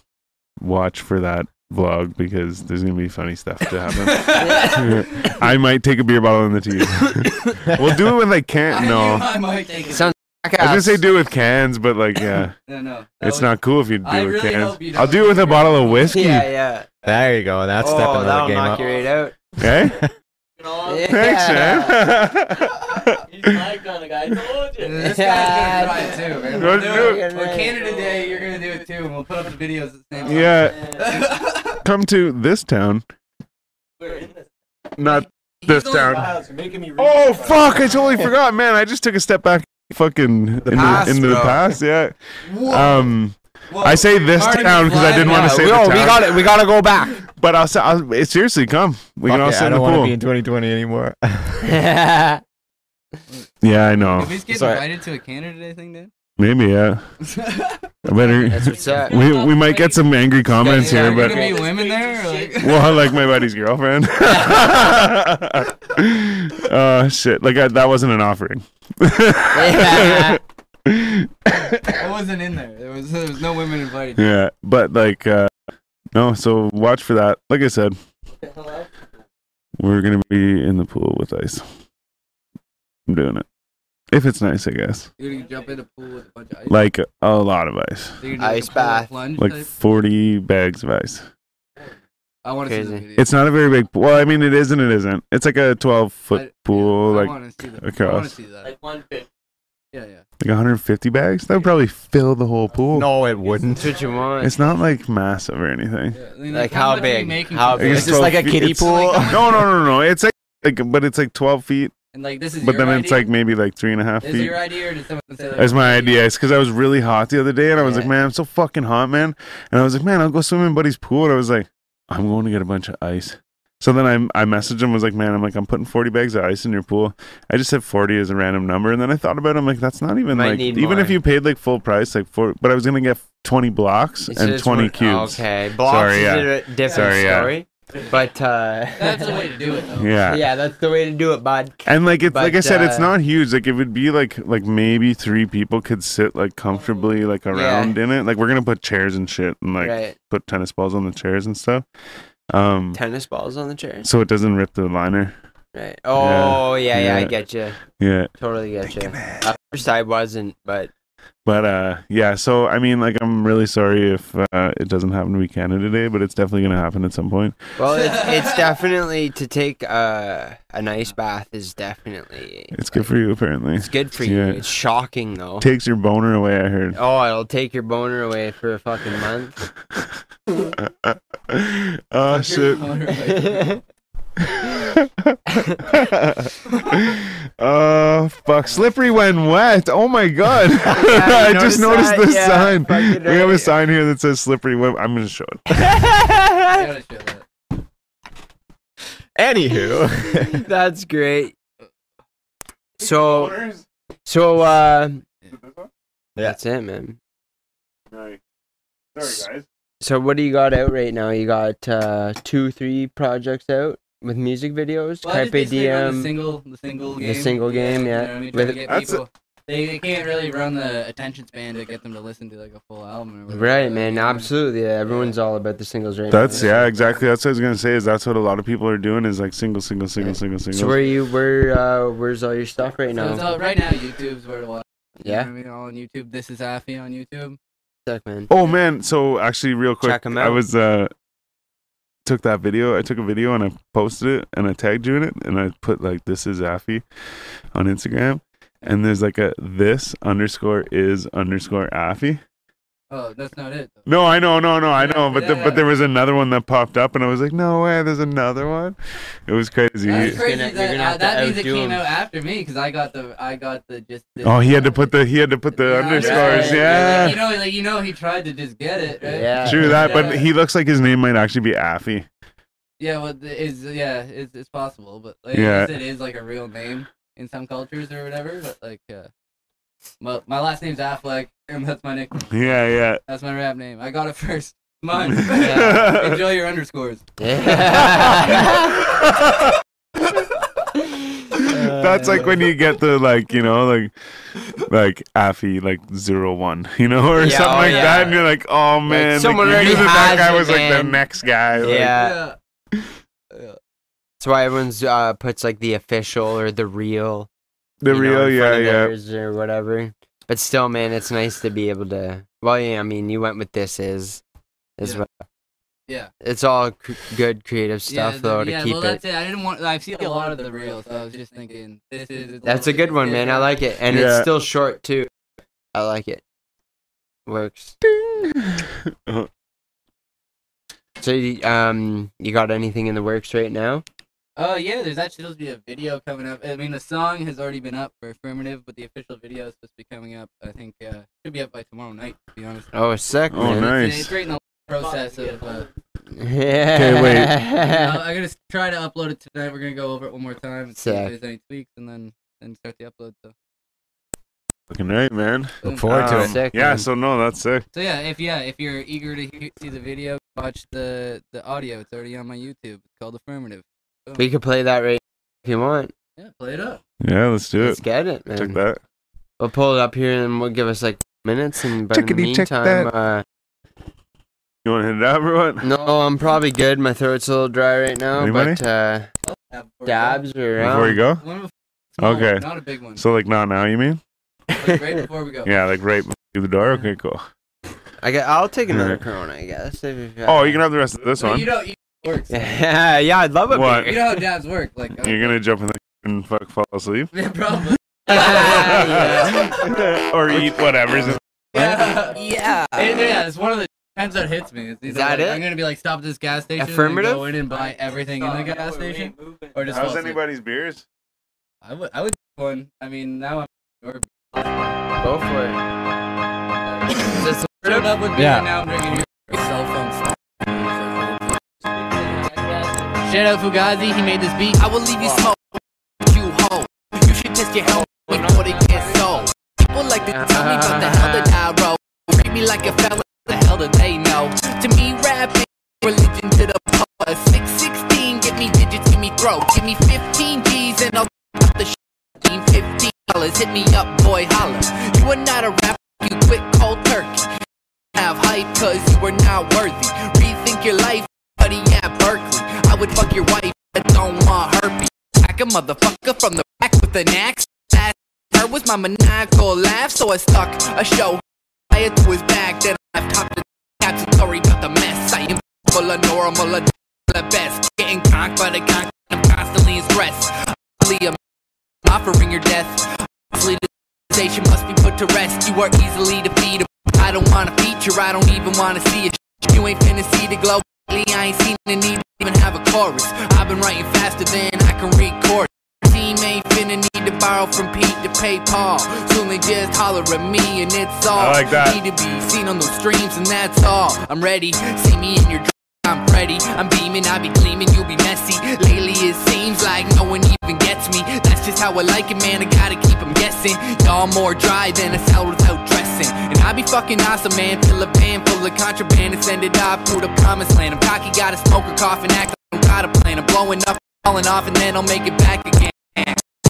A: watch for that vlog because there's gonna be funny stuff to happen. I might take a beer bottle in the teeth. we'll do it with like can. No,
D: I might take it.
B: Sounds-
A: I was gonna say do it with cans, but like yeah.
D: No, no. that
A: It's
D: was-
A: not cool if you do
D: I
A: it with
D: really
A: cans.
D: hope you
A: I'll
D: don't
A: do it with a
D: drink
A: bottle of whiskey.
B: Yeah, yeah.
C: There you go. That's
B: oh,
C: stepping
B: that'll
C: another game
B: knock
C: up.
B: you right out.
A: Okay? Thanks, man.
F: He's my kind of guy. I told you.
D: This guy's gonna try it too, man.
A: Let's do
D: it.
A: it.
D: For Canada Day, you're gonna do it too, and we'll put up the videos at the same time.
A: yeah, come to this town,
F: We're in this
A: not this town.
F: house. You're making me.
A: Oh fuck! I totally forgot, man. I just took a step back, fucking into,
B: past,
A: into the
B: bro.
A: past. Yeah.
D: Whoa,
A: Um,
D: whoa.
A: I say this
D: Marty
A: town because I
D: McFly,
A: didn't want
D: yeah,
A: to say
B: we,
A: the
B: oh,
A: town.
B: we got it. We gotta go back.
A: But I'll, say- I'll it, seriously come. We can all
C: Fuck it,
A: sit
C: I
A: in the
C: don't want to
A: pool.
C: be in 2020 anymore.
A: yeah, I know.
D: Did we just get
B: Sorry.
D: invited to a Canada Day thing, dude?
A: Maybe yeah. I better.
B: That's what's up.
A: We we might get some angry comments
B: Yeah,
A: here,
D: Are there
A: but
D: gonna be women there? Or like,
A: Well, like my buddy's girlfriend. uh, shit. Like I, that wasn't an offering.
D: I wasn't in there. There was, there was no women invited.
A: yeah, but like, uh, no. So watch for that. Like I said,
F: Hello?
A: we're gonna be in the pool with ice. I'm doing it. If it's nice, I guess.
D: Dude, you jump in a pool with a bunch of ice.
A: Like a lot of ice,
D: Dude, you
B: Ice
D: could pull a
B: bath.
D: plunge
A: like
D: type.
A: 40 bags of ice.
D: I want to see the
B: Crazy.
D: video.
A: It's not a very big. Well, I mean, it is and it isn't. It's like a 12
D: I- yeah,
A: foot pool,
D: I
A: like
D: wanna see the, I want
A: across.
D: to see that.
F: Like one bit.
D: Yeah, yeah.
A: like 150 bags. That would probably fill the whole pool.
C: no, it wouldn't.
B: That's what you want.
A: It's not like massive or anything.
D: yeah. I mean,
B: Like how
D: much are we
B: big?
D: making
B: How
D: for
B: big?
A: It's
B: Is
D: this?
B: this like a
A: 12
B: kiddie
A: it's
B: pool?
D: like-
A: No, no, no, no. It's like, like but it's like 12 feet,
D: And like this is
A: but
D: your
A: then it's
D: idea?
A: like maybe like three and a half
D: Is it
A: feet.
D: your idea or did someone say like,
A: That's my idea. It's because I was really hot the other day, and I was like, man, I'm so fucking hot, man. And I was like, man, I'll go swim in Buddy's pool. And I was like, I'm going to get a bunch of ice. So then I I messaged him. I was like, man, I'm like I'm putting 40 bags of ice in your pool. I just said 40 as a random number, and then I thought about it. I'm like, that's not even
B: Might
A: like
B: need
A: even
B: more.
A: if you paid like full price, like four. But I was gonna get 20 blocks
B: It's
A: and
B: just
A: 20
B: one-
A: cubes.
B: oh, Okay, blocks
A: Sorry,
B: is
A: yeah.
B: a different
A: Sorry, yeah.
B: story. But uh,
D: That's the way to do it though.
A: Yeah.
B: yeah, that's the way to do it, bud.
A: And like it's like I
B: But,
A: said, it's
B: uh,
A: not huge. Like it would be like like maybe three people could sit like comfortably like around in it. Like we're gonna put chairs and shit and like
B: right,
A: put tennis balls on the chairs and stuff. Um,
B: tennis balls on the chairs.
A: so it doesn't rip the liner.
B: Right. Oh yeah, yeah, I
A: yeah.
B: get you.
A: Yeah,
B: Totally get you. At first, I wasn't, but
A: but uh, yeah. So I mean, like I'm really sorry if uh, it doesn't happen to be Canada Day, but it's definitely gonna happen at some point.
B: well, it's, it's definitely to take uh, an ice bath is definitely
A: It's good for you apparently.
B: it's good for you.
A: Yeah.
B: It's shocking though.
A: Takes your boner away. I heard.
B: Oh, it'll take your boner away for a fucking month.
A: oh Ah, shit. uh fuck slippery when wet oh my god
B: I
A: i just
B: noticed
A: noticed
B: that.
A: this
B: Yeah,
A: sign
B: fucking
A: we have a
B: right.
A: sign here that says slippery when i'm gonna show it
D: I gotta show that.
C: Anywho,
B: That's great. So, so uh, that's it, man.
A: sorry
B: guys. So what do you got out right now? You got uh two, three projects out with music videos.
D: Well, I
B: Carpe
D: just basically run The
B: Diem.
D: single, the single
B: The
D: game.
B: single game, yeah.
D: You know what I mean?
B: With-
D: Trying to get
A: That's a-
D: people- they, they can't really run the attention span to get them to listen to like a full album. Or whatever.
B: Right, man. Absolutely. Yeah, everyone's all about the singles right
A: that's
B: now.
A: yeah exactly that's what i was gonna say is that's what a lot of people are doing is like single single single single
B: So where
A: single
B: you where uh where's all your stuff right
D: So it's
B: now?
D: all, right now, YouTube's where to watch. You know
B: Yeah.
D: what I mean, all on YouTube. This is Afi on YouTube.
B: Suck, man.
A: oh man so actually real quick
B: Check 'em
A: i
B: out.
A: was uh took that video i took a video and i posted it and i tagged you in it and i put like this is affy on instagram and there's like a this underscore is underscore affy
D: Oh, that's not it. though.
A: No, I know, no, no, I know. But the,
F: Yeah.
A: but there was another one that popped up, and I was like, no way, there's another one. It was crazy.
D: That's
A: He,
D: crazy.
G: gonna- you're
D: that
G: gonna
D: uh,
G: have to
D: that means it
G: outdo
D: came
G: him.
D: out after me because I got the I got the just. The,
A: oh, he had to put the he had to put the
D: Yeah,
A: underscores.
D: like,
A: Yeah,
D: you know, like you know, he tried to just get it. Right?
G: Yeah.
A: true that. But
D: Yeah.
A: he looks like his name might actually be Affy.
D: Yeah, well, th- is yeah, it's, it's possible, but like,
A: Yeah.
D: I guess it is like a real name in some cultures or whatever. But like, uh, my, my last name's Affleck, and that's my nick.
A: Yeah,
D: That's my rap name. I got it first. Mine.
A: yeah.
D: Enjoy your underscores.
A: That's like when you get the like, you know, like like Affy like zero one, you know, or
B: Yeah,
A: something
B: oh,
A: like
B: yeah.
A: that, and you're like, oh man,
B: someone
A: you
B: already
A: knew that, that
B: has
A: guy
B: it,
A: was like the
B: man.
A: next guy. like-
B: Yeah.
D: yeah. Yeah.
B: That's why everyone's uh, puts like the official or the real,
A: the
B: you know,
A: real,
B: in
A: yeah,
B: front of
A: yeah.
B: theirs or whatever. But still, man, it's nice to be able to. Well, yeah, I mean, you went with this is, is
D: Yeah.
B: what.
D: Yeah.
B: It's all cr- good creative
D: Yeah,
B: stuff
D: the-
B: though to
D: yeah,
B: keep
D: well,
B: it.
D: that's it. I didn't want. I've seen a lot of the reels, so I was just thinking this is. it's
B: That's a
D: little
B: good
D: bit
B: one, man. I
D: different.
B: like it, and
A: Yeah.
B: it's still short too. I like it. Works. So, you- um, you got anything in the works right now?
D: Oh yeah, there's actually supposed to be a video coming up. I mean, the song has already been up for affirmative, but the official video is supposed to be coming up. I think uh, should be up by tomorrow night. To be honest,
B: Oh, sick,
A: Oh,
B: man.
A: nice.
D: And it's right in the process of. Uh,
B: Yeah.
A: Okay,
D: uh, I'm gonna s- try to upload it tonight. We're gonna go over it one more time and see
B: Sick.
D: if there's any tweaks, and then then start the upload. So,
A: Fucking right, man. Um,
D: boom.
C: forward to it.
B: Sick,
A: yeah,
B: man.
A: so no, that's sick.
D: so yeah, if yeah, if you're eager to hear, see the video, watch the the audio. It's already on my YouTube. It's called affirmative.
B: We could play that right if you want.
D: Yeah, play it up.
A: Yeah, let's do
B: Let's
A: it.
B: get it, man.
A: Check that.
B: We'll pull it up here and we'll give us like minutes. And but in the
A: Chickadee, check
B: meantime, uh,
A: You want to hit it out, everyone?
B: no, I'm probably good. My throat's a little dry right now,
A: Anybody?
B: but uh, dabs are around.
A: Before you go.
D: One of the small ones,
A: Okay.
D: Not a big one.
A: So like not now, you mean?
D: Like, right before we go.
A: Yeah, like right through the door. Okay, cool.
B: I gu- I'll take another
A: Alright.
B: Corona, I guess. If you
A: Oh, you can have the rest of this
D: But
A: one.
D: You know, you works.
B: Yeah, yeah, I'd love it.
A: What?
D: You know how dabs work. Like, uh,
A: You're gonna jump in the and fuck fall asleep.
D: yeah, probably.
A: or eat whatever's in
D: Yeah.
B: Yeah.
D: It- yeah, it's one of the times that hits me. It's either
B: Is that
D: like,
B: it?
D: I'm gonna be like, stop at this gas station. and then
B: Affirmative?
D: Go in and buy everything in the gas station. Or just
A: How's
D: fall asleep.
A: anybody's beers?
D: I would. I would do one. I mean, now I'm. Or,
B: Go for it.
D: just showed up with me
C: Yeah.
D: and now I'm drinking your cell phone stuff. Shout out Fugazi, he made this beat.
H: I will leave you smoke, you hoe. You should test your health before they get sold. People like to tell me about the hell that I wrote. Treat me like a fella, the hell that they know. To me, rap is religion to the poor. Six sixteen, give me digits, give me throat, give me fifteen G's and I'll up the shit. Fifteen dollars, hit me up, boy, holla. You are not a rapper, you quit cold turkey. Have hype, cause you are not worthy. Rethink your life, buddy, at Berkeley. I would fuck your wife, but don't want herpes. Hack a motherfucker from the back with an axe. That her was my maniacal laugh, so I stuck a show. I had to his back, then I topped the captain story about the mess. I am full of normal, a the best. Getting conked by the conk, I'm constantly in stress. Liam, offering your death. Hopefully the station must be put to rest. You are easily defeated. I don't wanna feature, I don't even wanna see it. You ain't finna see the glow. Lately, I ain't seen the need to even have a chorus. I've been writing faster than I can record. Team ain't finna need to borrow from Pete to pay Paul. Soon they just holler at me and it's all.
A: I like that.
H: Need to be seen on those streams and that's all. I'm ready. See me in your dreams. I'm ready. I'm beaming. I be gleaming. You be messy. Lately it seems like no one even gets me. That's just how I like it, man. I gotta keep 'em guessing. Y'all more dry than a salad without dressing. And I be fucking awesome, man. Fill a van full of contraband and send it off to the promised land. I'm cocky, gotta smoke a cough and act like I got a plan. I'm blowing up, falling off, and then I'll make it back again.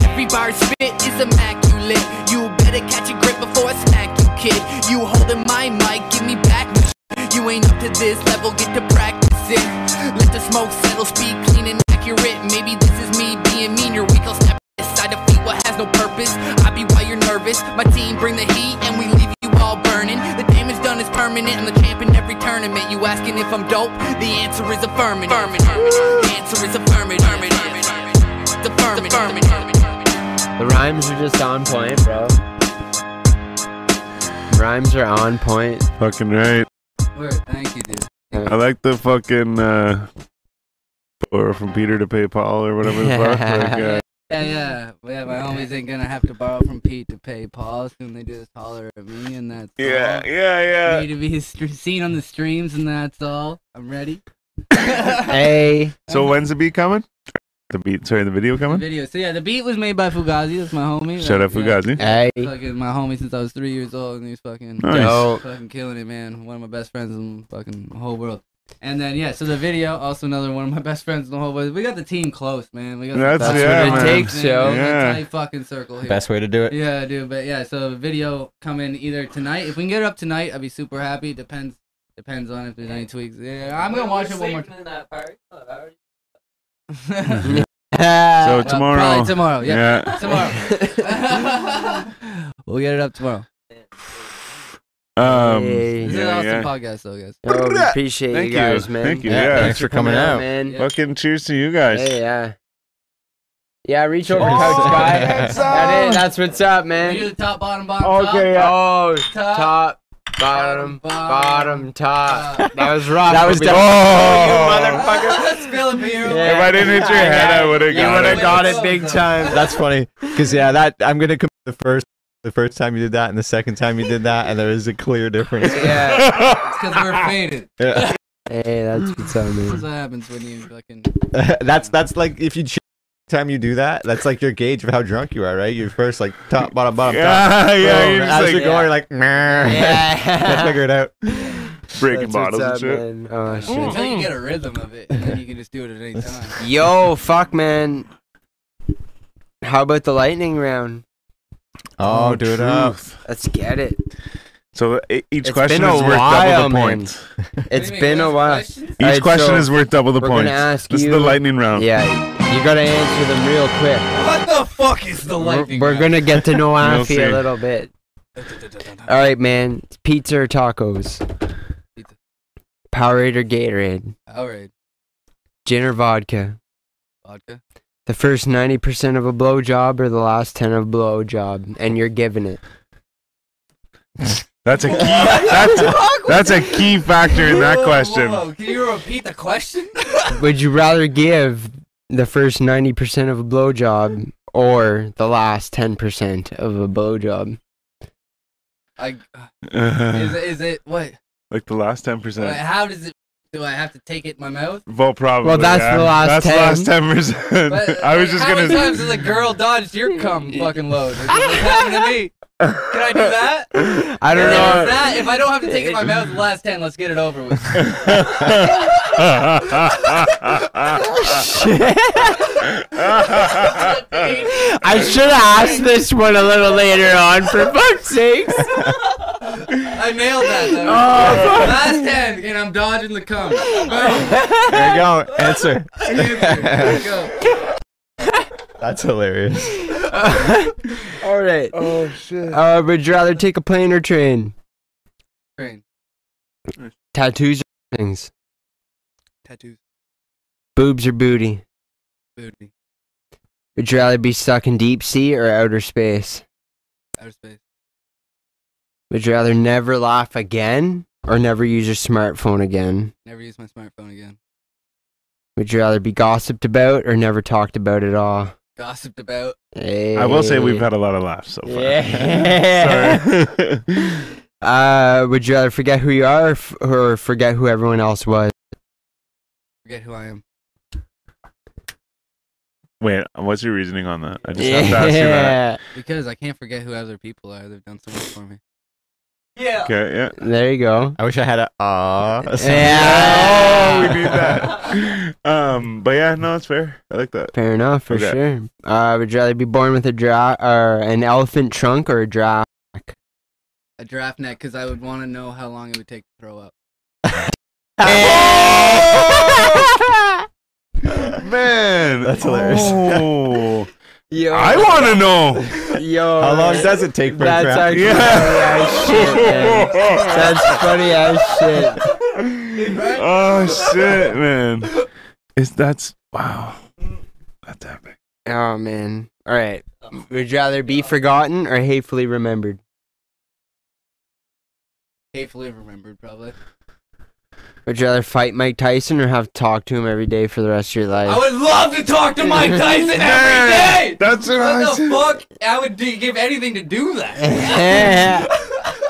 H: Every bar I spit is immaculate. You better catch a grip before I smack you, kid. You holding my mic, give me back my shit. You ain't up to this level, get to practice it. Let the smoke settle, speak clean and accurate. Maybe this is me being mean, you're weak, I'll snap this. I defeat what has no purpose. I be why you're nervous. My team bring the heat and we leave you all burning. The damage done is permanent. I'm the champ in every tournament. You asking if I'm dope? The answer is affirmative. The answer is affirmative. It's affirmative.
B: The rhymes are just on point, bro. Rhymes are on point.
A: Fucking right.
D: Word. Thank you, dude.
A: I like the fucking uh or from Peter to pay Paul or whatever the fuck. Like, uh,
D: Yeah, yeah. Yeah, my homies ain't gonna have to borrow from Pete to pay Paul. Soon they just holler at me, and that's
A: yeah,
D: all.
A: yeah,
D: Need
A: yeah.
D: to be str- seen on the streams, and that's all. I'm ready.
B: Hey,
A: So when's the beat coming? The beat, sorry, the video
D: The
A: coming?
D: video. So yeah, the beat was made by Fugazi. That's my homie.
A: Shout out
D: Like, yeah,
A: Fugazi.
B: hey.
D: Fucking my homie since I was three years old, and he's fucking
A: Nice.
B: Dope.
D: fucking killing it, man. One of my best friends in fucking the whole world. And then yeah, so the video, also another one of my best friends in the whole world. We got the team close, man. We got
A: That's-
B: That's
A: yeah,
B: what it
A: man.
B: takes, yo.
A: Yeah.
D: Yeah. Tight fucking
B: Oh.
D: circle here.
C: Best way to do it.
D: Yeah, dude. But yeah, so video coming either tonight. If we can get it up tonight, I'd be super happy. Depends. Depends on if there's any tweaks. Yeah, I'm gonna watch it one more
F: Sleeping in that party. Oh, I already-
D: time.
A: So
D: Uh,
A: tomorrow.
D: probably tomorrow. Yeah.
A: Yeah.
D: Tomorrow. we'll get it up tomorrow.
A: Um,
B: Hey.
D: This is an
A: yeah,
D: awesome
A: yeah.
D: podcast, though, guys.
B: Yo, we appreciate
A: Thank
B: you guys,
A: you.
B: man.
A: Thank you, Yeah, yeah.
C: thanks for coming out.
B: man.
D: Yeah.
A: Fucking cheers to you guys.
B: Hey, yeah. Yeah, reach over,
A: Oh,
B: Coach Guy.
A: that's
B: That
A: up.
B: is, that's what's up,
D: We do
B: man.
D: the top, bottom, bottom,
A: Okay,
D: top,
A: yeah.
B: Oh,
D: top,
B: top, bottom,
D: Um,
B: bottom, top.
D: top.
B: That was rough.
C: That was
B: but we-
C: dope.
A: Oh!
D: Let's spill a beer.
B: Yeah.
A: If I didn't hit your
B: Yeah,
A: head, I
B: yeah.
A: would have
B: You
A: got
B: would have
A: it.
B: got it big time.
C: That's funny because yeah, that I'm gonna compare the first the first time you did that and the second time you did that, and there is a clear difference.
B: Yeah.
D: It's because we're faded.
C: Yeah.
B: Hey, that's what's up,
D: That's
B: man.
D: what happens when you fucking.
C: that's that's like if you cheat every time you do that, that's like your gauge of how drunk you are, right? You first like top bottom bottom top.
A: Yeah, yeah,
C: Boom.
A: you're
C: As
A: just
C: you're
A: like
B: go-
C: going, you're like, yeah. I
B: Yeah.
C: figure it out.
A: breaking
B: That's what's
A: bottles and
B: up,
A: shit.
B: man. Oh, shit.
D: Until you get a rhythm of it, and then you can just do it at any time.
B: Yo, fuck, man. How about the lightning round?
C: Oh, do it up.
A: truth.
B: Let's get it.
A: So e- each
B: It's
A: question
B: been a
A: is worth
B: while,
A: double the
B: man.
A: point.
B: It's
D: Wait, wait,
B: been a
D: last
B: while.
D: question?
A: Each
B: Alright,
A: question
B: so
A: is worth double the
B: we're gonna
A: points.
B: ask
A: this
B: you-
A: is the lightning round.
B: Yeah, you gotta answer them real quick.
D: What the fuck is the lightning?
B: We're gonna get to know Alfie
A: see.
B: a little bit. All right, man. Pizza or tacos?
D: Pizza.
B: Powerade or Gatorade?
D: All right,
B: Gin or vodka?
D: vodka.
B: The first 90% of a blowjob or the last 10 of a blowjob? And you're giving it.
A: That's a key. that's, a, that's a key factor in that
D: Whoa,
A: question.
D: whoa, Can you repeat the question?
B: Would you rather give the first 90% of a blowjob or the last 10% of a blowjob?
D: I, is,
A: Uh,
D: it- is it what?
A: like the last ten
D: Wait,
A: percent.
D: how does it? Do I have to take it in my mouth?
A: Well, probably.
B: Well, that's
A: yeah.
B: the last
A: That's
B: 10.
A: ten percent.
D: But,
A: I was
D: like,
A: just
D: how
A: gonna.
D: many times has a girl dodged your cum fucking load? It's like, happened to me. Can I do that?
B: I don't
D: If
B: know.
D: that- if I don't have to take it in my mouth, the last ten, let's get it over with.
B: I should have asked this one a little later on, for fuck's sakes.
D: I nailed that. Though.
B: Oh,
D: last ten, and I'm dodging the cum.
C: There you go. Answer.
D: There you go.
C: That's hilarious.
B: All right. Oh shit. Uh, would you rather take a plane or train?
D: Train.
B: Tattoos or things?
D: Tattoos.
B: Boobs or booty?
D: Booty.
B: Would you rather be stuck in deep sea or outer space?
D: Outer space.
B: Would you rather never laugh again or never use your smartphone again?
D: Never use my smartphone again.
B: Would you rather be gossiped about or never talked about at all?
D: Gossiped about.
A: I will say we've had a lot of laughs so far.
B: Yeah.
A: Sorry.
B: uh, would you rather forget who you are or, f- or forget who everyone else was?
D: Forget who I am.
A: Wait, what's your reasoning on that? I just have to ask you that.
D: Because I can't forget who other people are. They've done so much for me.
F: Yeah.
A: Okay, yeah.
B: There you go.
C: I wish I had a ah.
B: Yeah.
A: Oh, we need that. Um, but yeah, no, it's fair. I like that.
B: Fair enough, for
A: Okay.
B: sure. Uh, would you rather be born with a draft or an elephant trunk or a draft?
D: A draft net, because I would want to know how long it would take to throw up.
A: Man,
C: That's hilarious.
A: Oh,
B: Yo,
A: I want to know.
B: yo,
C: How long does it take for
B: That's
C: a draft?
B: actually
A: Yeah.
B: funny as shit. Man. That's funny as shit.
A: oh shit, man! Is that's wow? That's epic.
B: Oh man. All right. Would you rather be forgotten or hatefully remembered?
D: hatefully remembered, probably.
B: Would you rather fight Mike Tyson or have to talk to him every day for the rest of your life?
D: I would love to talk to Mike Tyson every day.
A: That's what, I
D: What the
A: said.
D: fuck? I would do, give anything to do that.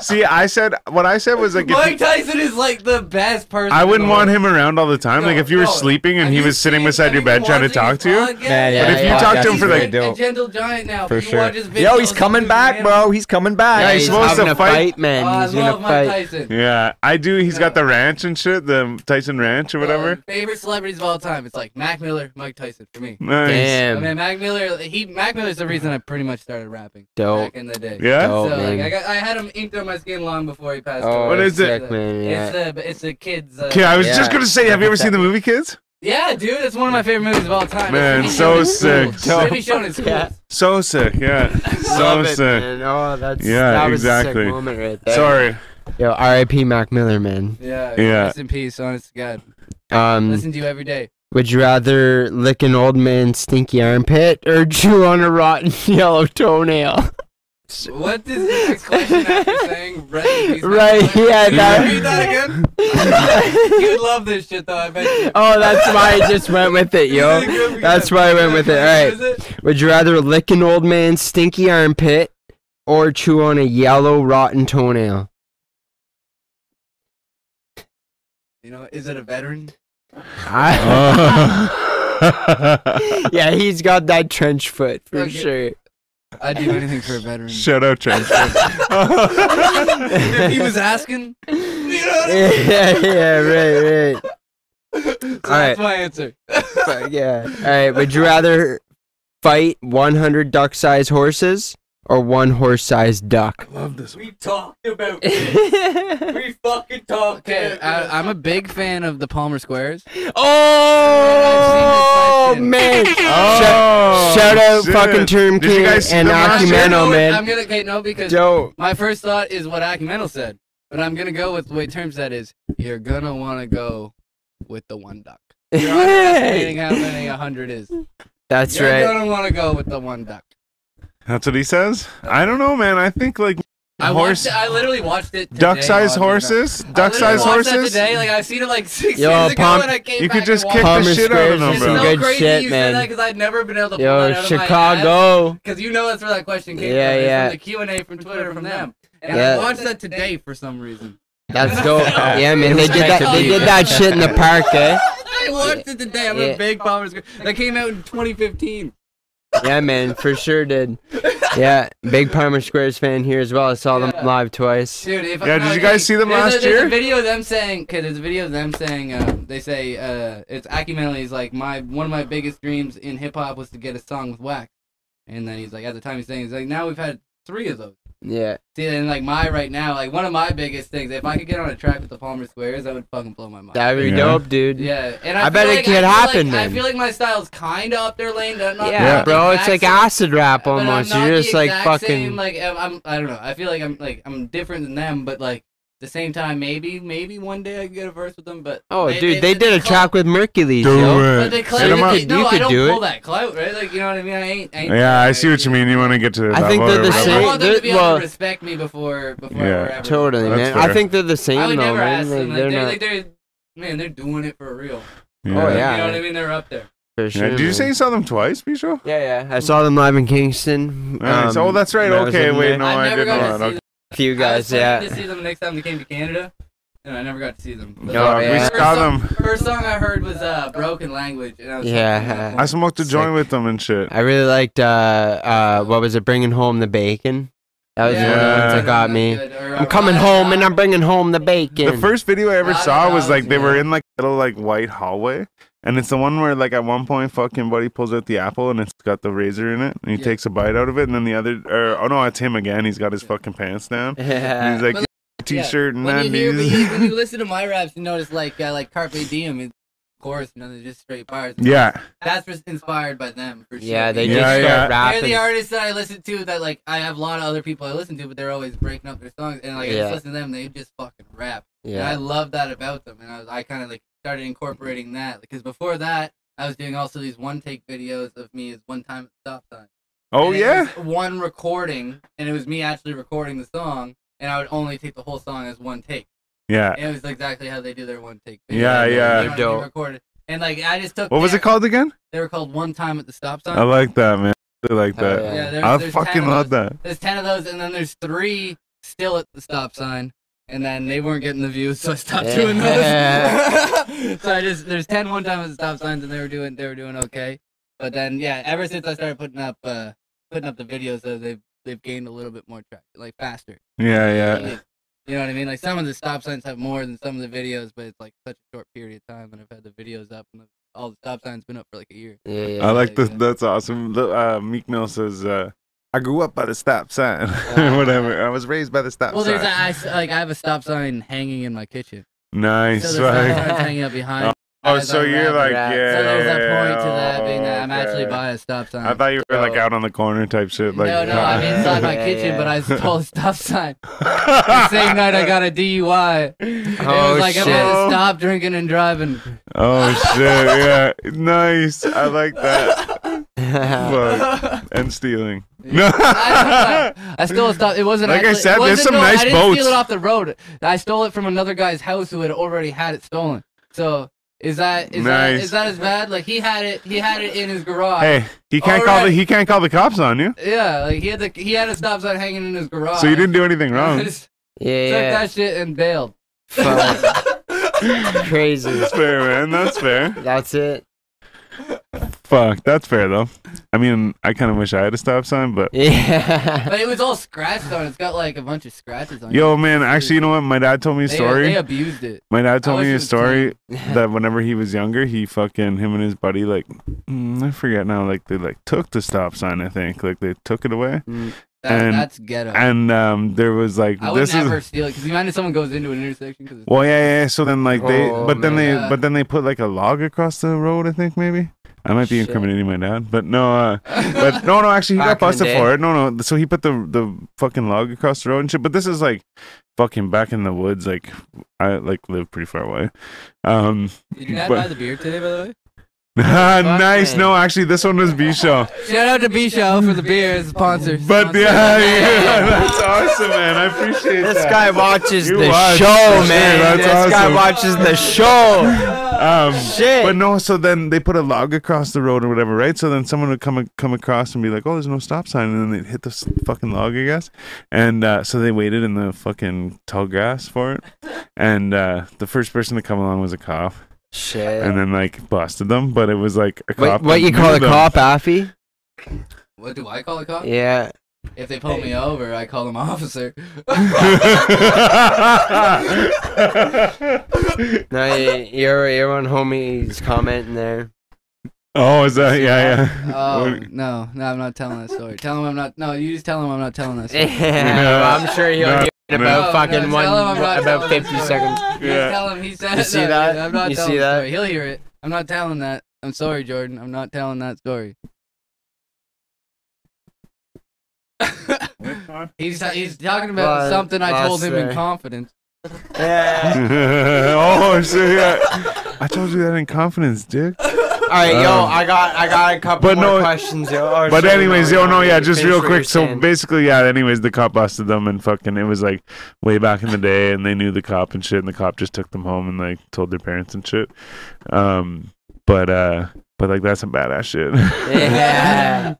A: See, I said what I said was like if
D: Mike Tyson is like the best person.
A: I wouldn't
D: in the
A: want
D: world.
A: him around all the time. like
D: No,
A: if you were
D: no.
A: sleeping and
D: Have
A: he
D: you
A: was sitting
D: seen-
A: beside
D: have
A: your
D: you
A: bed
D: been
A: trying to
D: watching
A: talk to
D: his
A: you.
D: podcast?
C: Man, yeah,
A: But if you
C: yeah,
A: talk to him
C: podcast
A: for
C: is
A: like
C: really
D: A
C: dope.
D: gentle giant now.
C: For
D: you
C: sure.
D: watch his
C: Yo, he's
D: videos,
C: coming
D: he's
C: back,
D: an
C: bro. He's coming back.
A: Yeah,
B: Yeah,
A: he's
B: he's
A: supposed
B: having
A: to
B: a
A: fight-
B: fight,
D: animal.
B: man.
D: Oh, I
B: he's gonna
D: love Mike
B: fight.
D: Tyson.
A: Yeah, I do. He's got the ranch and shit, the Tyson Ranch or whatever.
D: Um, favorite celebrities of all time. It's like Mac Miller, Mike Tyson for me.
A: Nice.
D: I
B: Damn,
D: mean, Mac Miller. He Mac Miller's the reason I pretty much started rapping
B: dope.
D: back in the day.
A: Yeah.
B: Dope. Oh,
D: so like,
B: man.
D: I, got, I had him inked on my skin long before he passed
B: Oh,
D: away.
A: What is it?
B: sick, man, yeah.
D: It's the it's the kids. Uh,
A: Okay, I was
B: Yeah.
A: just gonna say, have you ever seen the movie Kids?
D: Yeah, dude, it's one of my favorite movies of all time.
A: Man,
D: It's
A: so
D: Shonen is
A: sick.
D: cool. It's Maybe shown in school.
B: Yeah.
A: So sick, yeah, so
B: Love it,
A: sick.
B: man. Oh, that's
A: Yeah,
B: that was a
A: exactly.
B: sick moment right there.
A: Sorry.
B: Yo, R.I.P. Mac Miller, man.
D: Yeah,
A: Yeah.
D: Rest in peace, honest to God.
B: Um,
D: Listen to you every day.
B: would you rather lick an old man's stinky armpit or chew on a rotten yellow toenail?
D: What is the next question after saying? Rest in peace, Mac
B: Right,
D: Miller?
B: yeah,
D: Can you
B: that-
D: repeat that again? you love this shit though, I bet you.
B: Oh, that's why I just went with it,
D: Is it
B: yo.
D: good?
B: That's why I went with it. All
D: Is
B: right. Would you rather lick an old man's stinky armpit or chew on a yellow rotten toenail?
D: You know, is it a veteran?
B: I- yeah, he's got that trench foot for
D: Okay.
B: sure.
D: I'd do anything for a veteran.
A: Shout out, Trench.
D: if he was asking, you know what I mean?
B: yeah, yeah, right, right.
D: So that's my answer.
B: Fuck yeah. All right. Would you rather fight 100 duck-sized horses or one horse-sized duck?
A: Love this one.
F: We talked about this.
B: oh,
F: We fucking talked
D: Okay,
F: about
D: I, I'm a big fan of the Palmer Squares.
B: man!
A: Oh,
B: Shout out,
A: shit.
B: fucking Term
A: Did you
B: King
A: guys see
B: and
A: the last
B: Acumen-
A: shit?
B: Menno, man.
D: I'm gonna okay, no because
B: Dope.
D: my first thought is what Acumeno said, but I'm gonna go with the way terms that is. You're gonna wanna go with the one duck. You're underestimating how many a hundred is.
B: That's
D: You're
B: right.
D: gonna wanna go with the one duck.
A: That's what he says. I don't know, man. I think like
D: I
A: horse,
D: watched. It, I literally watched it. Today
A: duck-sized
D: on-
A: horses,
D: I literally
A: duck-sized
D: watched that
A: horses.
D: Today, like I seen it like six
B: Yo,
D: years ago,
B: Palm-
D: and I came
A: You
D: back
A: could just
D: and
A: kick
D: watched
A: the
D: it.
B: Palmer
A: shit out of
B: Squares
A: them,
B: is
D: It's
B: some
A: bro.
D: so
B: good
D: crazy
B: shit,
D: you
B: man.
D: said that because I've never been able to. pull that
B: Yo,
D: out of My ass.
B: Chicago.
D: Because you know that's where that question came
B: Yeah,
D: from. It's
B: yeah.
D: From the Q and A from Twitter from them. And
B: Yeah.
D: I watched that today for some reason.
B: That's dope. Yeah, man. They did that. They
D: Respectability.
B: did that shit in the park, eh?
D: I watched it today. I'm
B: Yeah.
D: a big Palmer Square. That came out in 2015.
B: Yeah, man. For sure did. Yeah, big Palmer Squares fan here as well. I saw them
D: Yeah.
B: live twice.
D: Dude, if
A: Yeah, did you guys see them
D: there's
A: last
D: a, There's
A: year?
D: a video of them saying, because there's a video of them saying, um, they say, uh, it's Acumenly is like, my one of my biggest dreams in hip hop was to get a song with Wax. And then he's like, at the time he's saying, he's like, now we've had three of those.
B: Yeah.
D: See, and like my right now, like one of my biggest things, if I could get on a track with the Palmer Squares, that would fucking blow my mind.
B: That'd be
A: Yeah.
B: dope, dude.
D: Yeah, and
B: I
D: I,
B: bet
D: feel
B: it
D: like,
B: could
D: I feel
B: happen,
D: Like,
B: man.
D: I feel like my style's kind of up their lane. But I'm not
B: Yeah,
D: the
B: bro, it's
D: exact
B: like
D: same-
B: acid rap
D: but I'm
B: almost.
D: not
B: You're
D: the
B: just like
D: exact
B: fucking.
D: Same, like I'm, I'm, I don't know. I feel like I'm like I'm different than them, but like at the same time, maybe maybe one day I could get a verse with them. But
B: oh, dude, they, did a
D: clout-
B: track with Mercules, yo.
A: Do
D: But they
A: it.
D: clout,
A: Hit 'em
B: You
A: up.
D: they,
B: could-
D: no,
B: you
D: I
B: could
D: don't
B: do
D: pull
B: it.
D: that clout, right? Like you know what I mean? I ain't. I ain't
A: Yeah, I see what you mean. You want to get to.
B: I
A: that
B: think
A: level or
B: they're the
D: I,
A: whatever.
B: same.
D: I want them
B: they're-
D: to be
B: well-
D: able to respect me before before
A: Yeah.
D: I ever.
B: Totally,
A: That's
B: man. I
A: fair.
B: think they're the same
D: I would
B: though,
D: never
B: man.
D: ask
B: Like,
D: them. Like,
B: they're
D: they're,
B: not
D: like they're man, they're doing it for real.
B: Oh,
A: Yeah.
B: yeah.
D: you know what I mean? They're up there.
B: for
A: Yeah,
B: sure.
A: Did you
B: man.
A: say you saw them twice, Bisho?
B: Yeah, yeah. I saw them live in Kingston.
A: Nice.
B: um,
A: oh, that's right.
B: when I was
A: Okay,
B: living
A: wait,
B: there.
A: no,
D: I've
A: I
D: never
A: didn't
D: gotten
A: know
D: to
A: that.
D: see
A: Okay.
B: A few
D: I was
B: guys,
D: planning
B: yeah.
D: to see them the next time they came to Canada, and I never got to see them.
B: No,
A: Uh,
B: yeah.
A: We saw
D: First
A: them.
D: First song I heard was uh, "Broken Language," and I was
B: Yeah.
A: I smoked a
B: Sick.
A: joint with them and shit.
B: I really liked uh uh what was it? Bringing home the bacon. That was one of the ones
A: Yeah.
B: that got me.
D: uh,
B: I'm coming home and I'm bringing home the bacon.
A: The first video I ever
D: Not
A: saw was
D: enough,
A: like they were
D: yeah.
A: in like a little like white hallway, and it's the one where like at one point fucking buddy pulls out the apple and it's got the razor in it, and he
D: Yeah.
A: takes a bite out of it, and then the other or oh no, it's him again. He's got his fucking pants down. And he's
B: yeah.
A: like
D: But, yeah,
A: t-shirt and
D: When you, hear, when, you, when
A: undies.
D: you listen to my raps, you notice like uh, like Carpe Diem, is, of course, you know, they're just straight bars.
A: yeah,
D: that's just inspired by them. For sure.
B: Yeah, they
A: Yeah,
B: just start
A: yeah.
D: They're
B: rapping.
D: the artists that I listen to that like I have a lot of other people I listen to, but they're always breaking up their songs, and like I
B: Yeah.
D: just listen to them, they just fucking rap. And I
B: yeah.
D: love that about them, and I, was- I kind of like started incorporating that because before that, I was doing also these one take videos of me as one time at the stop sign.
A: oh
D: And it
A: yeah,
D: was one recording, and it was me actually recording the song, and I would only take the whole song as one take.
A: Yeah.
D: And it was exactly how they do their one take.
A: Yeah, yeah.
D: they- they don't
B: They're
D: even
B: dope.
D: record it. And like I just took.
A: What was
D: their-
A: it called again?
D: They were called One Time at the Stop Sign.
A: I like that, man. I like
B: Hell
A: that.
D: Oh, yeah, there,
A: I
D: there's
A: fucking
D: 10 of
A: love
D: those.
A: that.
D: There's ten of those, and then there's three still at the stop sign, and then they weren't getting the views, so I stopped doing those. so I just there's ten one time at the stop signs, and they were doing they were doing okay. But then yeah, ever since I started putting up uh putting up the videos, though, they've they've gained a little bit more track, like faster.
A: Yeah, yeah.
D: You know what I mean? Like some of the stop signs have more than some of the videos, but it's like such a short period of time, and I've had the videos up, and the, all the stop signs been up for like a year.
B: Yeah, yeah.
A: I like
D: yeah,
A: this.
D: yeah.
A: That's awesome. The, uh, Meek Mill says, uh, "I grew up by the stop sign, or whatever. I was raised by the stop
D: Well,
A: sign."
D: there's a, I s- like I have a stop sign hanging in my kitchen.
A: nice.
D: So there's
A: right.
D: sometimes hanging out behind.
A: Oh,
D: as
A: so
D: I'm
A: you're
D: wrapping
A: like,
B: it up.
A: yeah.
B: So
D: so there's a point to that
A: yeah,
D: being that I'm actually
A: okay.
D: by a stop sign.
A: I thought you were like
B: So-
A: out on the corner type shit. Like,
D: no, no, I'm inside my
B: Yeah,
D: kitchen,
B: yeah.
D: but I stole a stop sign. The same night I got a DUI. It
B: Oh,
D: was like
B: shit.
D: I'm gonna stop drinking and driving.
A: Oh shit! Yeah, nice. I like that. Fuck. And stealing. No.
D: I, I stole a stop. It wasn't.
A: Like I
D: actually,
A: said,
D: it
A: there's
D: wasn't
A: some
D: no-
A: nice
D: I didn't
A: boats.
D: steal it off the road. I stole it from another guy's house who had already had it stolen. So. Is that is
A: Nice.
D: that is that as bad? Like he had it, he had it in his garage.
A: hey, he can't
D: All
A: call the
D: right.
A: he can't call the cops on you.
D: Yeah, like he had the he had a stop sign hanging in his garage.
A: So you didn't do anything
D: I
A: wrong.
D: just
B: yeah,
D: Took
B: yeah.
D: that shit and bailed.
B: Fuck. Crazy.
A: That's fair, man. That's fair.
B: That's it.
A: Fuck, that's fair though. I mean, I kind of wish I had a stop sign, but
B: Yeah.
D: But it was all scratched on. it. It's got like a bunch of scratches on it.
A: yo, man. Actually, you know what? My dad told me a
D: They-
A: story.
D: They, abused it.
A: My dad told
D: wish
A: me
D: it
A: a
D: was
A: story that whenever he was younger, he fucking him and his buddy like mm, I forget now, like they like took the stop sign, I think, like they took it away,
D: That,
A: And-
D: that's ghetto.
A: and um, there was like
D: I would
A: this
D: never
A: is
D: steal it because imagine someone goes into an intersection because
A: well, yeah, yeah. yeah, So then like they,
B: Oh,
A: but then
D: man.
A: they, but then they put like a log across the road, I think maybe. I might be
B: Shit.
A: incriminating my dad, but no, uh, but no, no. Actually, he got
B: Back in the
A: busted
B: day.
A: for it. No, no. So he put the the fucking log across the road and shit. But this is like fucking back in the woods. Like I like live pretty far away. Um,
D: did your dad
A: but-
D: buy the beer today, by the way?
A: Ah, nice.
B: man.
A: No, actually, this one was B Show.
D: Shout out to B Show for the beer as a sponsor.
A: But
D: Sponsor.
A: yeah, yeah, that's awesome, man. I appreciate
B: This
A: that.
B: guy watches
A: You
B: the
A: watch
B: show,
A: the shit,
B: man.
A: that's
B: This guy
A: awesome.
B: watches the show.
A: Um,
B: Shit.
A: but no, so then they put a log across the road or whatever, right? So then someone would come come across and be like, "Oh, there's no stop sign," and then they'd hit the s- fucking log, I guess. And uh, so they waited in the fucking tall grass for it, and uh, the first person to come along was a cop,
B: Shit.
A: and then like busted them. But it was like a
B: What,
A: cop.
B: what
A: that
B: you call
A: knew
B: a
A: them.
B: cop, Affy?
D: What do I call a cop?
B: Yeah.
D: If they pull me over, I call them officer.
B: No, you- you're you're on homie's commenting there.
A: oh, is that yeah, yeah?
D: Oh
A: What-
D: no, no, I'm not telling that story. Tell him I'm not. No, you just tell him I'm not telling that story.
B: Yeah, I'm sure he'll
A: No,
B: get it
A: no.
B: about
D: No,
B: fucking
D: no,
B: one
D: tell him I'm not
B: about
D: telling
B: 50
D: this story.
B: seconds.
A: Yeah.
D: Yeah. Tell him he said.
B: You see
D: no,
B: that?
D: I'm not
B: You
D: telling
B: see
D: the
B: that?
D: Story. He'll hear it. I'm not telling that. I'm sorry, Jordan. I'm not telling that story. he's he's talking about
B: Well,
D: something I told him in
B: Oscar.
D: confidence.
B: Yeah.
A: oh shit! Yeah. I told you that in confidence, dude.
B: All right, yo,
A: Um,
B: I got I got a couple
A: but
B: more
A: no-
B: questions, yo. Oh, Or
A: But
B: sorry,
A: anyways, yo, no,
B: you
A: yeah,
B: can
A: just
B: finish
A: real
B: what you're
A: quick. So
B: saying.
A: basically, yeah. Anyways, the cop busted them and fucking it was like way back in the day, and they knew the cop and shit, and the cop just took them home and like told their parents and shit. Um, but uh, but like that's some badass shit.
B: yeah.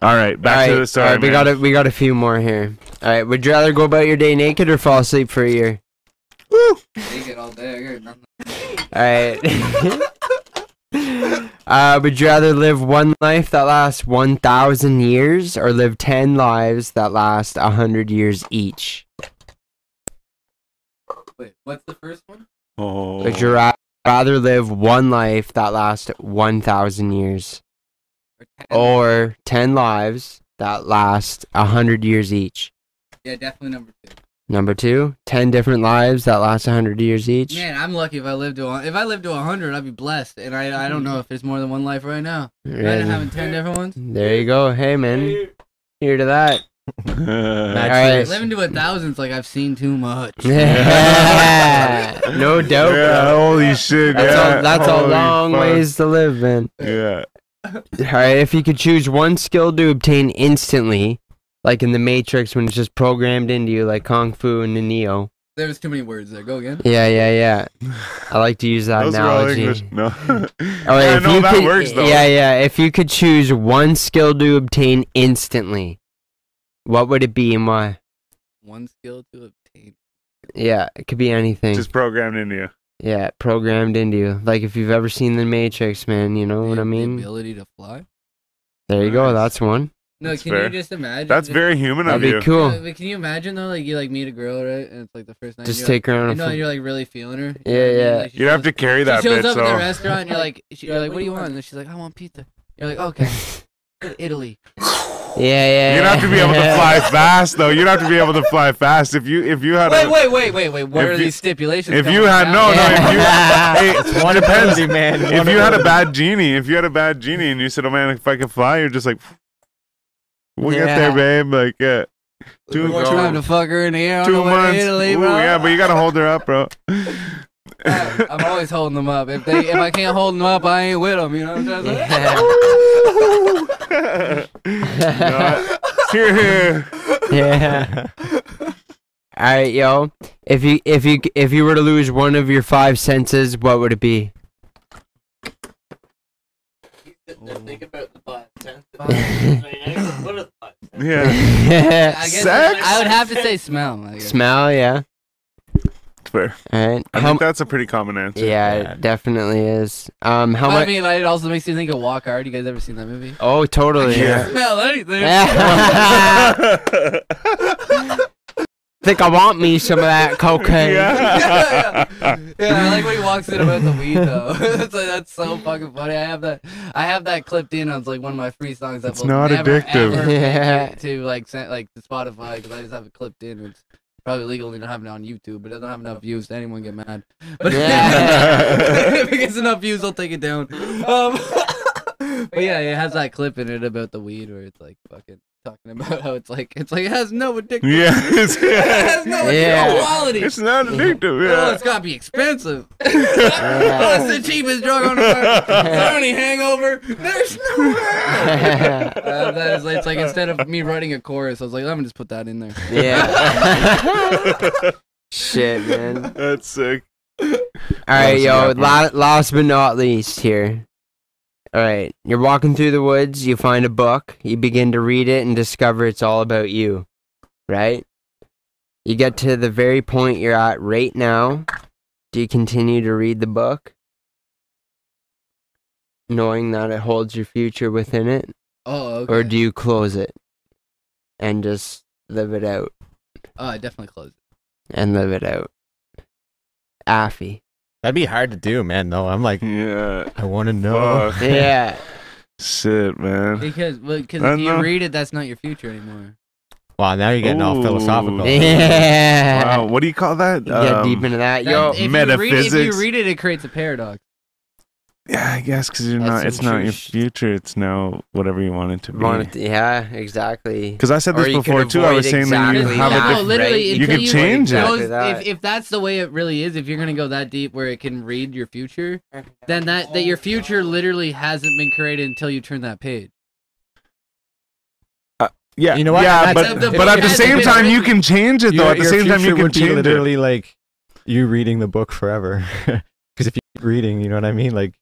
A: All right, back to the story.
B: all right, we
A: man.
B: got a, we got a few more here. All right, would you rather go about your day naked or fall asleep for a year?
D: They get all day. I heard nothing.
B: All right. uh, would you rather live one life that lasts one thousand years or live ten lives that last hundred years each?
D: Wait, what's the first one?
A: Oh.
B: Would you ra- rather live one life that lasts one thousand years
D: Or ten?
B: or ten lives that last hundred years each?
D: Yeah, definitely number two.
B: Number two, ten different lives that last hundred years each.
D: Man, I'm lucky if I live to a, if I live to hundred, I'd be blessed. And I I don't know if there's more than one life right now. Imagine
B: Yeah.
D: having ten different ones.
B: There you go. Hey, man. Here to that.
C: Nice.
D: Living to a thousand's like I've seen too much.
B: Yeah. no doubt.
A: Yeah,
B: bro.
A: holy shit.
B: That's,
A: yeah.
B: a, that's a
A: Holy
B: long
A: fuck.
B: ways to live, man.
A: Yeah.
B: All right, if you could choose one skill to obtain instantly like in the Matrix when it's just programmed into you, like Kung Fu and the Neo.
D: There was too many words there. Go again.
B: Yeah, yeah, yeah. I like to use that
A: Those are all
B: analogy.
A: English. No.
B: Oh,
A: yeah,
B: if
A: no,
B: you
A: that
B: could-
A: works though.
B: Yeah, yeah. If you could choose one skill to obtain instantly, what would it be and why?
D: One skill to obtain.
B: Yeah, it could be anything.
A: Just programmed into you.
B: yeah, programmed into you. Like if you've ever seen The Matrix, man, you know
D: You
B: what I
D: have the
B: mean?
D: ability to fly.
B: There you go.
A: Nice.
B: That's one.
D: No,
A: That's
D: can
A: fair.
D: you just imagine?
A: That's
D: just-
A: very human of
B: That'd
A: you.
B: be cool.
D: No, but can you imagine though, like you like meet a girl, right? And it's like the first night.
B: Just
D: you're,
B: take her
D: Like,
B: on
D: you know,
B: a.
D: you're like really feeling her.
B: Yeah,
D: you know what I mean?
B: yeah.
D: Like, she
A: You'd have
D: shows-
A: to carry that
D: she shows
A: bitch.
D: up
A: so.
D: at the restaurant, and you're like, she, you're like, what do you want? And she's like, I want pizza. You're like, okay, go to Italy.
B: Yeah, yeah.
A: You'd have to be able to
B: yeah.
A: fly fast, though. You'd have to be able to fly fast if you if you had
D: Wait,
A: a,
D: wait, wait, wait, wait. What
A: If
D: are
A: you-
D: these stipulations?
A: if you
D: coming
A: had no
D: now?
A: no
B: Yeah.
A: if you hey,
C: One
A: depends
C: ability, man.
A: if
C: One
A: you had a
C: ability.
A: bad genie if you had a bad genie and you said oh man if I could fly you're just like we'll
B: Yeah.
A: get there babe like yeah two
D: More
A: two-
D: time to fuck her in the air. on
A: two
D: the way to
A: months
D: Italy,
A: Ooh,
D: bro.
A: yeah but you gotta hold her up bro
D: I'm always holding them up. If they, if I can't hold them up, I ain't with them. You know what I'm trying to say?
A: No, here
B: yeah. All right, yo. If you if you if you were to lose one of your five senses, what would it be?
F: Think about the five senses. What are the five senses?
A: yeah
D: I guess
A: Sex?
D: I would have to say smell. I guess.
B: Smell, yeah.
A: it's fair
B: All right.
A: I
B: How
A: think
B: m-
A: that's a pretty common answer
B: yeah,
C: Yeah.
B: it definitely is. Um, how
D: I
B: much?
D: mean, like, it also makes you think of Walk Hard. You guys ever seen that movie?
B: Oh, totally.
A: Yeah.
D: Smell anything.
B: Yeah. Think I want me some of that cocaine.
A: yeah.
D: Yeah, I like when he walks in about the weed though. that's, like, that's so fucking funny. I have that. I have that clipped in on like one of my free songs. That
A: It's
D: will
A: not
D: never,
A: addictive.
D: ever make
B: Yeah.
D: it to like sent, like to Spotify because I just have it clipped in. It's probably legal to have it on YouTube, but it doesn't have enough views. To anyone get mad? But
B: Yeah.
D: if it gets enough views, I'll take it down. Um, but yeah, it has that clip in it about the weed where it's like fucking talking about how it's like it's like it has no addiction.
A: Yeah, it's,
D: It has no
B: Yeah.
D: quality.
A: it's not addictive.
D: Oh,
A: Yeah.
D: it's gotta be expensive. oh, it's the cheapest drug on the market. Sony hangover. There's no way. Uh, that is, it's like instead of me writing a chorus, I was like, let me just put that in there.
B: yeah. Shit, man. All
A: That's sick. was
B: right,
A: a
B: yo.
A: good one.
B: La- last but not least, here. All right, you're walking through the woods. You find a book. You begin to read it and discover it's all about you. Right. You get to the very point you're at right now. Do you continue to read the book, knowing that it holds your future within it?
D: Oh, okay.
B: or do you close it and just live it out
D: oh, I definitely closed it.
B: and live it out? Affy.
C: That'd be hard to do, man. Though I'm like,
A: Yeah.
C: I want to know.
A: Fuck.
B: Yeah.
A: Shit, man.
D: Because well, cause
A: I
D: if you
A: know.
D: read it, that's not your future anymore.
C: Wow, now you're getting all
A: Ooh.
C: philosophical.
B: yeah.
A: Wow. What do you call that?
B: Get
A: Um,
B: deep into that.
D: That-
B: Yo,
D: if you read it- if
A: metaphysics.
D: you read it, it creates a paradox.
A: Yeah, I guess because you're
B: That's
A: not.
B: some
A: It's not your
B: true sh-
A: future. It's now whatever you want it to
B: wanted
A: be.
B: to- yeah, exactly.
A: Because I said
B: Or
A: this
B: you could
A: before too. I
B: avoid
A: was saying that
B: exactly
A: you have
B: that.
A: a
D: no,
A: different.
D: literally,
A: You
D: until
A: could change it.
D: goes-
B: Exactly that.
D: if, if that's the way it really is, if you're gonna go that deep where it can read your future, then that that your future literally hasn't been created until you turn that page.
A: Yeah,
C: You know what?
A: Yeah,
C: That's-
A: but
D: the- the
A: but at the
D: future
A: same
D: has
A: time
D: been
A: you can change it though.
C: Your-
A: at the
C: your
A: same time
C: future
A: you can
C: would be
A: change it.
C: literally like you reading the book forever. Because if you keep reading, you know what I mean. Like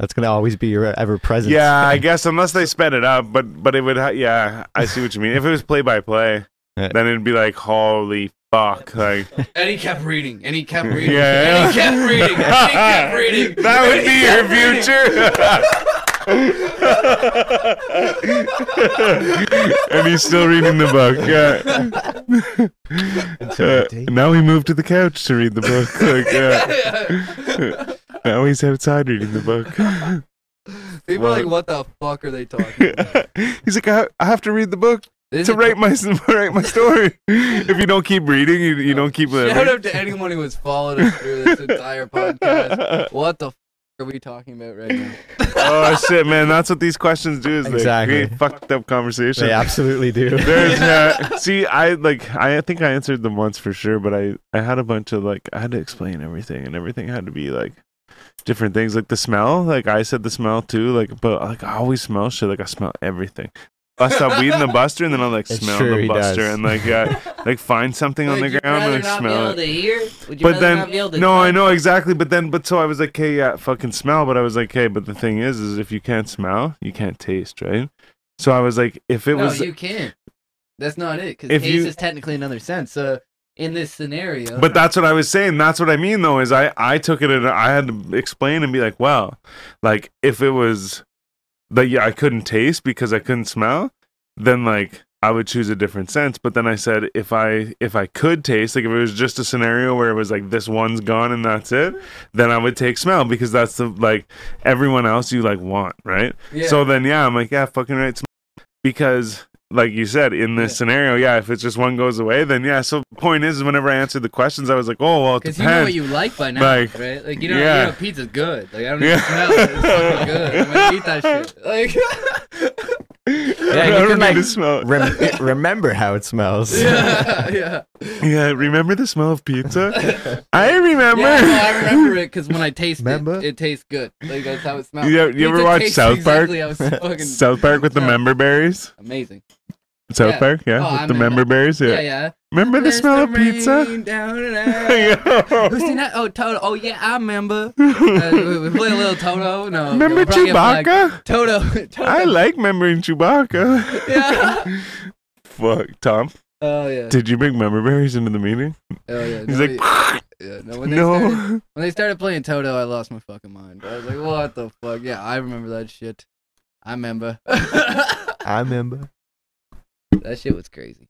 C: that's gonna always be your ever present.
A: Yeah, I guess unless they sped it up, but but it would. Ha- yeah, I see what you mean. If it was play by play,
C: Yeah.
A: then it'd be like holy fuck, like
D: And he kept reading, and he kept
A: yeah.
D: reading, and he kept reading, and he kept reading.
A: that
D: and
A: would
D: he
A: be
D: kept
A: your
D: reading.
A: future. and he's still reading the book. Yeah. Uh, now he moved to the couch to read the book. Like, yeah. now he's outside reading the book.
D: People are like, what the fuck are they talking about?
A: He's like, I, ha- I have to read the book
D: This
A: to
D: is-
A: write my write my story. if you don't keep reading, you, you don't keep living.
D: Shout out to anyone who has followed us through this entire podcast. What the fuck are we talking about right now?
A: oh shit, man! That's what these questions do. Is
C: Exactly.
A: they create fucked up conversation.
C: they absolutely do.
A: There's uh, see, I like I think I answered them once for sure, but I I had a bunch of like I had to explain everything, and everything had to be like different things, like the smell. Like I said, the smell too. Like, but like I always smell shit. Like I smell everything. bust up weed in the buster, and then I'll like
C: It's
A: smell
C: true,
A: the
C: he does.
A: buster and like uh, like find something on
D: Would
A: the
D: you
A: ground
D: rather
A: and like
D: not be
A: smell
D: able
A: it.
D: to hear? Would you
A: But
D: rather not be able to
A: then, no, I
D: touch?
A: know exactly. But then, but so I was like, hey, yeah, fucking smell. But I was like, hey, but the thing is, is if you can't smell, you can't taste, right? So I was like, if it
D: no,
A: was,
D: you can't. That's not it. Because
A: If
D: taste
A: you-
D: is technically another sense. So in this scenario,
A: but that's what I was saying. That's what I mean, though, is I I took it and I had to explain and be like, well, like if it was that yeah, I couldn't taste because I couldn't smell, then like I would choose a different sense. But then I said if I if I could taste, like if it was just a scenario where it was like this one's gone and that's it, then I would take smell because that's the like everyone else you like want, right?
D: Yeah.
A: So then yeah, I'm like yeah, fucking right, smell. because like you said in this
D: Yeah.
A: scenario, yeah, if it's just one goes away, then yeah. So point is, whenever I answered the questions, I was like, oh well, it
D: because you know what
A: depends.
D: you like by now,
A: Like,
D: right? Like you know,
A: yeah.
D: you know pizza's good. Like I don't
A: Yeah.
D: even smell it. It's fucking good. I'm gonna eat that shit. Like
A: I
C: you
A: don't
C: can,
A: need
C: like,
A: to smell it.
C: Rem- remember how it smells.
D: yeah, yeah.
A: Yeah, remember the smell of pizza? I remember.
D: Yeah, no, I remember it because when I taste
C: Remember?
D: it, it tastes good. Like that's how it smells.
A: You ever- you ever
D: Pizza
A: watch
D: tastes
A: South Park?
D: Exactly how it's fucking
A: South Park with the
D: No.
A: member berries.
D: amazing.
A: South
D: Yeah.
A: Park, yeah,
D: Oh,
A: with
D: I
A: the
D: remember.
A: member berries. Yeah.
D: Yeah, yeah.
A: Remember the
D: There's
A: smell of pizza?
D: rain down and out. Who's
A: Yo.
D: seen that? Oh, Toto. Oh, yeah, I remember. Uh, we, we play a little Toto. No,
A: Remember
D: we'll probably get flagged.
A: Chewbacca?
D: Toto. Toto.
A: I like remembering Chewbacca.
D: yeah.
A: Fuck, Tom.
D: Oh yeah.
A: Did you bring member berries into the meeting?
D: Oh yeah.
A: He's
D: Nobody-
A: like,
D: yeah, no, when they started,
A: no.
D: when they started playing Toto, I lost my fucking mind. I was like, what the fuck? Yeah, I remember that shit. I remember. that
C: I remember.
D: shit was crazy.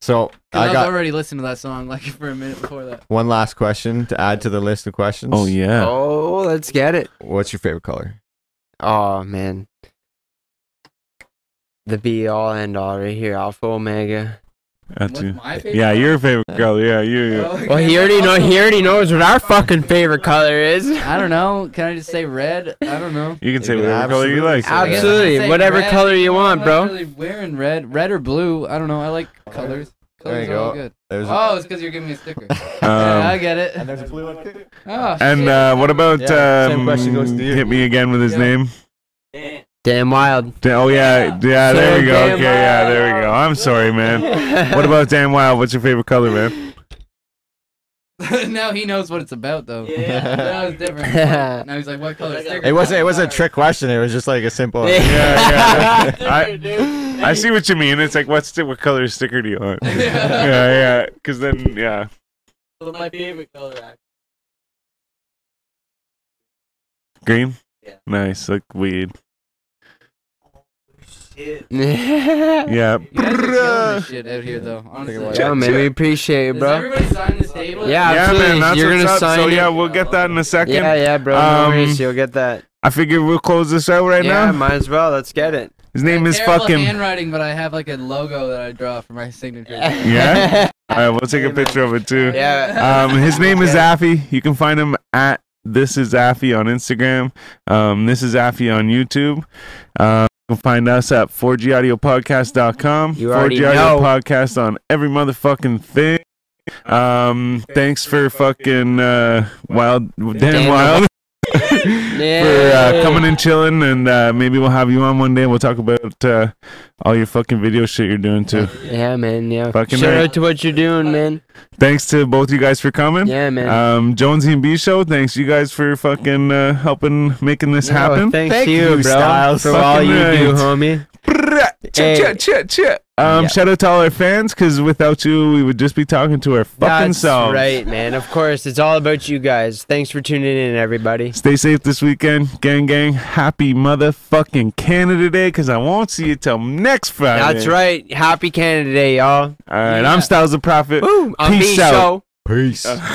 C: So
D: 'Cause I,
C: I
D: was
C: got
D: already listening to that song like for a minute before that.
C: one last question to add to the list of questions.
A: Oh yeah.
B: Oh, let's get it.
C: What's your favorite color?
B: Oh man. The be all end all right here, Alpha Omega.
A: That's you.
D: What's my favorite?
A: Yeah, your favorite girl. Yeah, you. you.
D: Oh,
B: Well, he
D: okay.
B: already know.
D: Oh.
B: He already knows what our fucking favorite color is.
D: I don't know. Can I just say red? I don't know.
A: You can say
C: You can
A: whatever color you
C: absolutely
A: like. Um,
C: say that.
D: I guess
B: Absolutely.
D: I'd say
B: whatever color you want,
D: I'm not
B: bro.
D: Really wearing red, red or blue. I don't know. I like colors.
C: There
D: Colors
C: you
D: are all
C: go.
D: good.
C: There's
D: Oh, it's because you're giving me a sticker. yeah, I
A: Um,
D: get it.
C: there's a blue one too.
D: Oh,
A: and
D: shit.
A: uh, what about
C: Yeah, same
A: um,
C: question goes to you.
A: hit me again with his
D: Yeah.
A: name?
F: Damn.
B: Damn wild.
A: Da- Oh yeah, yeah. There you go.
B: Damn
A: Okay, yeah. There we go. I'm sorry, man. What about Dan Wild? What's your favorite color, man? uh,
D: now he knows what it's about, though.
F: Yeah.
D: That was different. now he's like, what color sticker?
C: It wasn't. It wasn't a trick question. It was just like a simple.
B: Yeah.
A: Yeah, yeah.
F: Dude,
A: I,
F: dude.
A: I see what you mean. It's like, what's what color sticker do you want? yeah, yeah. Because then, yeah.
F: But my favorite color, actually.
A: Green.
F: Yeah.
A: Nice. Like weed.
F: Shit.
A: Yeah.
D: You guys are killing
A: Bruh.
D: this shit out here, though. Honestly.
C: about
B: Yo, man, we appreciate you,
D: Does
B: bro.
D: everybody sign this table?
B: Yeah,
A: Yeah,
B: absolutely.
A: man. That's
B: You're
A: what's
B: gonna
A: up.
B: sign
A: so
B: it.
A: yeah, we'll get that in a second.
B: Yeah, yeah, bro. No
A: Um,
B: worries. You'll get that.
A: I figure we'll close this out right
B: yeah,
A: now.
B: might as well. Let's get it.
A: His name is
D: Terrible
A: fucking.
D: handwriting, but I have like a logo that I draw for my signature.
A: Yeah. All right, we'll take a picture of it too.
B: Yeah.
A: Um, his name is Affy. You can find him at this is Affy on Instagram. Um, this is Affy on YouTube. Um, you can find us at 4Gaudiopodcast.com.
B: You already
A: 4G
B: know.
A: Audio Podcast on every motherfucking thing. Um, thanks for fucking uh, Wild Dan
B: Dan
A: Wild for uh,
B: Yeah.
A: coming and chilling, and uh, maybe we'll have you on one day. We'll talk about uh, all your fucking video shit you're doing too.
B: Yeah, man. Yeah.
A: Fucking
B: Shout
A: right.
B: out to what you're doing, man.
A: Thanks to both you guys for coming.
B: Yeah, man.
A: Um, Jonesy and B Show, thanks you guys for fucking uh, helping making this
B: Yo,
A: happen.
B: Thanks
C: Thank
B: to you, bro,
C: you, Styles.
B: for all
A: Fucking
B: you do,
A: right.
B: homie.
A: Brrrah. Chia,
B: Hey.
A: chia, chia, chia. Um,
B: Yeah.
A: shout out to all our fans, because without you, we would just be talking to our fucking
B: That's
A: selves.
B: right, man. Of course, it's all about you guys. Thanks for tuning in, everybody.
A: Stay safe this weekend, gang, gang. Happy motherfucking Canada Day, because I won't see you till next Friday.
B: That's right. Happy Canada Day, y'all.
A: All right, I'm Styles the Prophet.
B: Boom. I'm
A: Peace
B: Peace
A: out.
B: out.
C: Peace.